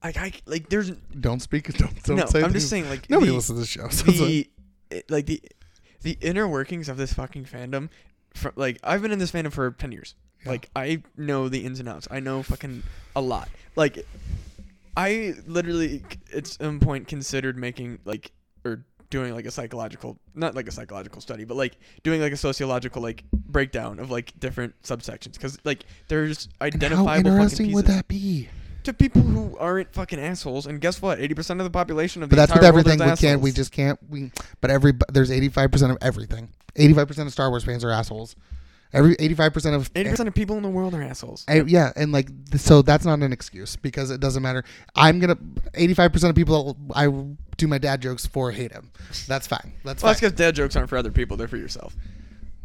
Speaker 2: Like I like there's
Speaker 1: don't speak. Don't don't
Speaker 2: no.
Speaker 1: say.
Speaker 2: I'm just
Speaker 1: things-
Speaker 2: saying like
Speaker 1: Nobody
Speaker 2: the,
Speaker 1: listens to this show. So it's like-
Speaker 2: the it- like the the inner workings of this fucking fandom. For, like I've been in this fandom for ten years.
Speaker 1: Yeah.
Speaker 2: Like I know the ins and outs. I know fucking a lot. Like I literally c- at some point considered making like or doing like a psychological not like a psychological study but like doing like a sociological like breakdown of like different subsections because like there's
Speaker 1: And
Speaker 2: identifiable
Speaker 1: how interesting
Speaker 2: fucking pieces
Speaker 1: would that be?
Speaker 2: to people who aren't fucking assholes and guess what 80% of the population of the
Speaker 1: But that's with
Speaker 2: entire world is
Speaker 1: everything. We can't. We
Speaker 2: assholes.
Speaker 1: just can't. We. But every. There's 85 percent of everything. 85 percent of Star Wars fans are assholes. Every 85 percent of.
Speaker 2: Eighty percent of people in the world are assholes.
Speaker 1: eh, yeah, and like th- so that's not an excuse because it doesn't matter. I'm gonna 85 percent of people I do my dad jokes for hate him. That's fine. That's
Speaker 2: Well, that's
Speaker 1: fine.
Speaker 2: because dad jokes aren't for other people; they're for yourself.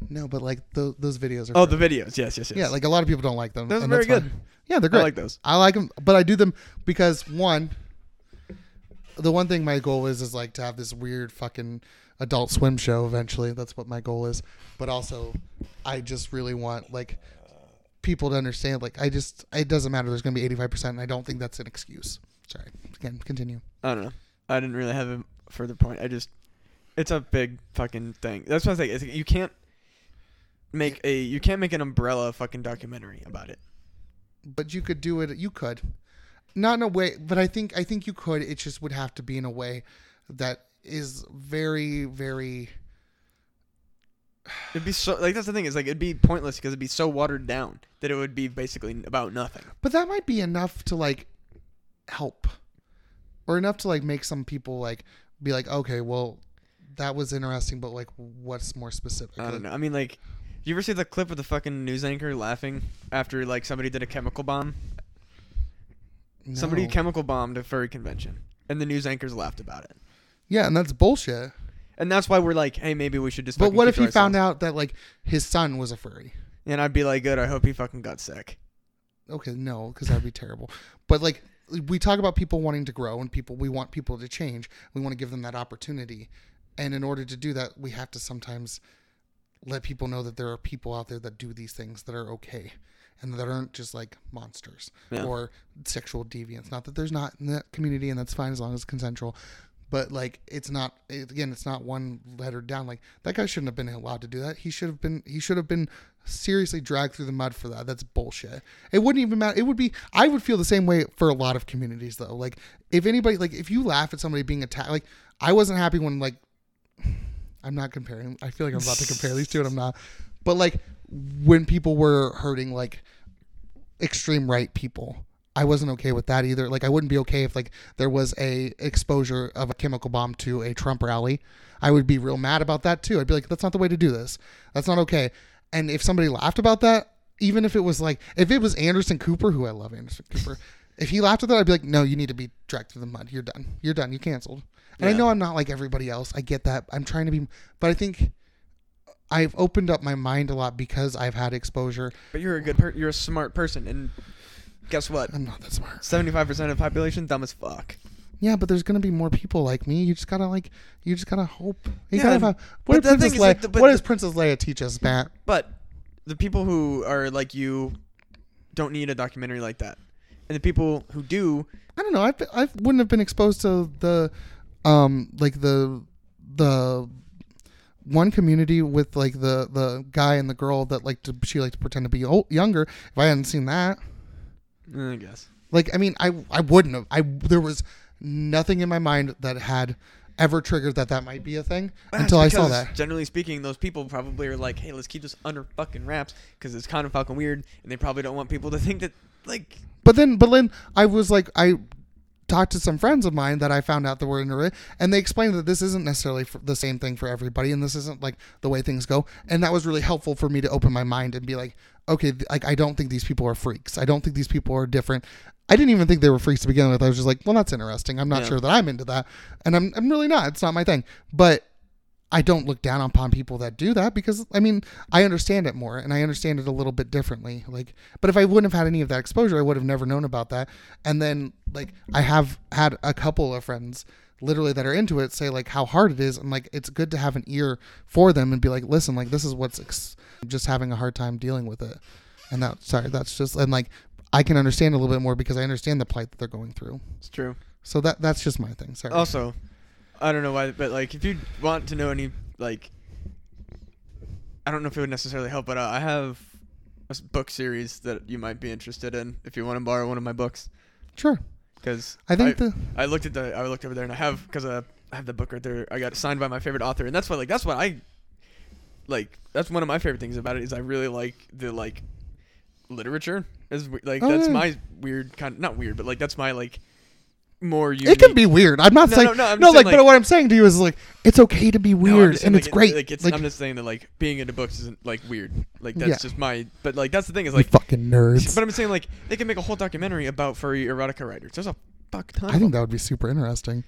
Speaker 1: No, but like tho- those videos are.
Speaker 2: Oh,
Speaker 1: for-
Speaker 2: the videos. Yes, yes, yes.
Speaker 1: yeah, like a lot of people don't like them.
Speaker 2: Those are
Speaker 1: and that's
Speaker 2: very
Speaker 1: fine.
Speaker 2: good.
Speaker 1: Yeah, they're
Speaker 2: I
Speaker 1: great.
Speaker 2: like those.
Speaker 1: I like them, but I do them because one, the one thing my goal is is like to have this weird fucking adult swim show eventually. That's what my goal is. But also, I just really want like people to understand. Like, I just it doesn't matter. There's going to be 85, percent and I don't think that's an excuse. Sorry. Again, continue.
Speaker 2: I don't know. I didn't really have a further point. I just, it's a big fucking thing. That's what I think. You can't make a you can't make an umbrella fucking documentary about it.
Speaker 1: but you could do it you could not in a way but i think i think you could it just would have to be in a way that is very very
Speaker 2: It'd be so like that's the thing. Is like it'd be pointless because it'd be so watered down that it would be basically about nothing.
Speaker 1: but that might be enough to like help or enough to like make some people like be like okay well that was interesting but like what's more specific
Speaker 2: I
Speaker 1: Like,
Speaker 2: don't know. I mean, like, you ever see the clip of the fucking news anchor laughing after like somebody did a chemical bomb? Somebody
Speaker 1: no.
Speaker 2: chemical bombed a furry convention, and the news anchors laughed about it.
Speaker 1: yeah and that's bullshit
Speaker 2: And that's why we're like, hey, maybe we should just.
Speaker 1: but what if he found out that like his son was a furry
Speaker 2: And I'd be like, good. I hope he fucking got sick.
Speaker 1: okay no because that'd be terrible but like we talk about people wanting to grow and people we want people to change. We want to give them that opportunity. And in order to do that, we have to sometimes let people know that there are people out there that do these things that are okay and that aren't just like monsters
Speaker 2: Yeah.
Speaker 1: or sexual deviants. Not that there's not in that community and that's fine as long as it's consensual. But like it's not it, again, it's not one letter down. Like that guy shouldn't have been allowed to do that. He should have been he should have been seriously dragged through the mud for that. That's bullshit. It wouldn't even matter. It would be I would feel the same way for a lot of communities though. Like if anybody like if you laugh at somebody being attacked like I wasn't happy when like I'm not comparing. I feel like I'm about to compare these two, and I'm not. But like when people were hurting like extreme right people, I wasn't okay with that either. Like I wouldn't be okay if like there was a exposure of a chemical bomb to a Trump rally. I would be real mad about that too. I'd be like, that's not the way to do this. That's not okay. And if somebody laughed about that, even if it was like if it was Anderson Cooper, who I love Anderson Cooper, if he laughed at that, I'd be like, no, you need to be dragged through the mud. You're done. You're done. You canceled. And I
Speaker 2: Yeah.
Speaker 1: know I'm not like everybody else. I get that. I'm trying to be, but I think I've opened up my mind a lot because I've had exposure.
Speaker 2: But you're a good per- you're a smart person, and guess what?
Speaker 1: I'm not that smart.
Speaker 2: Seventy five percent of the population dumb as fuck.
Speaker 1: Yeah, but there's gonna be more people like me. You just gotta like, you just gotta hope. You
Speaker 2: Yeah,
Speaker 1: gotta have,
Speaker 2: but
Speaker 1: what did
Speaker 2: the thing
Speaker 1: Princess
Speaker 2: is,
Speaker 1: Leia?
Speaker 2: like, the- but
Speaker 1: what
Speaker 2: the-
Speaker 1: does Princess Leia teach us, Matt?
Speaker 2: But the people who are like you don't need a documentary like that, and the people who do,
Speaker 1: I don't know. I I wouldn't have been exposed to the, um, like the the one community with like the the guy and the girl that like to she liked to pretend to be old, younger. If I hadn't seen that,
Speaker 2: eh, I guess.
Speaker 1: Like I mean, I I wouldn't have. I there was nothing in my mind that had ever triggered that that might be a thing
Speaker 2: Well,
Speaker 1: until I
Speaker 2: it's
Speaker 1: saw
Speaker 2: because,
Speaker 1: that.
Speaker 2: Generally speaking, those people probably are like, "Hey, let's keep this under fucking wraps because it's kind of fucking weird," and they probably don't want people to think that like
Speaker 1: But then, but then I was like, I talked to some friends of mine that I found out that were into it, and they explained that this isn't necessarily for the same thing for everybody, and this isn't like the way things go. And that was really helpful for me to open my mind and be like, okay, th- like I don't think these people are freaks. I don't think these people are different. I didn't even think they were freaks to begin with. I was just like, well, that's interesting. I'm not
Speaker 2: Yeah.
Speaker 1: sure that I'm into that, and I'm I'm really not. It's not my thing. But I don't look down upon people that do that because I mean I understand it more and I understand it a little bit differently. Like, but if I wouldn't have had any of that exposure, I would have never known about that. And then like I have had a couple of friends literally that are into it say like how hard it is and like it's good to have an ear for them and be like listen like this is what's ex- I'm just having a hard time dealing with it. And that sorry that's just and like I can understand a little bit more because I understand the plight that they're going through.
Speaker 2: it's true.
Speaker 1: So that that's just my thing. Sorry.
Speaker 2: Also, I don't know why, but like, if you want to know any, like, I don't know if it would necessarily help, but uh, I have a s- book series that you might be interested in if you want to borrow one of my books,
Speaker 1: sure.
Speaker 2: because
Speaker 1: I think the
Speaker 2: I looked at the I looked over there and I have because uh, I have the book right there. I got it signed by my favorite author, and that's what like that's what I like. That's one of my favorite things about it is I really like the like literature is we- like
Speaker 1: Oh,
Speaker 2: that's
Speaker 1: yeah.
Speaker 2: my weird kind not weird but like that's my like more unique
Speaker 1: It can be weird. I'm not
Speaker 2: No,
Speaker 1: saying
Speaker 2: no,
Speaker 1: no,
Speaker 2: no, I'm just
Speaker 1: like,
Speaker 2: saying,
Speaker 1: but
Speaker 2: like-
Speaker 1: what I'm saying to you is like it's okay to be
Speaker 2: No, I'm
Speaker 1: weird
Speaker 2: just saying,
Speaker 1: and
Speaker 2: like,
Speaker 1: it's great.
Speaker 2: Like, it's,
Speaker 1: like,
Speaker 2: I'm just saying that like being into books isn't like weird. Like that's
Speaker 1: Yeah.
Speaker 2: just my. But like that's the thing is
Speaker 1: you
Speaker 2: like.
Speaker 1: fucking nerds.
Speaker 2: But I'm saying like they can make a whole documentary about furry erotica writers. There's a fuck ton.
Speaker 1: I
Speaker 2: of
Speaker 1: think
Speaker 2: them.
Speaker 1: that would be super interesting.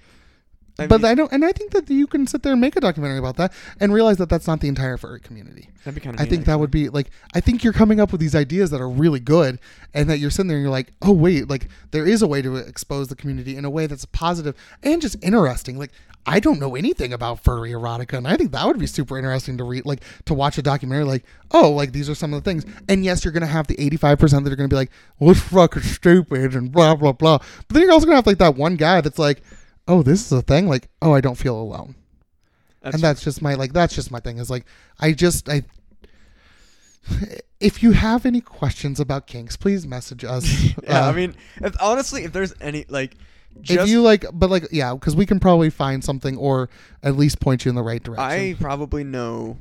Speaker 2: I
Speaker 1: but
Speaker 2: mean,
Speaker 1: I don't, and I think that you can sit there and make a documentary about that and realize that that's not the entire furry community.
Speaker 2: that'd be kind of.
Speaker 1: I think that would be like I think you're coming up with these ideas that are really good, and that you're sitting there and you're like, oh wait, like there is a way to expose the community in a way that's positive and just interesting. Like I don't know anything about furry erotica, and I think that would be super interesting to read, like to watch a documentary. Like oh, like these are some of the things, and yes, you're gonna have the 85 percent that are gonna be like, well, it's fucking stupid and blah blah blah. But then you're also gonna have like that one guy that's like, oh, this is a thing. Like oh, I don't feel alone and that's just my like that's just my thing is like i just i if you have any questions about kinks please message us
Speaker 2: yeah,
Speaker 1: Uh,
Speaker 2: I mean, if, honestly, if there's any like,
Speaker 1: if
Speaker 2: just
Speaker 1: you like but like yeah because we can probably find something or at least point you in the right direction
Speaker 2: I probably know.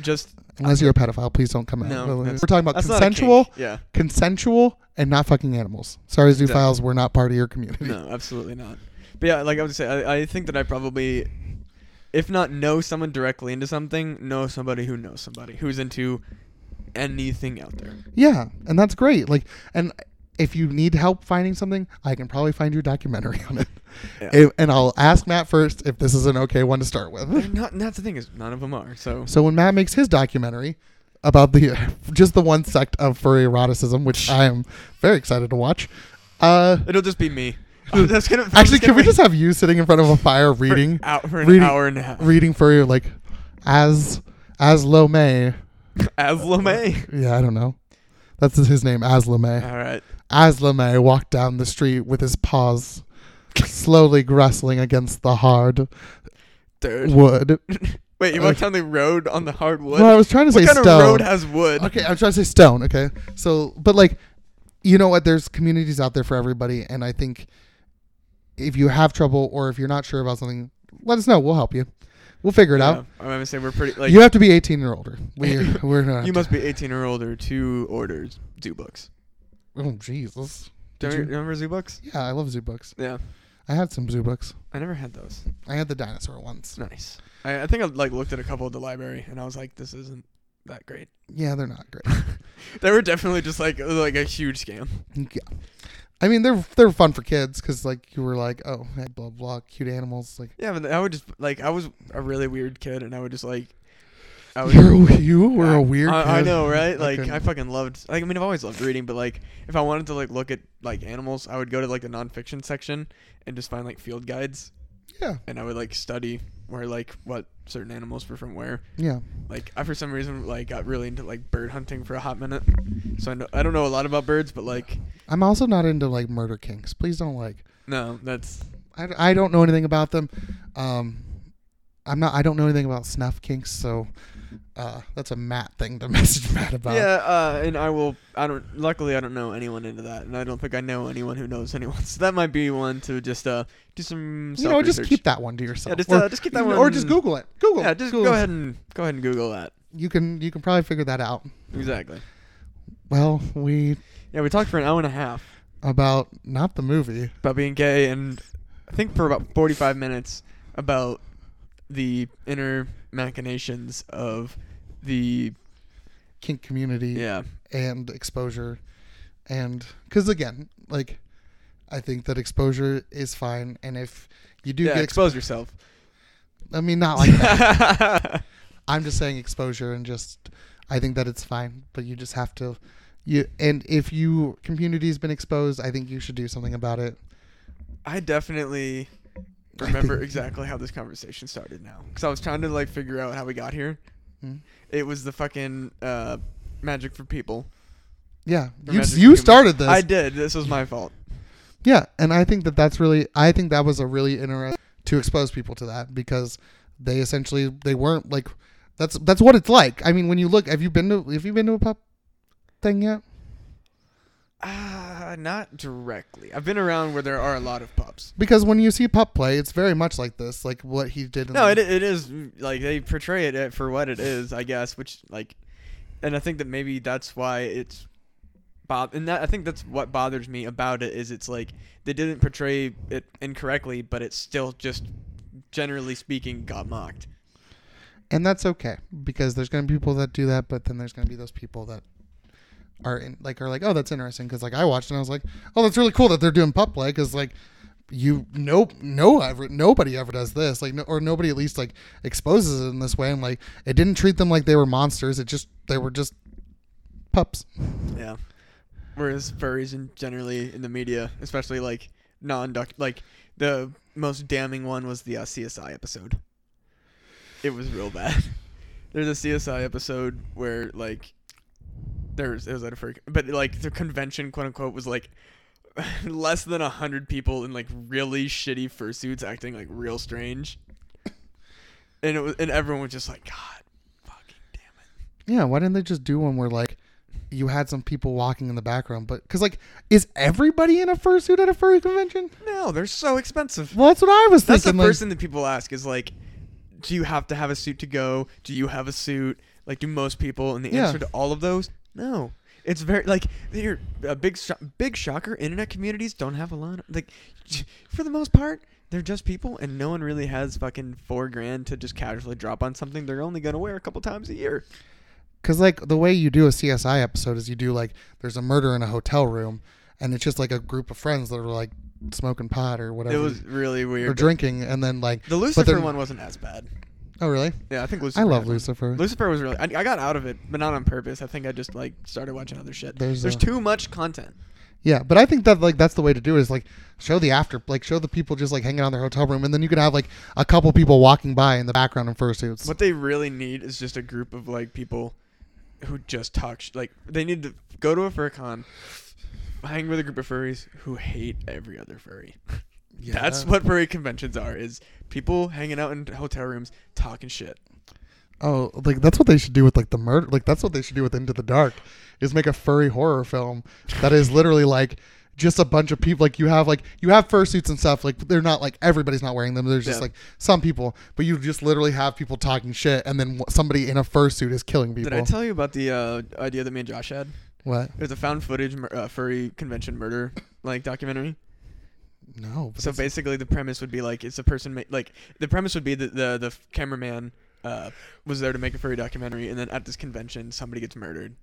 Speaker 2: Just
Speaker 1: unless you're a pedophile please don't come out
Speaker 2: No,
Speaker 1: we're
Speaker 2: that's-
Speaker 1: talking about
Speaker 2: that's not a
Speaker 1: consensual
Speaker 2: kink. Yeah.
Speaker 1: consensual and not fucking animals sorry zoophiles we're not part of your community
Speaker 2: No, absolutely not. But yeah, like I would say, I, I think that I probably, if not know someone directly into something, know somebody who knows somebody who's into anything out there.
Speaker 1: yeah and that's great like and if you need help finding something i can probably find your documentary on it
Speaker 2: Yeah.
Speaker 1: If- and i'll ask matt first if this is an okay one to start with
Speaker 2: They're not. and That's the thing is, none of them are. So
Speaker 1: So when Matt makes his documentary about the just the one sect of furry eroticism, which I am very excited to watch, Uh,
Speaker 2: It'll just be me. I'm just gonna- I'm
Speaker 1: actually,
Speaker 2: just
Speaker 1: can
Speaker 2: gonna
Speaker 1: we
Speaker 2: be-
Speaker 1: just have you sitting in front of a fire
Speaker 2: for
Speaker 1: reading,
Speaker 2: out for an
Speaker 1: reading-
Speaker 2: hour and a half?
Speaker 1: reading for you like, as as Lo May.
Speaker 2: Avla May.
Speaker 1: Yeah, I don't know. That's his name, Asla May.
Speaker 2: All right.
Speaker 1: Asla May walked down the street with his paws slowly wrestling against the hard
Speaker 2: Dude.
Speaker 1: wood.
Speaker 2: Wait, you
Speaker 1: uh,
Speaker 2: walked down the road on the hard wood?
Speaker 1: Well, I was trying to say
Speaker 2: what kind
Speaker 1: stone.
Speaker 2: of road has wood?
Speaker 1: Okay, I'm trying to say stone. Okay, so but like, you know what? There's communities out there for everybody, and I think if you have trouble or if you're not sure about something, let us know. We'll help you. We'll figure it
Speaker 2: Yeah,
Speaker 1: out.
Speaker 2: I'm gonna say we're pretty like
Speaker 1: you have to be 18 or older. We we're not.
Speaker 2: you must be 18 or older to order zoo books.
Speaker 1: Oh Jesus!
Speaker 2: Do
Speaker 1: Did
Speaker 2: you
Speaker 1: you-
Speaker 2: remember zoo books?
Speaker 1: Yeah, I love zoo books.
Speaker 2: Yeah,
Speaker 1: I had some zoo books.
Speaker 2: I never had those.
Speaker 1: I had the dinosaur ones.
Speaker 2: It's nice. I, I think I like looked at a couple at the library and I was like, this isn't that great.
Speaker 1: Yeah, they're not great.
Speaker 2: They were definitely just like like a huge scam.
Speaker 1: yeah. I mean, they're they're fun for kids because like you were like, oh, hey, blah blah, cute animals. Like
Speaker 2: Yeah, but I would just like I was a really weird kid and I would just like I would.
Speaker 1: you're you were
Speaker 2: I-
Speaker 1: a weird.
Speaker 2: I, I
Speaker 1: kid.
Speaker 2: know, right? Like
Speaker 1: couldn't-
Speaker 2: I fucking loved. Like I mean, I've always loved reading, but like if I wanted to like look at like animals, I would go to like the nonfiction section and just find like field guides,
Speaker 1: Yeah,
Speaker 2: and I would like study where like what certain animals were from where.
Speaker 1: yeah.
Speaker 2: Like I for some reason like got really into like bird hunting for a hot minute, so I know I don't know a lot about birds, but like
Speaker 1: I'm also not into like murder kings. Please don't like.
Speaker 2: no, that's
Speaker 1: I, I don't know anything about them. Um, I'm not. I don't know anything about snuff kinks. So uh, that's a Matt thing to message Matt about.
Speaker 2: yeah. Uh, and I will. I don't. Luckily, I don't know anyone into that, and I don't think I know anyone who knows anyone. So that might be one to just uh do some.
Speaker 1: You know, just
Speaker 2: self-research.
Speaker 1: keep that one to yourself.
Speaker 2: Yeah, just,
Speaker 1: or,
Speaker 2: uh, just keep that
Speaker 1: Or
Speaker 2: one-
Speaker 1: just Google it. Google.
Speaker 2: Yeah, just
Speaker 1: Google
Speaker 2: go
Speaker 1: it.
Speaker 2: ahead and go ahead and Google that.
Speaker 1: You can you can probably figure that out.
Speaker 2: Exactly.
Speaker 1: Well, we
Speaker 2: Yeah, we talked for an hour and a half
Speaker 1: about not the movie.
Speaker 2: about being gay, and I think for about forty-five minutes about the inner machinations of the
Speaker 1: kink community
Speaker 2: yeah
Speaker 1: and exposure and because again like i think that exposure is fine and if you do
Speaker 2: yeah
Speaker 1: get exposed
Speaker 2: expose yourself.
Speaker 1: i mean not like that i'm just saying exposure and just i think that it's fine but you just have to you and if you community has been exposed i think you should do something about it
Speaker 2: I definitely
Speaker 1: I
Speaker 2: remember
Speaker 1: think-
Speaker 2: exactly how this conversation started now, because I was trying to like figure out how we got here.
Speaker 1: Mm.
Speaker 2: It was the fucking uh, magic for people.
Speaker 1: yeah
Speaker 2: The
Speaker 1: you,
Speaker 2: Magic
Speaker 1: you
Speaker 2: Kingdom.
Speaker 1: started this
Speaker 2: I did. This was my fault.
Speaker 1: Yeah, and I think that that's really I think that was a really interesting to expose people to that because they essentially they weren't like that's that's what it's like. I mean, when you look, have you been to have you been to a pub thing yet?
Speaker 2: Uh, not directly. I've been around where there are a lot of pubs.
Speaker 1: Because when you see pub play, it's very much like this, like what he did. In
Speaker 2: No,
Speaker 1: the-
Speaker 2: it, it is like they portray it for what it is, I guess. Which like, and I think that maybe that's why it's, bob. And that I think that's what bothers me about it is it's like they didn't portray it incorrectly, but it's still just, generally speaking, got mocked.
Speaker 1: and that's okay because there's gonna be people that do that, but then there's gonna be those people that are in like are like, oh, that's interesting because like I watched and I was like, oh, that's really cool that they're doing pub play because like you nope no ever nobody ever does this like no, or nobody at least like exposes it in this way and like it didn't treat them like they were monsters it just they were just pups
Speaker 2: Yeah. Whereas furries and generally in the media, especially like non duck like the most damning one was the uh, CSI episode. It was real bad. There's a CSI episode where like there's it was at a furry but like the convention quote unquote was like less than a hundred people in like really shitty fursuits acting like real strange. And it was and everyone was just like, God fucking damn it.
Speaker 1: yeah why didn't they just do one where like you had some people walking in the background but because like is everybody in a fursuit at a furry convention
Speaker 2: No, they're so expensive.
Speaker 1: well that's what i was
Speaker 2: That's the
Speaker 1: thinking
Speaker 2: first thing that people ask is like, do you have to have a suit to go? Do you have a suit? Like, do most people? And the
Speaker 1: Yeah.
Speaker 2: answer to all of those, no. It's very like you're a big sho- big shocker. Internet communities don't have a lot. Of, like, for the most part, they're just people, and no one really has fucking four grand to just casually drop on something they're only gonna wear a couple times a year.
Speaker 1: Because like the way you do a CSI episode is you do like there's a murder in a hotel room, and it's just like a group of friends that are like smoking pot or whatever,
Speaker 2: It was really
Speaker 1: or
Speaker 2: weird.
Speaker 1: drinking, and then like
Speaker 2: the
Speaker 1: but
Speaker 2: Lucifer
Speaker 1: they're-
Speaker 2: one wasn't as bad.
Speaker 1: Oh really?
Speaker 2: Yeah, I think Lucifer.
Speaker 1: I love
Speaker 2: had one.
Speaker 1: Lucifer.
Speaker 2: Lucifer was really. I, I got out of it, but not on purpose. I think I just like started watching other shit.
Speaker 1: There's
Speaker 2: There's
Speaker 1: a-
Speaker 2: too much content.
Speaker 1: Yeah, but I think that like that's the way to do it is like show the after like show the people just like hanging out in their hotel room and then you can have like a couple people walking by in the background in fursuits.
Speaker 2: What they really need is just a group of like people who just talk. Sh- like they need to go to a fur con, hang with a group of furries who hate every other furry. That's what furry conventions are: is people hanging out in hotel rooms talking shit.
Speaker 1: Oh, like that's what they should do with like the murder. Like that's what they should do with Into the Dark, is make a furry horror film that is literally like just a bunch of people. Like you have like you have fursuits and stuff. Like they're not like everybody's not wearing them. There's just
Speaker 2: Yeah.
Speaker 1: like some people, but you just literally have people talking shit, and then wh- somebody in a fursuit is killing people.
Speaker 2: Did I tell you about the uh, idea that me and Josh had?
Speaker 1: what?
Speaker 2: It was a found footage mur- uh, furry convention murder like documentary.
Speaker 1: No. But
Speaker 2: So basically, the premise would be like it's a person ma- like the premise would be that the the cameraman uh, was there to make a furry documentary, and then at this convention, somebody gets murdered,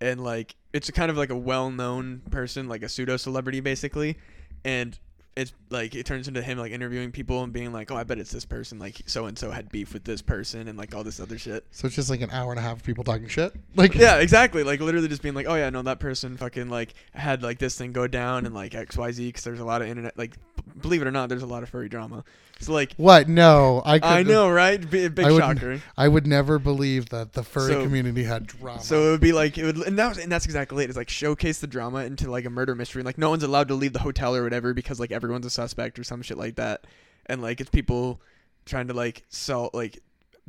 Speaker 2: and like it's a kind of like a well known person, like a pseudo celebrity basically, and it's like it turns into him like interviewing people and being like, oh, I bet it's this person, like so and so had beef with this person, and like all this other shit.
Speaker 1: so it's just like an hour and a half of people talking shit. Like
Speaker 2: Yeah, exactly. Like literally just being like, oh yeah, no, that person fucking like had like this thing go down and like X Y Z because there's a lot of internet. Like, b- believe it or not, there's a lot of furry drama. So like,
Speaker 1: What? No, I.
Speaker 2: I
Speaker 1: couldn't-
Speaker 2: know, right? B- big
Speaker 1: I would,
Speaker 2: shocker.
Speaker 1: I would never believe that the furry
Speaker 2: So-
Speaker 1: community had drama.
Speaker 2: So it would be like it would, and that was, and that's exactly it. It's like showcase the drama into like a murder mystery. And, like no one's allowed to leave the hotel or whatever because like everyone's a suspect or some shit like that. And like it's people trying to like sell like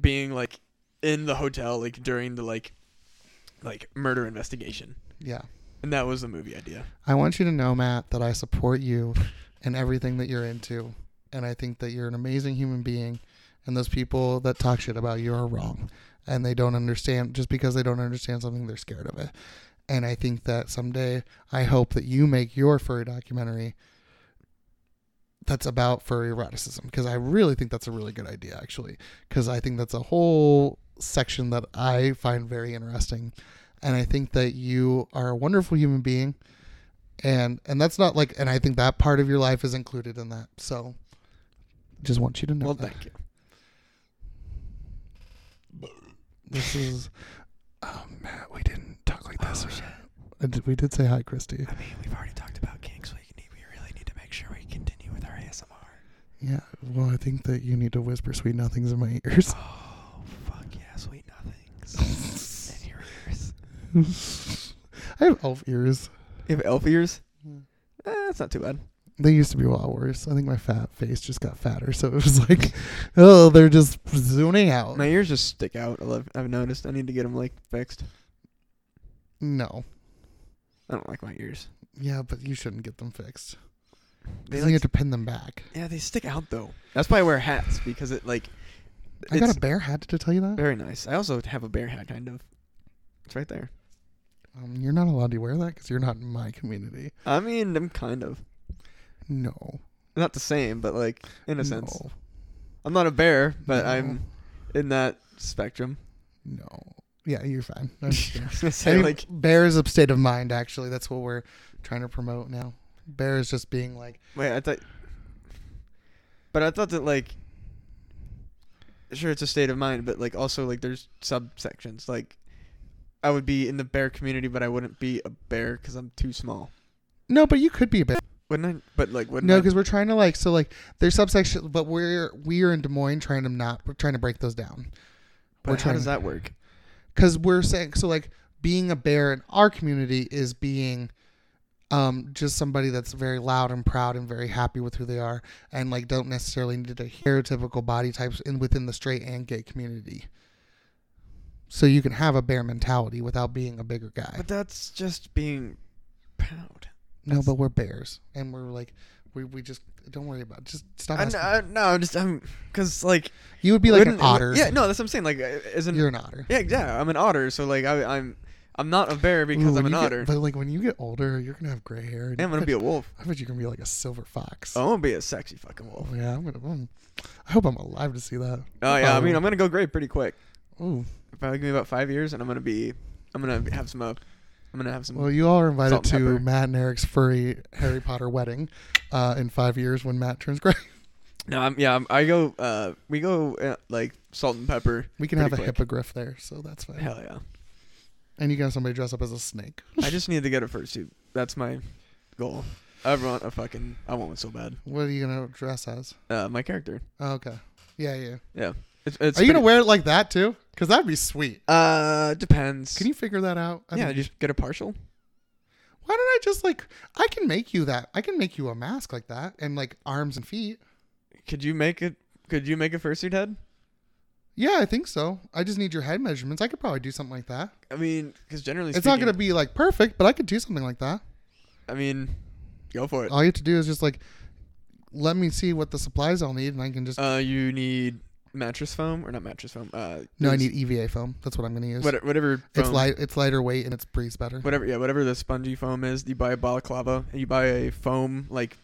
Speaker 2: being like in the hotel like during the like like murder investigation.
Speaker 1: yeah.
Speaker 2: And that was the movie idea.
Speaker 1: I want you to know, Matt, that I support you and everything that you're into. And I think that you're an amazing human being. And those people that talk shit about you are wrong. And they don't understand, just because they don't understand something, they're scared of it. And I think that someday, I hope that you make your furry documentary that's about furry eroticism. Because I really think that's a really good idea, actually. Because I think that's a whole section that I find very interesting. And I think that you are a wonderful human being and and that's not like and i think that part of your life is included in that so just want you to know
Speaker 2: Well,
Speaker 1: that
Speaker 2: thank you.
Speaker 1: this is oh matt we didn't talk like this Oh, I did- we did say hi christy
Speaker 2: I mean, we've already talked about kinks. We need, we really need to make sure we continue with our ASMR.
Speaker 1: yeah well i think that you need to whisper sweet nothings in my ears
Speaker 2: Oh fuck yeah, sweet nothings. In your ears.
Speaker 1: i have elf ears
Speaker 2: You have elf ears.
Speaker 1: Yeah.
Speaker 2: Eh, that's not too bad.
Speaker 1: they used to be a lot worse i think my fat face just got fatter so it was like oh they're just zooming out
Speaker 2: My ears just stick out. I love, I've noticed. I need to get them like fixed.
Speaker 1: no
Speaker 2: I don't like my ears.
Speaker 1: yeah but you shouldn't get them fixed
Speaker 2: They
Speaker 1: they
Speaker 2: like-
Speaker 1: you have to pin them back
Speaker 2: Yeah, they stick out though. That's why I wear hats because it like.
Speaker 1: i got
Speaker 2: it's
Speaker 1: a bear hat did i tell you that
Speaker 2: very nice. I also have a bear hat, kind of. It's right there.
Speaker 1: Um, you're not allowed to wear that because you're not in my community.
Speaker 2: I mean, I'm kind of
Speaker 1: No.
Speaker 2: not the same, but like in a sense,
Speaker 1: No.
Speaker 2: I'm not a bear, but
Speaker 1: No.
Speaker 2: I'm in that spectrum.
Speaker 1: No. Yeah, you're fine. I'm just kidding.
Speaker 2: I say,
Speaker 1: Anyway,
Speaker 2: like,
Speaker 1: bear is a state of mind, actually. That's what we're trying to promote now. Bear is just being like,
Speaker 2: wait, I thought, but I thought that like, sure, it's a state of mind, but like also like there's subsections. Like, I would be in the bear community, but I wouldn't be a bear because I'm too small.
Speaker 1: no, but you could be a bear.
Speaker 2: Wouldn't I? But like, wouldn't
Speaker 1: No,
Speaker 2: I-
Speaker 1: because we're trying to like, so like, there's subsection, but we're we're in Des Moines trying to not, we're trying to break those down.
Speaker 2: but
Speaker 1: we're
Speaker 2: how
Speaker 1: trying
Speaker 2: does
Speaker 1: to-
Speaker 2: that work?
Speaker 1: Because we're saying, so like, being a bear in our community is being um, just somebody that's very loud and proud and very happy with who they are, and like don't necessarily need to hear typical body types in within the straight and gay community. So you can have a bear mentality without being a bigger guy.
Speaker 2: But that's just being proud.
Speaker 1: No, but we're bears, and we're like, we, we just don't worry about. It. Just stop.
Speaker 2: I,
Speaker 1: Asking.
Speaker 2: I, no, I'm just I'm because like
Speaker 1: you would be like an
Speaker 2: wouldn't-
Speaker 1: otter.
Speaker 2: Yeah, no, that's what I'm saying. Like, uh, isn't
Speaker 1: you're an otter.
Speaker 2: Yeah, yeah. I'm an otter, so like I, I'm, I'm not a bear
Speaker 1: Ooh,
Speaker 2: because
Speaker 1: when
Speaker 2: I'm an
Speaker 1: you get-
Speaker 2: otter.
Speaker 1: but like when you get older, you're gonna have gray hair. And
Speaker 2: Yeah, I'm gonna be a wolf.
Speaker 1: I bet you're gonna be like a silver fox.
Speaker 2: I'm gonna be a sexy fucking wolf.
Speaker 1: Oh, yeah, I'm gonna. mm. I hope I'm alive to see that.
Speaker 2: Oh yeah, I mean
Speaker 1: Oh.
Speaker 2: I'm gonna go gray pretty quick.
Speaker 1: Ooh.
Speaker 2: Probably give me about five years, and I'm gonna be, I'm gonna have some, uh, I'm gonna have some.
Speaker 1: Well, you all are invited
Speaker 2: Salt
Speaker 1: to
Speaker 2: and pepper.
Speaker 1: Matt and Eric's furry Harry Potter wedding uh, in five years when Matt turns gray.
Speaker 2: no, I'm, yeah, I'm, I go, uh, we go uh, like salt and pepper.
Speaker 1: We can
Speaker 2: Pretty
Speaker 1: have a
Speaker 2: quick.
Speaker 1: hippogriff there, so that's fine.
Speaker 2: Hell yeah.
Speaker 1: And you can have somebody dress up as a snake.
Speaker 2: I just need to get a fursuit. That's my goal. I want a fucking. I want one so bad.
Speaker 1: What are you gonna dress as?
Speaker 2: Uh, my character.
Speaker 1: Oh, okay. Yeah, yeah.
Speaker 2: Yeah. It's, it's
Speaker 1: Are you gonna
Speaker 2: pretty-
Speaker 1: wear it like that too? Because that'd be sweet.
Speaker 2: Uh, depends.
Speaker 1: Can you figure that out? I
Speaker 2: yeah,
Speaker 1: think-
Speaker 2: just get a partial.
Speaker 1: why don't I just like I can make you that. I can make you a mask like that and like arms and feet.
Speaker 2: Could you make it? Could you make a fursuit head?
Speaker 1: Yeah, I think so. I just need your head measurements. I could probably do something like that.
Speaker 2: I mean, because generally
Speaker 1: It's
Speaker 2: speaking,
Speaker 1: not gonna be like perfect, but I could do something like that.
Speaker 2: I mean, go for it.
Speaker 1: All you have to do is just like let me see what the supplies I'll need, and I can just.
Speaker 2: Uh, you need mattress foam or not mattress foam. Uh,
Speaker 1: no, I
Speaker 2: there's-
Speaker 1: need EVA foam. That's what I'm gonna use.
Speaker 2: what, whatever. Foam,
Speaker 1: It's light. It's lighter weight and it's breathes better.
Speaker 2: Whatever. Yeah, whatever the spongy foam is. You buy a balaclava and you buy a foam like.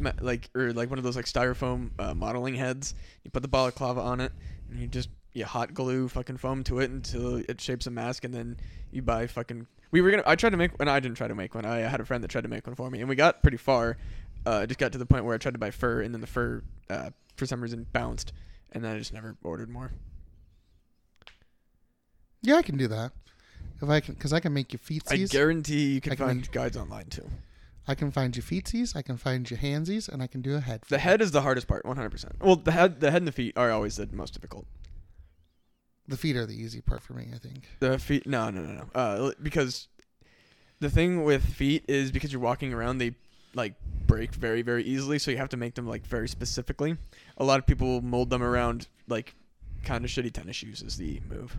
Speaker 2: ma- Like or like one of those like styrofoam uh, modeling heads. You put the balaclava on it, and you just you hot glue fucking foam to it until it shapes a mask, and then you buy fucking. We were gonna. I tried to make one. I didn't try to make one. I had a friend that tried to make one for me, and we got pretty far. Uh, I just got to the point where I tried to buy fur, and then the fur, uh, for some reason, bounced, and then I just never ordered more.
Speaker 1: Yeah, I can do that. If I can, because I can make you feetsies.
Speaker 2: I guarantee you can
Speaker 1: I can
Speaker 2: find
Speaker 1: make-
Speaker 2: guides online too.
Speaker 1: I can find you feetsies. I can find you handsies, and I can do a head.
Speaker 2: The head is the hardest part, 100%. Well, the head, the head and the feet are always the most difficult.
Speaker 1: The feet are the easy part for me, I think.
Speaker 2: The feet, no, no, no, no. Uh, l- because the thing with feet is because you're walking around, they like break very, very easily. So you have to make them like very specifically. A lot of people will mold them around like kind of shitty tennis shoes is the move.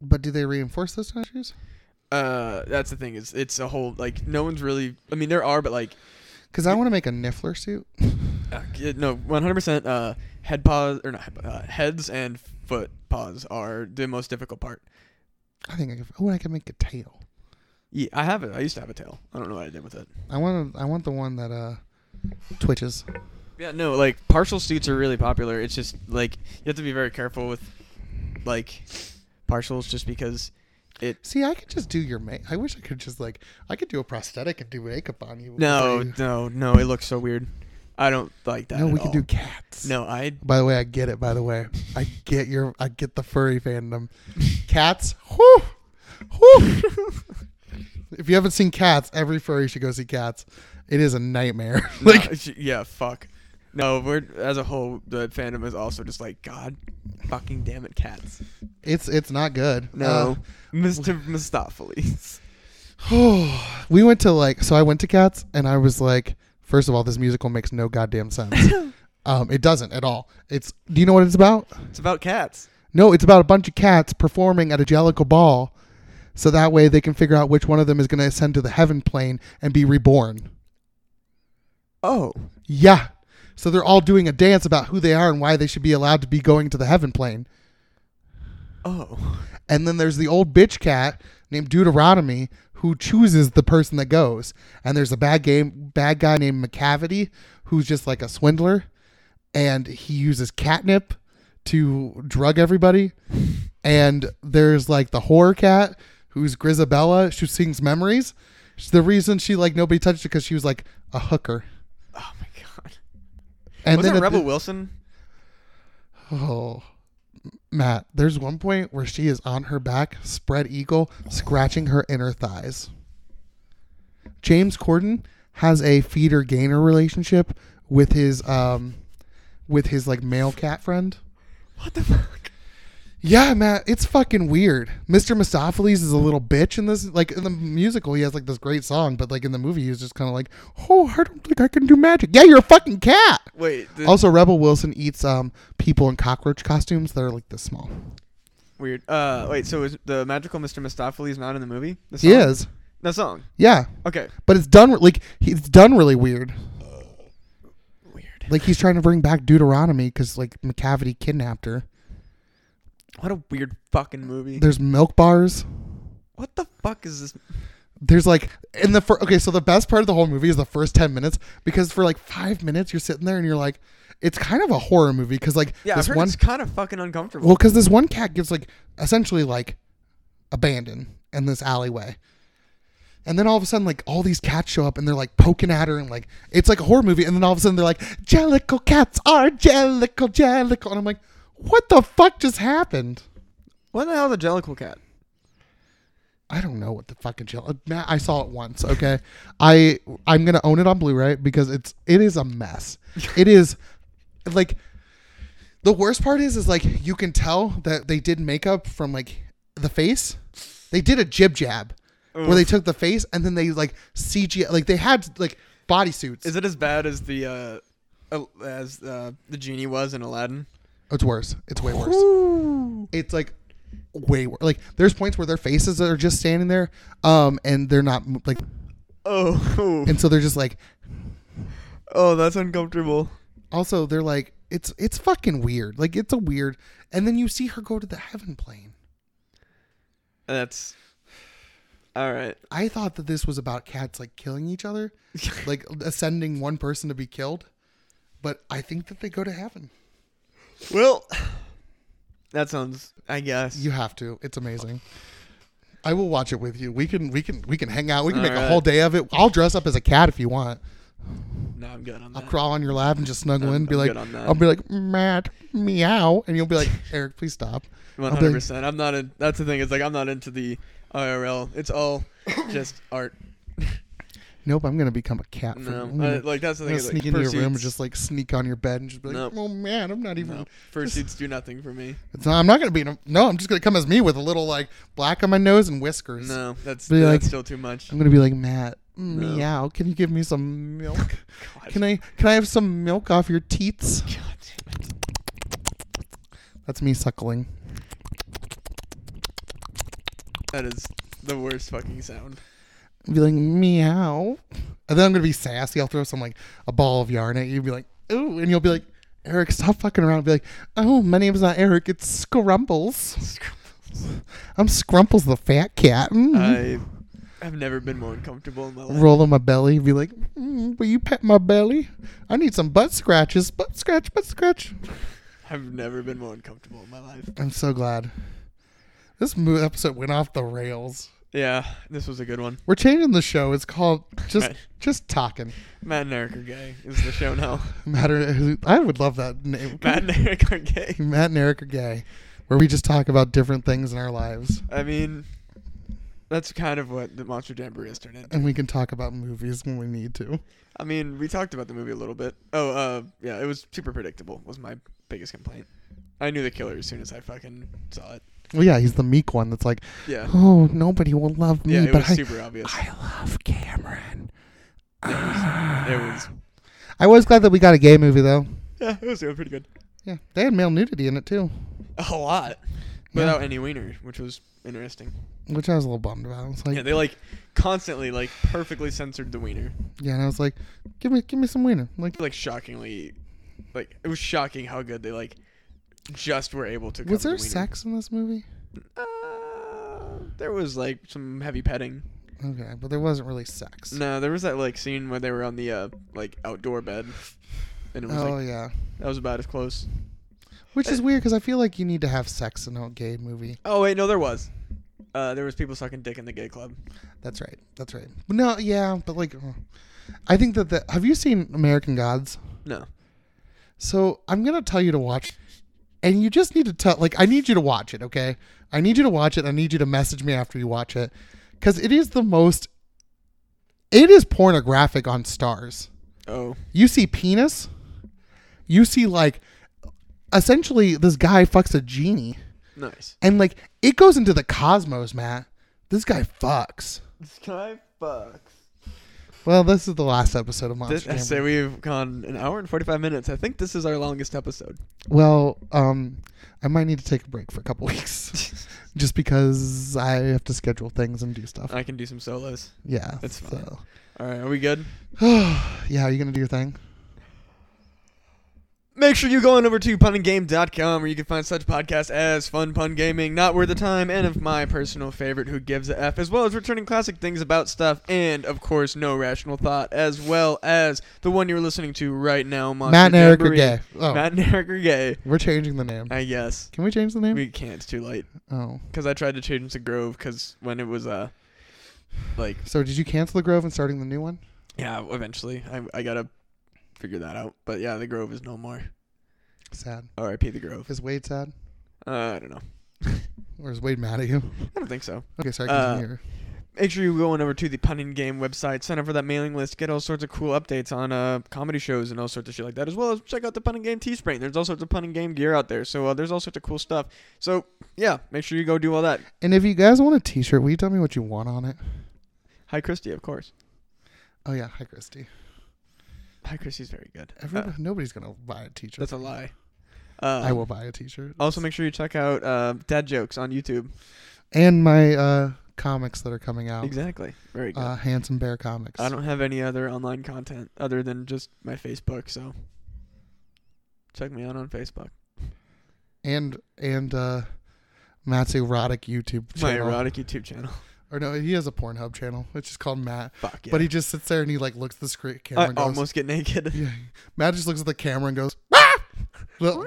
Speaker 1: But do they reinforce those tennis shoes?
Speaker 2: Uh, that's the thing is it's a whole like no one's really. I mean, there are, but like
Speaker 1: Because I want to make a Niffler suit.
Speaker 2: Uh, yeah, no, one hundred percent. Uh, head paws or not? head paws, Uh, heads and foot paws are the most difficult part.
Speaker 1: I think I could. Oh, and I can make a tail.
Speaker 2: Yeah, I have it. I used to have a tail. I don't know what I did with it.
Speaker 1: I want. to. I want the one that uh, twitches.
Speaker 2: Yeah, no, like partial suits are really popular. It's just like you have to be very careful with like partials, just because it.
Speaker 1: See, I could just do your make. I wish I could just like I could do a prosthetic and do makeup on you.
Speaker 2: No,
Speaker 1: before
Speaker 2: no, no. It looks so weird. I don't like that.
Speaker 1: you. no,
Speaker 2: at
Speaker 1: we could
Speaker 2: all.
Speaker 1: do cats.
Speaker 2: No, I.
Speaker 1: By the way, I get it. By the way, I get your, I get the furry fandom. Cats, whoo, whoo. if you haven't seen Cats, every furry should go see Cats. It is a nightmare.
Speaker 2: Like,
Speaker 1: like,
Speaker 2: yeah, fuck. No, we're as a whole. The fandom is also just like God, fucking damn it, cats.
Speaker 1: it's it's not good.
Speaker 2: No, Mr. Mistopheles.
Speaker 1: Uh, we went to like, so I went to Cats, and I was like, first of all, this musical makes no goddamn sense. um, it doesn't at all. It's. Do you know what it's about?
Speaker 2: It's about cats.
Speaker 1: No, it's about a bunch of cats performing at a Jellicle ball, so that way they can figure out which one of them is going to ascend to the heaven plane and be reborn.
Speaker 2: Oh,
Speaker 1: Yeah. So they're all doing a dance about who they are and why they should be allowed to be going to the heaven plane.
Speaker 2: oh,
Speaker 1: And then there's the old bitch cat named Deuteronomy who chooses the person that goes. And there's a bad game bad guy named McCavity who's just like a swindler and he uses catnip to drug everybody. And there's like the horror cat who's Grisabella, who sings memories. The reason she like nobody touched her because she was like a hooker.
Speaker 2: oh my god.
Speaker 1: And
Speaker 2: Wasn't
Speaker 1: then
Speaker 2: it
Speaker 1: at the-
Speaker 2: Rebel Wilson?
Speaker 1: Oh, Matt, there's one point where she is on her back, spread eagle, scratching her inner thighs. James Corden has a feeder gainer relationship with his um with his like male cat friend.
Speaker 2: What the fuck?
Speaker 1: Yeah, Matt, it's fucking weird. Mr. Mistopheles is a little bitch in this. Like in the musical, he has like this great song, but like in the movie, he's just kind of like, "Oh, I don't think I can do magic." Yeah, you're a fucking cat.
Speaker 2: Wait, the,
Speaker 1: Also, Rebel Wilson eats um people in cockroach costumes that are like this small.
Speaker 2: weird. Uh, wait. So is the magical Mr. Mistopheles not in the movie? The
Speaker 1: He
Speaker 2: song?
Speaker 1: is,
Speaker 2: The song.
Speaker 1: yeah,
Speaker 2: Okay.
Speaker 1: but it's done re- like he- it's done really weird.
Speaker 2: Weird.
Speaker 1: Like he's trying to bring back Deuteronomy because like McCavity kidnapped her.
Speaker 2: What a weird fucking movie.
Speaker 1: There's milk bars.
Speaker 2: What the fuck is this?
Speaker 1: There's like in the first okay, so the best part of the whole movie is the first ten minutes because for like five minutes you're sitting there and you're like, it's kind of a horror movie because like
Speaker 2: Yeah, I've
Speaker 1: this
Speaker 2: heard
Speaker 1: one
Speaker 2: it's kind of fucking uncomfortable.
Speaker 1: Well, because this one cat gives like essentially like abandon in this alleyway, and then all of a sudden like all these cats show up and they're like poking at her and like it's like a horror movie, and then all of a sudden they're like Jellicle cats are Jellicle Jellicle, and I'm like, what the fuck just happened?
Speaker 2: what the hell is a jellicle cat?
Speaker 1: I don't know what the fucking chill. uh, Matt, I saw it once. Okay, I I'm gonna own it on Blu-ray because it's it is a mess. It is like the worst part is is like you can tell that they did makeup from like the face. They did a jib jab where they took the face and then they like CG like they had like bodysuits.
Speaker 2: Is it as bad as the uh, Al- as uh, the genie was in Aladdin?
Speaker 1: It's worse. It's way worse. It's like way worse. Like there's points where their faces are just standing there, um, and they're not mo- like,
Speaker 2: Oh,
Speaker 1: and so they're just like.
Speaker 2: oh, that's uncomfortable.
Speaker 1: Also, they're like, it's it's fucking weird. Like it's a weird. And then you see her go to the heaven plane.
Speaker 2: That's all right.
Speaker 1: I thought that this was about cats like killing each other, like ascending one person to be killed, but I think that they go to heaven.
Speaker 2: Well, that sounds. I guess.
Speaker 1: You have to. It's amazing. I will watch it with you. We can we can we can hang out. We can
Speaker 2: All
Speaker 1: make a
Speaker 2: right.
Speaker 1: whole day of it. I'll dress up as a cat if you want.
Speaker 2: no, I'm good on
Speaker 1: I'll
Speaker 2: that.
Speaker 1: crawl on your lap and just snuggle
Speaker 2: I'm-
Speaker 1: in. Be
Speaker 2: I'm
Speaker 1: like,
Speaker 2: good on that.
Speaker 1: I'll be like, Matt, meow, and you'll be like, Eric, please stop. I'll
Speaker 2: One
Speaker 1: be like-
Speaker 2: hundred percent. I'm not in. That's the thing. It's like I'm not into the IRL. It's all just art.
Speaker 1: nope, I'm gonna become a cat. For
Speaker 2: No,
Speaker 1: I'm gonna,
Speaker 2: uh, like that's the
Speaker 1: I'm gonna
Speaker 2: thing. is,
Speaker 1: sneak
Speaker 2: Like,
Speaker 1: into your room and
Speaker 2: pursuits-
Speaker 1: just like sneak on your bed and just be like,
Speaker 2: Nope.
Speaker 1: oh man, I'm not even.
Speaker 2: no, fursuits do nothing for me.
Speaker 1: It's not, I'm not gonna be. in a- No, I'm just gonna come as me with a little like black on my nose and whiskers.
Speaker 2: No, that's
Speaker 1: Be
Speaker 2: that's
Speaker 1: like-
Speaker 2: still too much.
Speaker 1: I'm gonna be like Matt. mm,
Speaker 2: No.
Speaker 1: Meow. Can you give me some milk?
Speaker 2: God.
Speaker 1: Can I can I have some milk off your teats?
Speaker 2: God damn it.
Speaker 1: That's me suckling.
Speaker 2: That is the worst fucking sound.
Speaker 1: Be like meow, and then I'm gonna be sassy. I'll throw some like a ball of yarn at you. Be like ooh, and you'll be like Eric, stop fucking around. Be like oh, my name's not Eric. It's Scrumbles. I'm Scrumbles the fat cat. Mm.
Speaker 2: I have never been more uncomfortable in my life.
Speaker 1: Roll on my belly. Be like, mm, will you pet my belly? I need some butt scratches. Butt scratch. Butt scratch.
Speaker 2: I've never been more uncomfortable in my life.
Speaker 1: I'm so glad. This mo- episode went off the rails.
Speaker 2: Yeah, this was a good one.
Speaker 1: We're changing the show. It's called just
Speaker 2: Right.
Speaker 1: just talking.
Speaker 2: Matt and Eric are gay is the show now.
Speaker 1: Matter. I would love that name.
Speaker 2: Matt and Eric are gay.
Speaker 1: Matt and Eric are gay, where we just talk about different things in our lives,
Speaker 2: I mean, that's kind of what the Monster Jamboree has turned into.
Speaker 1: and we can talk about movies when we need to.
Speaker 2: I mean, we talked about the movie a little bit. Oh, uh, yeah, it was super predictable. Was my biggest complaint. I knew the killer as soon as I fucking saw it.
Speaker 1: Well, yeah, he's the meek one. That's like,
Speaker 2: Yeah,
Speaker 1: oh, nobody will love me,
Speaker 2: yeah, it
Speaker 1: but
Speaker 2: was
Speaker 1: I,
Speaker 2: super obvious.
Speaker 1: I love Cameron.
Speaker 2: It was,
Speaker 1: I was glad that we got a gay movie though.
Speaker 2: yeah, it was doing pretty good.
Speaker 1: Yeah, they had male nudity in it too,
Speaker 2: A lot, without any wiener, which was interesting.
Speaker 1: which I was a little bummed about. I was like,
Speaker 2: Yeah, they like constantly like perfectly censored the wiener.
Speaker 1: yeah, and I was like, give me, give me some wiener. Like,
Speaker 2: Like shockingly, like it was shocking how good they like just were able to.
Speaker 1: was
Speaker 2: cover
Speaker 1: there
Speaker 2: the wiener.
Speaker 1: sex in this movie?
Speaker 2: Uh, there was like some heavy petting.
Speaker 1: Okay, but there wasn't really sex.
Speaker 2: No, there was that like scene where they were on the uh like outdoor bed, and it was
Speaker 1: Oh
Speaker 2: like
Speaker 1: yeah,
Speaker 2: that was about as close.
Speaker 1: which is weird because I feel like you need to have sex in a gay movie.
Speaker 2: Oh wait, no, there was. Uh, there was people sucking dick in the gay club.
Speaker 1: That's right. That's right. But no, yeah, but like, uh, I think that the have you seen American Gods?
Speaker 2: No,
Speaker 1: So I'm gonna tell you to watch, and you just need to tell. Like, I need you to watch it. Okay, I need you to watch it. I need you to message me after you watch it, because it is the most. It is pornographic on stars.
Speaker 2: oh,
Speaker 1: you see penis you see like essentially this guy fucks a genie
Speaker 2: nice.
Speaker 1: and like it goes into the cosmos matt this guy fucks
Speaker 2: This guy fucks.
Speaker 1: well this is the last episode of
Speaker 2: This,
Speaker 1: monster
Speaker 2: I say
Speaker 1: Jamboree.
Speaker 2: we've gone an hour and forty-five minutes. I think this is our longest episode.
Speaker 1: well um i might need to take a break for a couple weeks just because i have to schedule things and do stuff
Speaker 2: I can do some solos.
Speaker 1: yeah
Speaker 2: Oh, That's fine.
Speaker 1: so
Speaker 2: All right, are we good?
Speaker 1: yeah are you gonna do your thing
Speaker 2: Make sure you go on over to punandgame.com where you can find such podcasts as Fun Pun Gaming, Not Worth the Time, and of my personal favorite, Who Gives a F, as well as returning classic things about stuff, and of course, No Rational Thought, as well as the one you're listening to right now, Monster
Speaker 1: matt and eric are
Speaker 2: Jamboree.
Speaker 1: gay oh
Speaker 2: Matt and Eric are gay,
Speaker 1: we're changing the name
Speaker 2: I guess.
Speaker 1: can we change the name
Speaker 2: We can't, it's too late.
Speaker 1: oh
Speaker 2: Because I tried to change them to Grove, because when it was, uh, like,
Speaker 1: so did you cancel the grove and starting the new one
Speaker 2: yeah, eventually, I, I gotta figure that out. But yeah, the Grove is no more.
Speaker 1: sad
Speaker 2: RIP the Grove.
Speaker 1: is wade sad
Speaker 2: Uh, I don't know.
Speaker 1: Or is Wade mad at you?
Speaker 2: I don't think so.
Speaker 1: Okay, sorry.
Speaker 2: Uh,
Speaker 1: Continue.
Speaker 2: Make sure you go on over to the punning game website, sign up for that mailing list, get all sorts of cool updates on uh, comedy shows and all sorts of shit like that, as well as check out the punning game Teespring. There's all sorts of punning game gear out there, so uh, there's all sorts of cool stuff. So yeah, make sure you go do all that.
Speaker 1: and if you guys want a T-shirt, will you tell me what you want on it?
Speaker 2: Hi Christy, of course.
Speaker 1: Oh yeah, hi Christy.
Speaker 2: Hi Christy's very good. Uh,
Speaker 1: Everybody, nobody's gonna buy a T-shirt.
Speaker 2: that's a lie. Uh,
Speaker 1: I will buy a T-shirt.
Speaker 2: Also, make sure you check out uh, Dad Jokes on YouTube.
Speaker 1: and my uh, comics that are coming out.
Speaker 2: Exactly. Very good.
Speaker 1: Oh. Uh, Handsome Bear Comics.
Speaker 2: I don't have any other online content other than just my Facebook, so check me out on Facebook.
Speaker 1: and and uh, Matt's erotic YouTube
Speaker 2: My
Speaker 1: channel.
Speaker 2: erotic YouTube channel.
Speaker 1: Or no, he has a Pornhub channel. It's just called Matt.
Speaker 2: Fuck yeah.
Speaker 1: But he just sits there and he like looks at the screen camera.
Speaker 2: I
Speaker 1: and goes,
Speaker 2: almost get naked.
Speaker 1: Yeah. Matt just looks at the camera and goes. "Ah!" Well,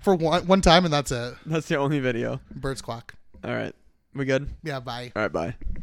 Speaker 1: For one one time and that's it.
Speaker 2: That's the only video.
Speaker 1: Bird's clock.
Speaker 2: All right. We good?
Speaker 1: Yeah. Bye.
Speaker 2: All right, bye.